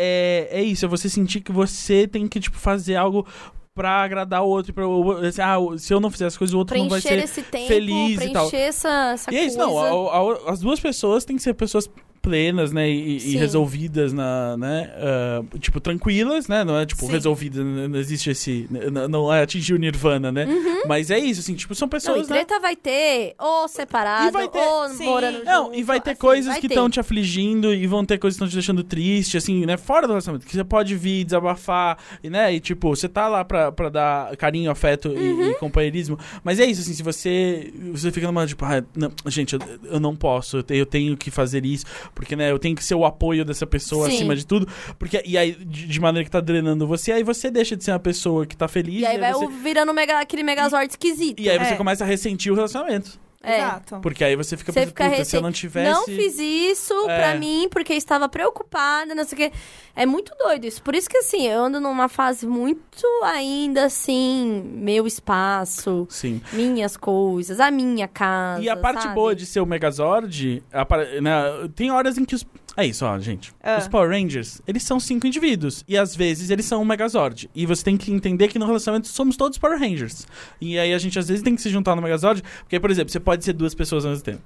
[SPEAKER 3] é, é isso, é você sentir que você tem que, tipo, fazer algo pra agradar o outro. Pra, o- assim, ah, se eu não fizer as coisas, o outro não vai
[SPEAKER 1] preencher
[SPEAKER 3] ser.
[SPEAKER 1] esse tempo,
[SPEAKER 3] feliz
[SPEAKER 1] preencher
[SPEAKER 3] e tal.
[SPEAKER 1] essa, essa
[SPEAKER 3] E é isso,
[SPEAKER 1] coisa.
[SPEAKER 3] não. a- a- as duas pessoas têm que ser pessoas plenas, né? E, e
[SPEAKER 1] Sim.
[SPEAKER 3] resolvidas, na, né? ah, tipo, tranquilas, né? Não é, tipo,
[SPEAKER 2] Sim.
[SPEAKER 3] resolvida, n- não existe esse... n- n- Não é atingir o nirvana, né? Mas é isso, assim, tipo, são
[SPEAKER 1] Uhum. Não, e
[SPEAKER 3] pessoas, né?
[SPEAKER 1] treta vai ter, ou separado,
[SPEAKER 3] E vai ter,
[SPEAKER 1] ou
[SPEAKER 2] sim.
[SPEAKER 1] morando
[SPEAKER 3] Não,
[SPEAKER 1] junto,
[SPEAKER 3] e vai ter
[SPEAKER 1] assim,
[SPEAKER 3] coisas
[SPEAKER 1] vai
[SPEAKER 3] que
[SPEAKER 1] ter.
[SPEAKER 3] estão te afligindo e vão ter coisas que estão te deixando triste, assim, né? Fora do relacionamento, que você pode vir, desabafar, e, né? E, tipo, você tá lá pra, pra dar carinho, afeto e-
[SPEAKER 1] Uhum.
[SPEAKER 3] e, companheirismo. Mas é isso, assim, se você, você fica numa, tipo, ah, não, gente, eu, eu não posso, eu, te- eu tenho que fazer isso, porque, né, eu tenho que ser o apoio dessa pessoa
[SPEAKER 1] Sim.
[SPEAKER 3] acima de tudo, porque, e aí, de, de maneira que tá drenando você, aí você deixa de ser uma pessoa que tá feliz,
[SPEAKER 1] E aí vai
[SPEAKER 3] você,
[SPEAKER 1] o- virando mega, aquele megazord esquisito.
[SPEAKER 3] e aí você
[SPEAKER 2] É.
[SPEAKER 3] começa a ressentir o relacionamento.
[SPEAKER 1] É.
[SPEAKER 2] Exato.
[SPEAKER 3] Porque aí você fica
[SPEAKER 1] Você
[SPEAKER 3] pensando,
[SPEAKER 1] fica
[SPEAKER 3] "Puta, se
[SPEAKER 1] ressent-
[SPEAKER 3] eu não tivesse...
[SPEAKER 1] Não fiz isso
[SPEAKER 3] É.
[SPEAKER 1] pra mim porque estava preocupada, não sei o quê. É muito doido isso. Por isso que, assim, eu ando numa fase muito ainda assim, meu espaço,
[SPEAKER 3] Sim.
[SPEAKER 1] minhas coisas, a minha casa.
[SPEAKER 3] E a parte
[SPEAKER 1] sabe?
[SPEAKER 3] boa de ser o Megazord, a par- né, tem horas em que os. É isso, ó, gente.
[SPEAKER 2] Ah.
[SPEAKER 3] Os Power Rangers, eles são cinco indivíduos. E às vezes eles são um Megazord. E você tem que entender que no relacionamento somos todos Power Rangers. E aí a gente às vezes tem que se juntar no Megazord. Porque, por exemplo, você pode ser duas pessoas ao mesmo tempo.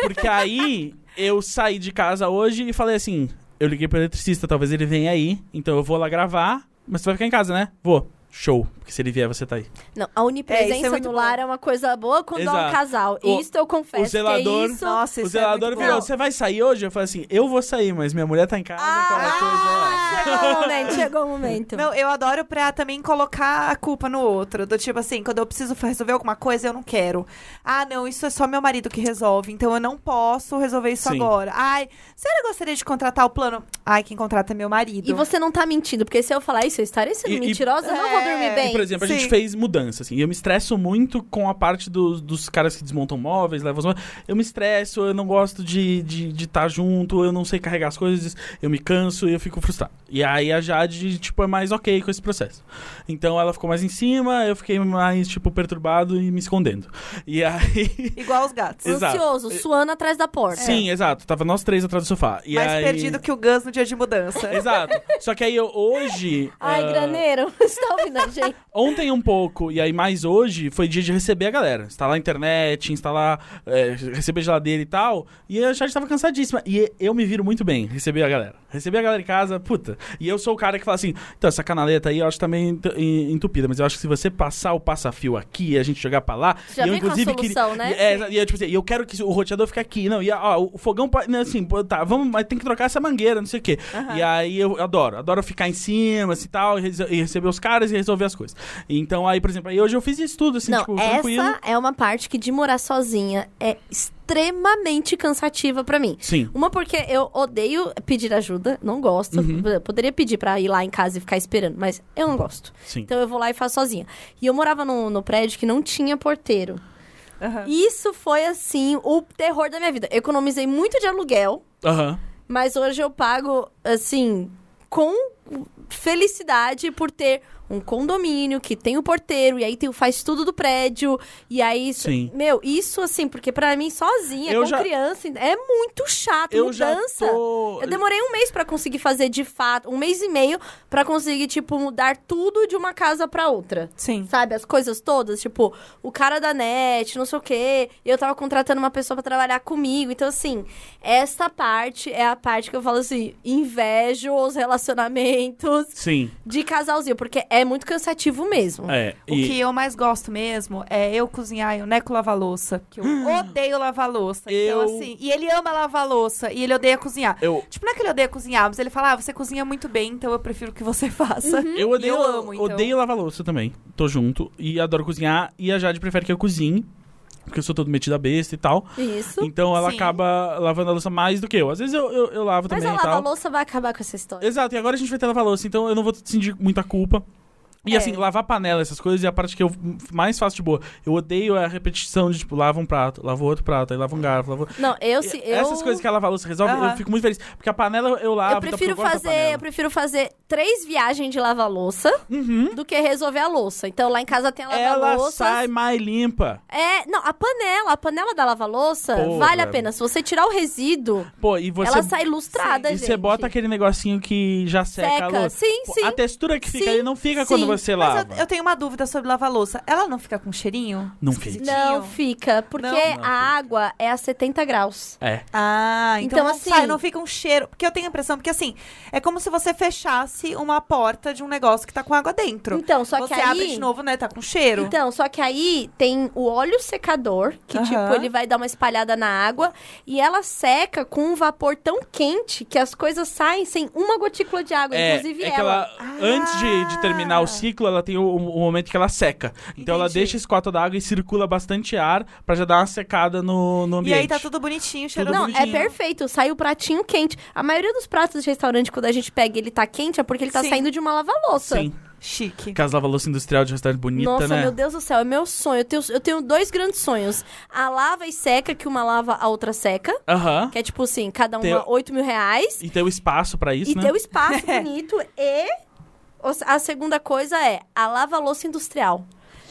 [SPEAKER 3] Porque aí eu saí de casa hoje e falei assim: eu liguei pro eletricista, talvez ele venha aí. Então eu vou lá gravar. Mas você vai ficar em casa, né? Vou. Show. Porque se ele vier, você tá aí.
[SPEAKER 1] Não, a
[SPEAKER 2] É, isso
[SPEAKER 1] onipresença
[SPEAKER 2] é muito
[SPEAKER 1] no lar é uma coisa boa quando há
[SPEAKER 3] Exato.
[SPEAKER 1] um casal.
[SPEAKER 3] O-
[SPEAKER 1] isso eu confesso. que é
[SPEAKER 3] zelador-
[SPEAKER 1] isso...
[SPEAKER 2] Nossa,
[SPEAKER 3] O
[SPEAKER 2] isso
[SPEAKER 3] zelador
[SPEAKER 2] é muito
[SPEAKER 3] falou:
[SPEAKER 2] bom.
[SPEAKER 3] você vai sair hoje? Eu falei assim: eu vou sair, mas minha mulher tá em casa.
[SPEAKER 2] Ah,
[SPEAKER 3] qualquer coisa.
[SPEAKER 1] Ah, chegou o momento, chegou o momento.
[SPEAKER 3] Então.
[SPEAKER 2] Não, eu adoro pra também colocar a culpa no outro. Do tipo assim, quando eu preciso resolver alguma coisa, eu não quero. Ah, não, isso é só meu marido que resolve, então eu não posso resolver isso
[SPEAKER 3] Sim.
[SPEAKER 2] agora. Ai, a senhora gostaria de contratar o plano? Ai, quem contrata é meu marido.
[SPEAKER 1] E você não tá mentindo, porque se eu falar isso, eu estarei sendo
[SPEAKER 3] E- e-
[SPEAKER 1] mentirosa, eu não vou dormir
[SPEAKER 2] É,
[SPEAKER 1] bem.
[SPEAKER 3] E, por exemplo, a gente
[SPEAKER 2] Sim.
[SPEAKER 3] fez mudança, assim. E eu me estresso muito com a parte dos, dos caras que desmontam móveis, levam os móveis. Eu me estresso, eu não gosto de estar de, de tá junto, eu não sei carregar as coisas, eu me canso e eu fico frustrado. E aí a Jade, tipo, é mais ok com esse processo. Então ela ficou mais em cima, eu fiquei mais, tipo, perturbado e me escondendo. E aí.
[SPEAKER 2] Igual os gatos.
[SPEAKER 3] Exato. É.
[SPEAKER 1] Ansioso, suando atrás da porta.
[SPEAKER 3] Sim, exato. Tava nós três atrás do sofá. E
[SPEAKER 2] É. Mais
[SPEAKER 3] aí-
[SPEAKER 2] perdido que o Gus no dia de mudança.
[SPEAKER 3] Exato. Só que aí eu, hoje.
[SPEAKER 1] Ai,
[SPEAKER 3] ah,
[SPEAKER 1] graneiro, você tá ouvindo a gente?
[SPEAKER 3] Ontem um pouco, e aí mais hoje, foi dia de receber a galera. Instalar a internet, instalar, é, receber geladeira e tal. E eu já estava cansadíssima. E eu me viro muito bem, receber a galera. Receber a galera em casa, puta. E eu sou o cara que fala assim, então, essa canaleta aí eu acho também ent- en- entupida. Mas eu acho que se você passar o passa-fio aqui e a gente jogar pra lá...
[SPEAKER 1] Já
[SPEAKER 3] e eu,
[SPEAKER 1] vem com a
[SPEAKER 3] inclusive,
[SPEAKER 1] solução, né?
[SPEAKER 3] queria- E, é, e eu, tipo assim, eu quero que o roteador fique aqui. Não, e ó, o fogão... pa- né, Assim, pô, tá, vamos... Mas tem que trocar essa mangueira, não sei o quê. E aí eu adoro. Adoro ficar em cima, assim, tal. E, reso- e receber os caras e resolver as coisas. Então, aí, por exemplo, aí hoje eu fiz isso tudo, assim,
[SPEAKER 1] não,
[SPEAKER 3] tipo,
[SPEAKER 1] essa
[SPEAKER 3] tranquilo.
[SPEAKER 1] é uma parte que de morar sozinha é extremamente cansativa pra mim.
[SPEAKER 3] Sim.
[SPEAKER 1] Uma porque eu odeio pedir ajuda, não gosto.
[SPEAKER 3] Uhum.
[SPEAKER 1] Eu poderia pedir pra ir lá em casa e ficar esperando, mas eu não gosto.
[SPEAKER 3] Sim.
[SPEAKER 1] Então eu vou lá e faço sozinha. E eu morava no, no prédio que não tinha porteiro.
[SPEAKER 2] Aham.
[SPEAKER 1] Isso foi assim o terror da minha vida. Eu economizei muito de aluguel,
[SPEAKER 3] Aham.
[SPEAKER 1] mas hoje eu pago assim com felicidade por ter um condomínio que tem o porteiro e aí tem o faz tudo do prédio e aí isso,
[SPEAKER 3] Sim.
[SPEAKER 1] meu, isso assim, porque pra mim sozinha
[SPEAKER 3] Eu
[SPEAKER 1] com
[SPEAKER 3] já-
[SPEAKER 1] criança é muito chato,
[SPEAKER 3] Eu já
[SPEAKER 1] mudança.
[SPEAKER 3] tô...
[SPEAKER 1] Eu demorei um mês pra conseguir fazer de fato, um mês e meio pra conseguir tipo mudar tudo de uma casa pra outra.
[SPEAKER 2] Sim.
[SPEAKER 1] Sabe, as coisas todas, tipo, o cara da net, não sei o quê. Eu tava contratando uma pessoa pra trabalhar comigo. Então, assim, essa parte é a parte que eu falo assim: invejo os relacionamentos
[SPEAKER 3] Sim,
[SPEAKER 1] de casalzinho, porque é muito cansativo mesmo.
[SPEAKER 3] é.
[SPEAKER 2] O
[SPEAKER 3] e-
[SPEAKER 2] que eu mais gosto mesmo é eu cozinhar e o Neco lavar louça. Que eu odeio lavar louça.
[SPEAKER 3] Eu-
[SPEAKER 2] Então, assim, e ele ama lavar louça e ele odeia cozinhar.
[SPEAKER 3] Eu,
[SPEAKER 2] Tipo, não é que ele odeia cozinhar, mas ele fala, ah, você cozinha muito bem, então eu prefiro que você faça.
[SPEAKER 1] Uhum.
[SPEAKER 3] eu odeio,
[SPEAKER 2] Hum, eu amo, então.
[SPEAKER 3] odeio lavar louça também. Tô junto. E adoro cozinhar. E a Jade prefere que eu cozinhe. Porque eu sou todo metido a besta e tal.
[SPEAKER 1] Isso.
[SPEAKER 3] Então ela
[SPEAKER 2] Sim.
[SPEAKER 3] acaba lavando a louça mais do que eu. Às vezes eu, eu, eu lavo
[SPEAKER 1] Mas a
[SPEAKER 3] também tá? e tal.
[SPEAKER 1] lava-louça vai acabar com essa história.
[SPEAKER 3] Exato, e agora a gente vai ter lavar louça, então eu não vou sentir muita culpa.
[SPEAKER 1] É.
[SPEAKER 3] E assim, lavar panela, essas coisas, é a parte que eu mais faço de boa. Eu odeio a repetição de, tipo, lava um prato, lava outro prato, aí lava um garfo, lava...
[SPEAKER 1] Não, eu se. Assim, Eu...
[SPEAKER 3] Essas coisas que a lava-louça resolve,
[SPEAKER 2] Aham.
[SPEAKER 3] eu fico muito feliz. Porque a panela eu lavo,
[SPEAKER 1] Eu prefiro,
[SPEAKER 3] então, porque eu gosto da
[SPEAKER 1] fazer, eu
[SPEAKER 3] panela.
[SPEAKER 1] prefiro fazer três viagens de lavar louça do que resolver a louça. Então lá em casa tem a
[SPEAKER 3] Uhum. Ela
[SPEAKER 1] lava-louça.
[SPEAKER 3] sai mais limpa.
[SPEAKER 1] É, não, a panela, a panela da lava-louça
[SPEAKER 3] Porra.
[SPEAKER 1] vale a pena. Se você tirar o resíduo,
[SPEAKER 3] Pô, e você...
[SPEAKER 1] ela sai lustrada,
[SPEAKER 3] e
[SPEAKER 1] gente.
[SPEAKER 3] você bota aquele negocinho que já seca, a
[SPEAKER 1] Seca.
[SPEAKER 3] louça.
[SPEAKER 1] Sim,
[SPEAKER 3] Pô,
[SPEAKER 1] sim.
[SPEAKER 3] A textura que fica
[SPEAKER 1] Sim,
[SPEAKER 3] ali não fica quando
[SPEAKER 1] sim.
[SPEAKER 3] você
[SPEAKER 2] Mas
[SPEAKER 3] lava.
[SPEAKER 2] eu, eu tenho uma dúvida sobre lavar louça. Ela não fica com cheirinho?
[SPEAKER 3] Não fica.
[SPEAKER 1] Não fica, porque
[SPEAKER 2] Não, não
[SPEAKER 1] a água é a 70 graus.
[SPEAKER 3] É.
[SPEAKER 2] Ah, então,
[SPEAKER 1] Então,
[SPEAKER 2] não
[SPEAKER 1] assim-
[SPEAKER 2] sai, não fica um cheiro. Porque eu tenho a impressão, porque assim, é como se você fechasse uma porta de um negócio que tá com água dentro.
[SPEAKER 1] Então, só
[SPEAKER 2] você
[SPEAKER 1] que aí...
[SPEAKER 2] abre de novo, né? Tá com cheiro.
[SPEAKER 1] Então, só que aí tem o óleo secador, que
[SPEAKER 2] Aham.
[SPEAKER 1] tipo, ele vai dar uma espalhada na água e ela seca com um vapor tão quente que as coisas saem sem uma gotícula de água,
[SPEAKER 3] É,
[SPEAKER 1] inclusive
[SPEAKER 3] é que
[SPEAKER 1] ela.
[SPEAKER 3] ela, antes de, de terminar o ciclo, ela tem o, o momento que ela seca. Então ela
[SPEAKER 2] Entendi.
[SPEAKER 3] deixa a escota d'água e circula bastante ar pra já dar uma secada no, no
[SPEAKER 2] e
[SPEAKER 3] ambiente.
[SPEAKER 2] aí tá tudo bonitinho, cheirando
[SPEAKER 1] Não, é
[SPEAKER 2] bonitinho.
[SPEAKER 1] perfeito, sai o pratinho quente. A maioria dos pratos de restaurante, quando a gente pega e ele tá quente, é porque ele tá
[SPEAKER 2] Sim.
[SPEAKER 1] saindo de uma lava-louça.
[SPEAKER 3] Sim,
[SPEAKER 2] Chique.
[SPEAKER 3] aquelas lava-louça industrial de restaurante bonita,
[SPEAKER 1] Nossa,
[SPEAKER 3] né?
[SPEAKER 1] meu Deus do céu, é meu sonho. Eu tenho, eu tenho dois grandes sonhos. A lava e seca, que uma lava, a outra seca.
[SPEAKER 3] Aham.
[SPEAKER 1] Que é tipo assim, cada
[SPEAKER 3] Tem-
[SPEAKER 1] uma 8 mil reais.
[SPEAKER 3] E ter o espaço pra isso,
[SPEAKER 1] e
[SPEAKER 3] né?
[SPEAKER 1] ter um espaço bonito e os- a segunda coisa é a lava-louça industrial.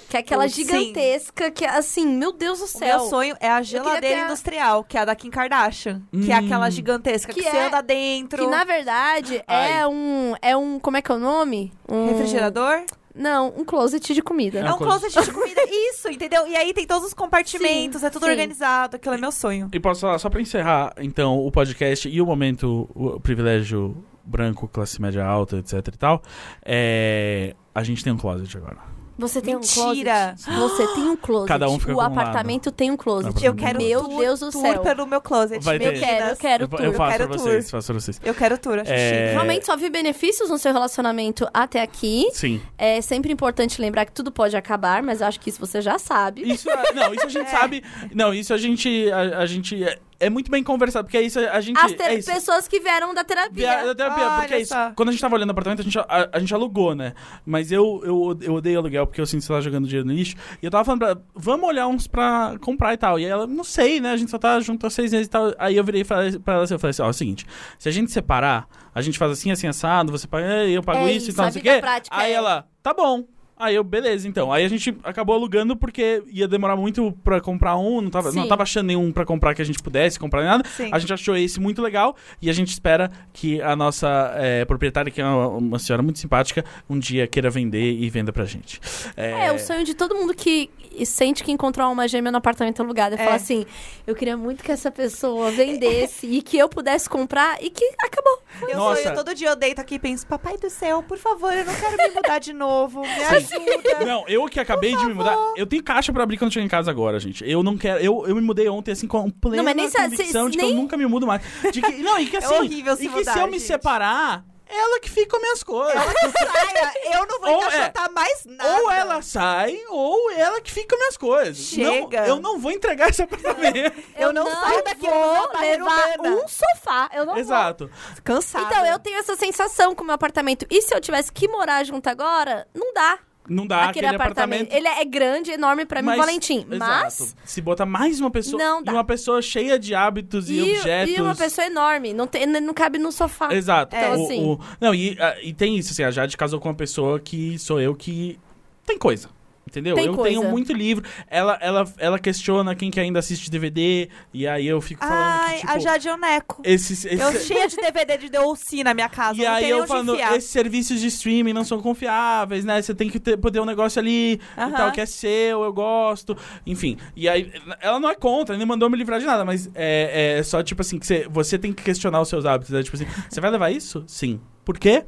[SPEAKER 1] Que é aquela
[SPEAKER 2] Putz, sim.
[SPEAKER 1] gigantesca que é assim, meu Deus do
[SPEAKER 2] O
[SPEAKER 1] céu.
[SPEAKER 2] meu sonho é a
[SPEAKER 1] queria
[SPEAKER 2] geladeira
[SPEAKER 1] ter a-
[SPEAKER 2] industrial, que é a da Kim Kardashian. Que é
[SPEAKER 3] Hum.
[SPEAKER 2] aquela gigantesca que,
[SPEAKER 1] Que
[SPEAKER 2] você
[SPEAKER 1] é-
[SPEAKER 2] anda dentro.
[SPEAKER 1] Que na verdade
[SPEAKER 3] Ai.
[SPEAKER 1] é um. É um. Como é que é o nome? Um.
[SPEAKER 2] Refrigerador?
[SPEAKER 1] Não, um closet de comida.
[SPEAKER 2] É um closet de comida, isso, entendeu? E aí tem todos os compartimentos,
[SPEAKER 1] Sim,
[SPEAKER 2] é tudo
[SPEAKER 1] sim.
[SPEAKER 2] organizado, aquilo é meu sonho.
[SPEAKER 3] E posso falar, só pra encerrar, então, o podcast e o momento, o privilégio branco, classe média alta, etc e tal, é... a gente tem um closet agora.
[SPEAKER 1] Você tem
[SPEAKER 2] Mentira.
[SPEAKER 1] um closet. Você tem um closet.
[SPEAKER 3] Cada um fica
[SPEAKER 1] o
[SPEAKER 3] com um
[SPEAKER 1] apartamento tem um closet.
[SPEAKER 3] Apartamento.
[SPEAKER 2] Eu quero
[SPEAKER 1] Meu
[SPEAKER 2] tour,
[SPEAKER 1] Deus do
[SPEAKER 2] tour
[SPEAKER 1] céu.
[SPEAKER 2] pelo meu closet,
[SPEAKER 3] Vai
[SPEAKER 1] Eu
[SPEAKER 3] ter.
[SPEAKER 1] quero, eu quero
[SPEAKER 3] eu,
[SPEAKER 1] tudo.
[SPEAKER 3] eu faço
[SPEAKER 2] Eu
[SPEAKER 3] pra
[SPEAKER 2] quero
[SPEAKER 3] vocês,
[SPEAKER 2] tour.
[SPEAKER 3] faço pra vocês.
[SPEAKER 2] Eu quero tour, acho
[SPEAKER 3] É.
[SPEAKER 2] chique.
[SPEAKER 1] Realmente só vi benefícios no seu relacionamento até aqui.
[SPEAKER 3] Sim.
[SPEAKER 1] É sempre importante lembrar que tudo pode acabar, mas eu acho que isso você já sabe. É.
[SPEAKER 3] Isso, é, não, isso a gente sabe. Não, isso a gente. A, a gente é, é muito bem conversado, porque isso a gente.
[SPEAKER 1] As te-
[SPEAKER 3] é isso.
[SPEAKER 1] pessoas que vieram da terapia. Ah,
[SPEAKER 3] Via- da terapia,
[SPEAKER 2] Olha
[SPEAKER 3] porque é isso.
[SPEAKER 2] só.
[SPEAKER 3] Quando a gente tava olhando o apartamento, a gente, a, a gente alugou, né? Mas eu, eu, eu odeio aluguel porque eu sinto que lá jogando dinheiro no lixo. E eu tava falando pra ela, vamos olhar uns pra comprar e tal. E ela, não sei, né? A gente só tá junto há seis meses e tal. Aí eu virei e falei pra ela assim, eu falei assim, ó, é o seguinte, se a gente separar, a gente faz assim, assim, assado, você paga, eu pago
[SPEAKER 1] É
[SPEAKER 3] isso,
[SPEAKER 1] isso,
[SPEAKER 3] e tal,
[SPEAKER 1] a
[SPEAKER 3] não sei o
[SPEAKER 1] vida
[SPEAKER 3] quê.
[SPEAKER 1] prática
[SPEAKER 3] Aí
[SPEAKER 1] é-
[SPEAKER 3] ela, tá bom. Aí eu, beleza, então. Aí a gente acabou alugando porque ia demorar muito pra comprar um, não tava, não
[SPEAKER 1] Sim.
[SPEAKER 3] tava achando nenhum pra comprar que a gente pudesse comprar nem nada.
[SPEAKER 2] Sim.
[SPEAKER 3] A gente achou esse muito legal e a gente espera que a nossa eh, proprietária, que é uma, uma senhora muito simpática, um dia queira vender e venda pra gente.
[SPEAKER 1] É, o sonho de todo mundo que sente que encontrou uma gêmea no apartamento alugado. É
[SPEAKER 2] É.
[SPEAKER 1] falar assim, eu queria muito que essa pessoa vendesse e que eu pudesse comprar e que acabou.
[SPEAKER 2] Eu
[SPEAKER 3] Nossa.
[SPEAKER 2] sonho, todo dia eu deito aqui e penso, papai do céu, por favor, eu não quero me mudar de novo, me ajuda.
[SPEAKER 3] Não, eu que acabei de me mudar. Eu tenho caixa pra abrir quando chegar em casa agora, gente. Eu não quero. Eu, eu me mudei ontem, assim, com plena
[SPEAKER 1] Não, mas nem se- se-
[SPEAKER 3] convicção de que
[SPEAKER 1] nem-
[SPEAKER 3] eu nunca me mudo mais. De que- não, e que
[SPEAKER 2] É
[SPEAKER 3] assim.
[SPEAKER 2] horrível se
[SPEAKER 3] e que
[SPEAKER 2] mudar,
[SPEAKER 3] se eu me
[SPEAKER 2] gente.
[SPEAKER 3] separar, ela que fica com minhas coisas.
[SPEAKER 2] Saia, eu não vou
[SPEAKER 3] Ou é-
[SPEAKER 2] encaixotar mais nada.
[SPEAKER 3] Ou ela sai, ou ela que fica com minhas coisas.
[SPEAKER 2] Chega.
[SPEAKER 3] Não, eu não vou entregar esse apartamento.
[SPEAKER 2] Eu não saio daqui, eu vou
[SPEAKER 1] vou
[SPEAKER 2] na barreira
[SPEAKER 1] levar
[SPEAKER 2] humana.
[SPEAKER 1] um sofá. Eu não vou.
[SPEAKER 3] tá Exato.
[SPEAKER 2] Cansada.
[SPEAKER 1] Então, eu tenho essa sensação com o meu apartamento. E se eu tivesse que morar junto agora, não dá.
[SPEAKER 3] Não dá Ah, aquele, apartamento.
[SPEAKER 1] Ele é grande, enorme pra mim,
[SPEAKER 3] Mas-
[SPEAKER 1] Valentim.
[SPEAKER 3] exato.
[SPEAKER 1] Mas...
[SPEAKER 3] Se botar mais uma pessoa.
[SPEAKER 1] Não
[SPEAKER 3] e
[SPEAKER 1] dá.
[SPEAKER 3] uma pessoa cheia de hábitos e,
[SPEAKER 1] E,
[SPEAKER 3] objetos.
[SPEAKER 1] e uma pessoa enorme. Não, tem, não cabe no sofá.
[SPEAKER 3] Exato.
[SPEAKER 1] É. Então,
[SPEAKER 3] O-
[SPEAKER 1] assim-
[SPEAKER 3] o- Não, e, ah, e tem isso, assim, a Jade casou com uma pessoa que sou eu que tem coisa. Entendeu?
[SPEAKER 1] Tem
[SPEAKER 3] eu
[SPEAKER 1] coisa.
[SPEAKER 3] tenho muito livro. Ela, ela, ela questiona quem que ainda assiste DVD. E aí eu fico falando
[SPEAKER 2] Ai,
[SPEAKER 3] que, tipo,
[SPEAKER 2] a Jade é um neco.
[SPEAKER 3] esses, esse-
[SPEAKER 2] Eu cheia de DVD de Dolci na minha casa,
[SPEAKER 3] E
[SPEAKER 2] não
[SPEAKER 3] aí
[SPEAKER 2] tem
[SPEAKER 3] eu
[SPEAKER 2] onde
[SPEAKER 3] falando,
[SPEAKER 2] enfiar.
[SPEAKER 3] esses serviços de streaming não são confiáveis, né? Você tem que ter, poder um negócio ali e
[SPEAKER 2] Aham.
[SPEAKER 3] tal, que é seu, eu gosto. Enfim. E aí, ela não é contra, nem mandou me livrar de nada, mas é, é só tipo assim, que você, você tem que questionar os seus hábitos. Né? Tipo assim, você vai levar isso? Sim. Por quê?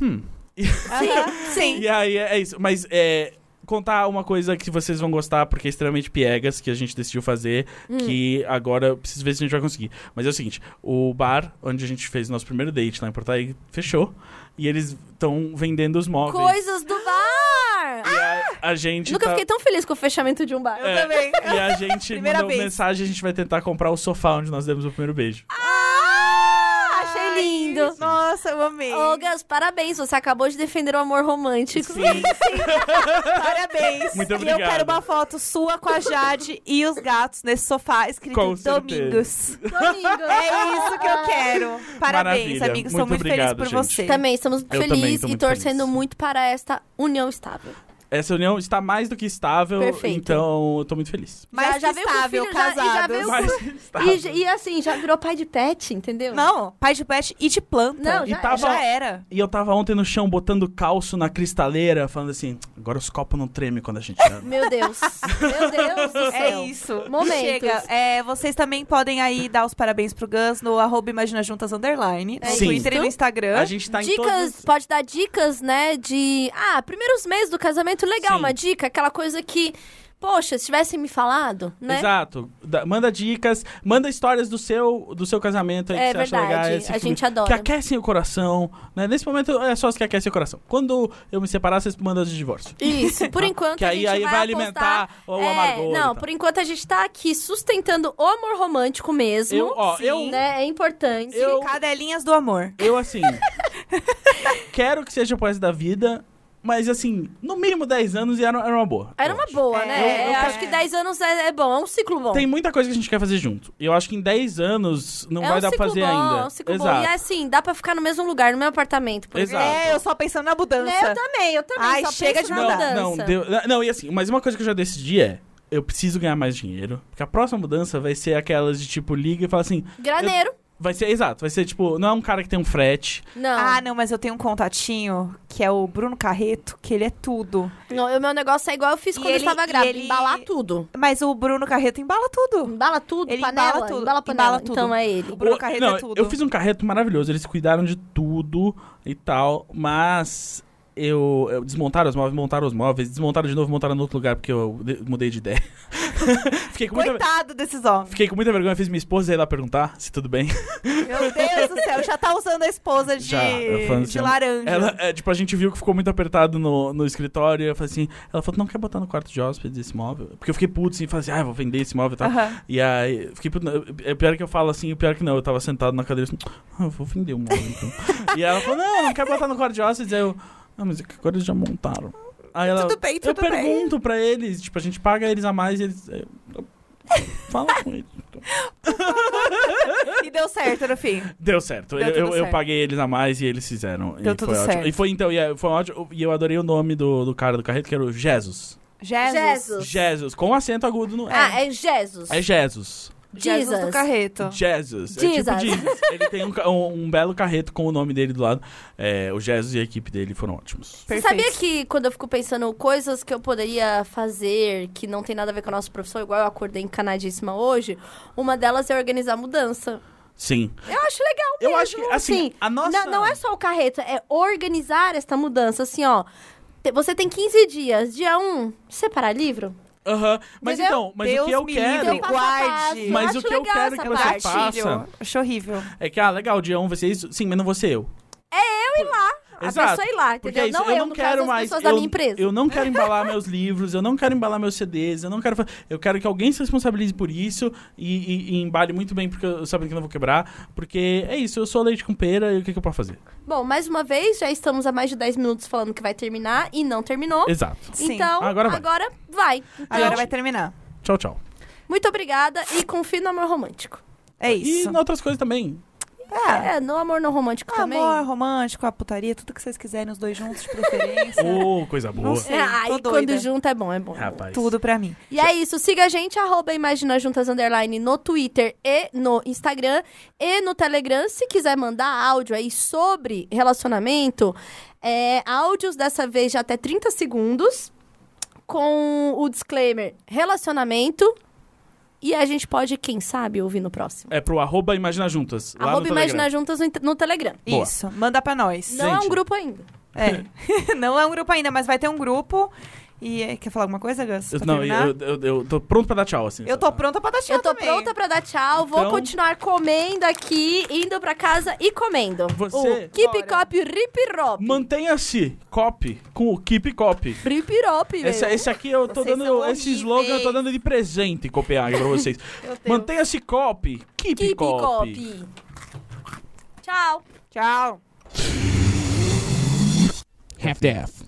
[SPEAKER 2] Aham, Sim.
[SPEAKER 3] E aí é, é isso. Mas é. Contar uma coisa que vocês vão gostar, porque é extremamente piegas, que a gente decidiu fazer,
[SPEAKER 1] Hum.
[SPEAKER 3] que agora eu preciso ver se a gente vai conseguir. Mas é o seguinte: o bar onde a gente fez o nosso primeiro date lá em Porto Alegre fechou. E eles estão vendendo os móveis.
[SPEAKER 1] Coisas do bar!
[SPEAKER 3] E a, a gente.
[SPEAKER 1] Nunca
[SPEAKER 3] tá-
[SPEAKER 1] fiquei tão feliz com o fechamento de um bar.
[SPEAKER 2] Eu também.
[SPEAKER 3] E a gente
[SPEAKER 2] Primeira
[SPEAKER 3] mandou
[SPEAKER 2] vez. Ah,
[SPEAKER 3] mensagem, a gente vai tentar comprar o sofá onde nós demos o primeiro beijo.
[SPEAKER 1] Achei lindo.
[SPEAKER 2] Nossa, eu amei.
[SPEAKER 3] É.
[SPEAKER 1] Ô, Gus, parabéns. Você acabou de defender o amor romântico.
[SPEAKER 2] Sim, sim. Parabéns.
[SPEAKER 3] Muito
[SPEAKER 2] E eu
[SPEAKER 3] obrigado.
[SPEAKER 2] quero uma foto sua com a Jade e os gatos nesse sofá escrito
[SPEAKER 3] Com certeza.
[SPEAKER 2] Domingos.
[SPEAKER 1] Domingo.
[SPEAKER 2] É isso que eu quero. Parabéns,
[SPEAKER 3] Maravilha.
[SPEAKER 2] amigos. Estou
[SPEAKER 3] Muito
[SPEAKER 2] muito
[SPEAKER 3] obrigado,
[SPEAKER 2] feliz por
[SPEAKER 3] gente.
[SPEAKER 2] você.
[SPEAKER 1] Também estamos
[SPEAKER 3] Eu também
[SPEAKER 1] felizes
[SPEAKER 3] tô
[SPEAKER 1] e
[SPEAKER 3] muito
[SPEAKER 1] torcendo
[SPEAKER 3] feliz.
[SPEAKER 1] muito para esta união estável.
[SPEAKER 3] Essa união está mais do que estável,
[SPEAKER 1] Perfeito.
[SPEAKER 3] então eu tô muito feliz.
[SPEAKER 2] Mas
[SPEAKER 1] Já- já
[SPEAKER 2] que
[SPEAKER 1] veio
[SPEAKER 2] estável,
[SPEAKER 1] com filho, já- e já
[SPEAKER 2] casados.
[SPEAKER 1] veio Eu- com-
[SPEAKER 3] Mas estável.
[SPEAKER 1] E, e assim, já virou pai de pet, entendeu?
[SPEAKER 2] Não, pai de pet e de planta.
[SPEAKER 1] Não,
[SPEAKER 3] E
[SPEAKER 1] já,
[SPEAKER 3] tava-
[SPEAKER 1] já
[SPEAKER 2] Já
[SPEAKER 1] é.
[SPEAKER 2] era.
[SPEAKER 3] E eu tava ontem no chão botando calço na cristaleira, falando assim: agora os copos não tremem quando a gente anda.
[SPEAKER 1] Meu Deus. Meu Deus do
[SPEAKER 2] É
[SPEAKER 1] céu.
[SPEAKER 2] isso.
[SPEAKER 1] Momentos.
[SPEAKER 2] Chega. É, vocês também podem aí dar os parabéns pro Gus no arroba Imagina Juntas Underline, no
[SPEAKER 1] É
[SPEAKER 3] Sim.
[SPEAKER 2] Twitter e no
[SPEAKER 1] isso.
[SPEAKER 2] Instagram.
[SPEAKER 3] A gente tá em
[SPEAKER 1] Dicas,
[SPEAKER 3] todos.
[SPEAKER 1] pode dar dicas, né? De. Ah, primeiros meses do casamento, legal,
[SPEAKER 3] Sim.
[SPEAKER 1] uma dica, aquela coisa que. Poxa, se tivessem me falado, né?
[SPEAKER 3] Exato. Da- manda dicas, manda histórias do seu, do seu casamento aí
[SPEAKER 1] É
[SPEAKER 3] que você acha
[SPEAKER 1] verdade,
[SPEAKER 3] legais.
[SPEAKER 1] a
[SPEAKER 3] que-
[SPEAKER 1] gente adora.
[SPEAKER 3] Que aquecem o coração. Né? Nesse momento é só as que aquecem o coração. Quando eu me separar, vocês mandam de divórcio.
[SPEAKER 1] Isso, por enquanto
[SPEAKER 3] que
[SPEAKER 1] a
[SPEAKER 3] aí-
[SPEAKER 1] gente
[SPEAKER 3] aí vai alimentar
[SPEAKER 1] apostar-
[SPEAKER 3] o
[SPEAKER 1] É,
[SPEAKER 3] amargor e
[SPEAKER 1] Não,
[SPEAKER 3] tal.
[SPEAKER 1] por enquanto a gente tá aqui sustentando o amor romântico mesmo.
[SPEAKER 3] Eu, ó, eu-
[SPEAKER 1] né? É importante.
[SPEAKER 3] Eu-
[SPEAKER 2] Cadelinhas do amor.
[SPEAKER 3] Eu, assim, quero que seja o resto da vida, mas, assim, no mínimo 10 anos e era, era uma boa.
[SPEAKER 1] Era uma boa,
[SPEAKER 2] É,
[SPEAKER 1] né?
[SPEAKER 2] eu- eu
[SPEAKER 1] Eu
[SPEAKER 2] quero-
[SPEAKER 1] acho que 10 anos é, é bom, é um ciclo bom.
[SPEAKER 3] Tem muita coisa que a gente quer fazer junto. E eu acho que em 10 anos não
[SPEAKER 1] é
[SPEAKER 3] vai
[SPEAKER 1] um
[SPEAKER 3] dar pra
[SPEAKER 1] ciclo
[SPEAKER 3] fazer
[SPEAKER 1] bom,
[SPEAKER 3] ainda.
[SPEAKER 1] É um ciclo
[SPEAKER 3] Exato.
[SPEAKER 1] bom. E assim, dá pra ficar no mesmo lugar, no mesmo apartamento. Por
[SPEAKER 3] Exato.
[SPEAKER 2] É, eu só pensando na mudança.
[SPEAKER 1] exemplo. É, eu também, eu também.
[SPEAKER 2] Ai,
[SPEAKER 1] só
[SPEAKER 2] chega
[SPEAKER 1] penso
[SPEAKER 2] de
[SPEAKER 1] é na
[SPEAKER 3] não,
[SPEAKER 1] mudança.
[SPEAKER 3] não, deu- não, e assim, mas uma coisa que eu já decidi é. Eu preciso ganhar mais dinheiro. Porque a próxima mudança vai ser aquelas de tipo, liga e fala assim.
[SPEAKER 1] Graneiro,
[SPEAKER 3] Vai ser, exato, vai ser tipo, não é um cara que tem um frete.
[SPEAKER 1] não.
[SPEAKER 2] Ah, não, mas eu tenho um contatinho que é o Bruno Carreto, que ele é tudo.
[SPEAKER 1] Não, o meu negócio é igual eu fiz
[SPEAKER 2] E
[SPEAKER 1] quando
[SPEAKER 2] ele-
[SPEAKER 1] eu estava grávida.
[SPEAKER 2] e ele-
[SPEAKER 1] Embalar tudo.
[SPEAKER 2] Mas o Bruno Carreto embala tudo.
[SPEAKER 1] Embala tudo,
[SPEAKER 2] Ele
[SPEAKER 1] panela,
[SPEAKER 2] embala tudo,
[SPEAKER 1] embala panela.
[SPEAKER 2] embala tudo.
[SPEAKER 1] Então é ele.
[SPEAKER 2] O Bruno
[SPEAKER 3] O-
[SPEAKER 2] Carreto
[SPEAKER 3] não,
[SPEAKER 2] é tudo.
[SPEAKER 3] Eu fiz um carreto maravilhoso, eles cuidaram de tudo e tal, mas eu, eu desmontaram os móveis, montaram os móveis, desmontaram de novo, montaram no outro lugar porque eu de- mudei de ideia. fiquei, com muita,
[SPEAKER 2] Coitado desses homens.
[SPEAKER 3] fiquei com muita vergonha, fiz minha esposa ir lá perguntar se tudo bem.
[SPEAKER 2] Meu Deus do céu, já tá usando a esposa de,
[SPEAKER 3] Já, eu falo assim,
[SPEAKER 2] de laranja.
[SPEAKER 3] Ela, é, tipo, a gente viu que ficou muito apertado no, no escritório. Eu falei assim, ela falou, "Tu não quer botar no quarto de hóspedes esse móvel? Porque eu fiquei puto assim, falei assim, ah, eu vou vender esse móvel e tal.
[SPEAKER 2] Aham.
[SPEAKER 3] E aí, eu fiquei puto, não, é pior que eu falo assim, o pior que não, eu tava sentado na cadeira assim, ah, eu vou vender um móvel então. e ela falou, não, não quer botar no quarto de hóspedes. Aí eu, não, mas é que agora eles já montaram. Aí ela,
[SPEAKER 2] Tudo bem,
[SPEAKER 3] eu
[SPEAKER 2] tudo bem.
[SPEAKER 3] pergunto pra eles, tipo, a gente paga eles a mais e eles... Eu, eu, fala com eles. então.
[SPEAKER 2] E deu certo no fim.
[SPEAKER 3] Deu certo.
[SPEAKER 2] Deu
[SPEAKER 3] eu, eu,
[SPEAKER 2] tudo
[SPEAKER 3] eu
[SPEAKER 2] certo.
[SPEAKER 3] paguei eles a mais e eles fizeram.
[SPEAKER 2] Deu
[SPEAKER 3] e
[SPEAKER 2] tudo
[SPEAKER 3] foi ótimo.
[SPEAKER 2] certo.
[SPEAKER 3] E foi então, e é, foi ótimo. E eu adorei o nome do, do cara do carreto, que era o Jesus.
[SPEAKER 2] Jesus.
[SPEAKER 1] É Jesus.
[SPEAKER 3] Jesus, com acento agudo no.
[SPEAKER 1] Ah, é Jesus.
[SPEAKER 3] É Jesus.
[SPEAKER 2] Jesus do
[SPEAKER 1] Jesus.
[SPEAKER 2] Carreto.
[SPEAKER 3] Jesus. É
[SPEAKER 1] Jesus.
[SPEAKER 3] tipo Jesus. Ele tem um, ca- um, um belo carreto com o nome dele do lado. É, o Jesus e a equipe dele foram ótimos.
[SPEAKER 1] Você
[SPEAKER 2] Perfeito.
[SPEAKER 1] sabia que quando eu fico pensando coisas que eu poderia fazer que não tem nada a ver com a nossa profissão, igual eu acordei encanadíssima hoje, uma delas é organizar a mudança.
[SPEAKER 3] Sim.
[SPEAKER 1] Eu acho legal
[SPEAKER 3] Eu
[SPEAKER 1] mesmo,
[SPEAKER 3] acho que, assim, a nossa-
[SPEAKER 1] Não, não é só o carreto, é organizar esta mudança, assim, ó. Te- Você tem 15 dias. Dia 1, separar livro?
[SPEAKER 3] Aham. Mas
[SPEAKER 1] Entendeu?
[SPEAKER 3] então, mas o
[SPEAKER 2] Deus
[SPEAKER 3] que eu
[SPEAKER 2] me
[SPEAKER 3] quero.
[SPEAKER 2] livre.
[SPEAKER 1] Então, passo a passo.
[SPEAKER 2] guarde.
[SPEAKER 3] Mas
[SPEAKER 1] acho
[SPEAKER 3] o que eu
[SPEAKER 1] legal
[SPEAKER 3] quero
[SPEAKER 1] essa
[SPEAKER 3] que você
[SPEAKER 1] parte.
[SPEAKER 2] Gatilho.
[SPEAKER 3] Passa.
[SPEAKER 2] Acho horrível.
[SPEAKER 3] É que, ah, legal, dia 1 vai ser isso. Sim, mas não vou ser eu.
[SPEAKER 1] Eu ir lá.
[SPEAKER 3] Exato.
[SPEAKER 1] A pessoa ir lá,
[SPEAKER 3] Porque
[SPEAKER 1] entendeu?
[SPEAKER 3] é isso,
[SPEAKER 1] não
[SPEAKER 3] eu
[SPEAKER 1] eu,
[SPEAKER 3] não
[SPEAKER 1] no caso,
[SPEAKER 3] quero
[SPEAKER 1] as
[SPEAKER 3] mais.
[SPEAKER 1] pessoas
[SPEAKER 3] eu,
[SPEAKER 1] da minha empresa.
[SPEAKER 3] eu não quero embalar meus livros, eu não quero embalar meus CDs, eu não quero. fa- Eu quero que alguém se responsabilize por isso e, e- e embale muito bem, porque eu sabendo que eu não vou quebrar. Porque é isso, eu sou leite com pera e o que, que eu posso fazer?
[SPEAKER 1] Bom, mais uma vez, já estamos há mais de 10 minutos falando que vai terminar e não terminou.
[SPEAKER 3] Exato.
[SPEAKER 2] Sim.
[SPEAKER 1] Então,
[SPEAKER 3] Agora
[SPEAKER 1] agora
[SPEAKER 3] vai.
[SPEAKER 1] vai.
[SPEAKER 2] Agora
[SPEAKER 1] Então,
[SPEAKER 2] vai terminar.
[SPEAKER 3] Tchau, tchau.
[SPEAKER 1] Muito obrigada e confio no amor romântico.
[SPEAKER 2] É isso.
[SPEAKER 3] E em outras coisas também.
[SPEAKER 2] É.
[SPEAKER 3] Ah.
[SPEAKER 1] É, no amor não romântico também.
[SPEAKER 2] Amor, romântico, a putaria, tudo que vocês quiserem, os dois juntos, de preferência.
[SPEAKER 3] Ô, coisa boa.
[SPEAKER 2] Não sei.
[SPEAKER 1] É, aí
[SPEAKER 2] tô doida.
[SPEAKER 1] quando junta é bom, é bom. é bom.
[SPEAKER 3] Rapaz.
[SPEAKER 2] Tudo pra mim.
[SPEAKER 1] E é isso, siga a gente, arroba Imagina Juntas Underline no Twitter e no Instagram e no Telegram. Se quiser mandar áudio aí sobre relacionamento, é, áudios dessa vez de até 30 segundos, com o disclaimer relacionamento. E a gente pode, quem sabe, ouvir no próximo.
[SPEAKER 3] É pro arroba Imagina Juntas. Lá
[SPEAKER 1] Arroba
[SPEAKER 3] no Telegram.
[SPEAKER 1] Imagina Juntas no, no Telegram.
[SPEAKER 3] Boa.
[SPEAKER 2] Isso, manda pra nós.
[SPEAKER 1] Não é
[SPEAKER 3] Gente.
[SPEAKER 1] um grupo ainda.
[SPEAKER 2] É. Não é um grupo ainda, mas vai ter um grupo. E é, quer falar alguma coisa, Gus?
[SPEAKER 3] Eu,
[SPEAKER 2] Pra
[SPEAKER 3] não,
[SPEAKER 2] terminar?
[SPEAKER 3] eu, eu, eu tô pronto pra dar tchau, assim.
[SPEAKER 2] Eu tô pronta pra dar tchau
[SPEAKER 1] Eu tô
[SPEAKER 2] também.
[SPEAKER 1] pronta pra dar tchau. Vou
[SPEAKER 3] Então-
[SPEAKER 1] continuar comendo aqui, indo pra casa e comendo.
[SPEAKER 3] Você-
[SPEAKER 1] O Keep
[SPEAKER 2] Bora.
[SPEAKER 1] Cop Rip Rop.
[SPEAKER 3] Mantenha-se copy com o Keep Copy.
[SPEAKER 1] Rip Rop, velho.
[SPEAKER 3] Essa- Esse, aqui eu tô
[SPEAKER 2] Vocês
[SPEAKER 3] dando.
[SPEAKER 2] são
[SPEAKER 3] Esse slogan eu tô
[SPEAKER 2] horríveis.
[SPEAKER 3] dando de presente em Copenhague pra vocês.
[SPEAKER 2] Meu Deus.
[SPEAKER 3] Mantenha-se copy. Keep,
[SPEAKER 1] Keep
[SPEAKER 3] copy.
[SPEAKER 1] Cop. Tchau.
[SPEAKER 4] Tchau.
[SPEAKER 2] Half-Death.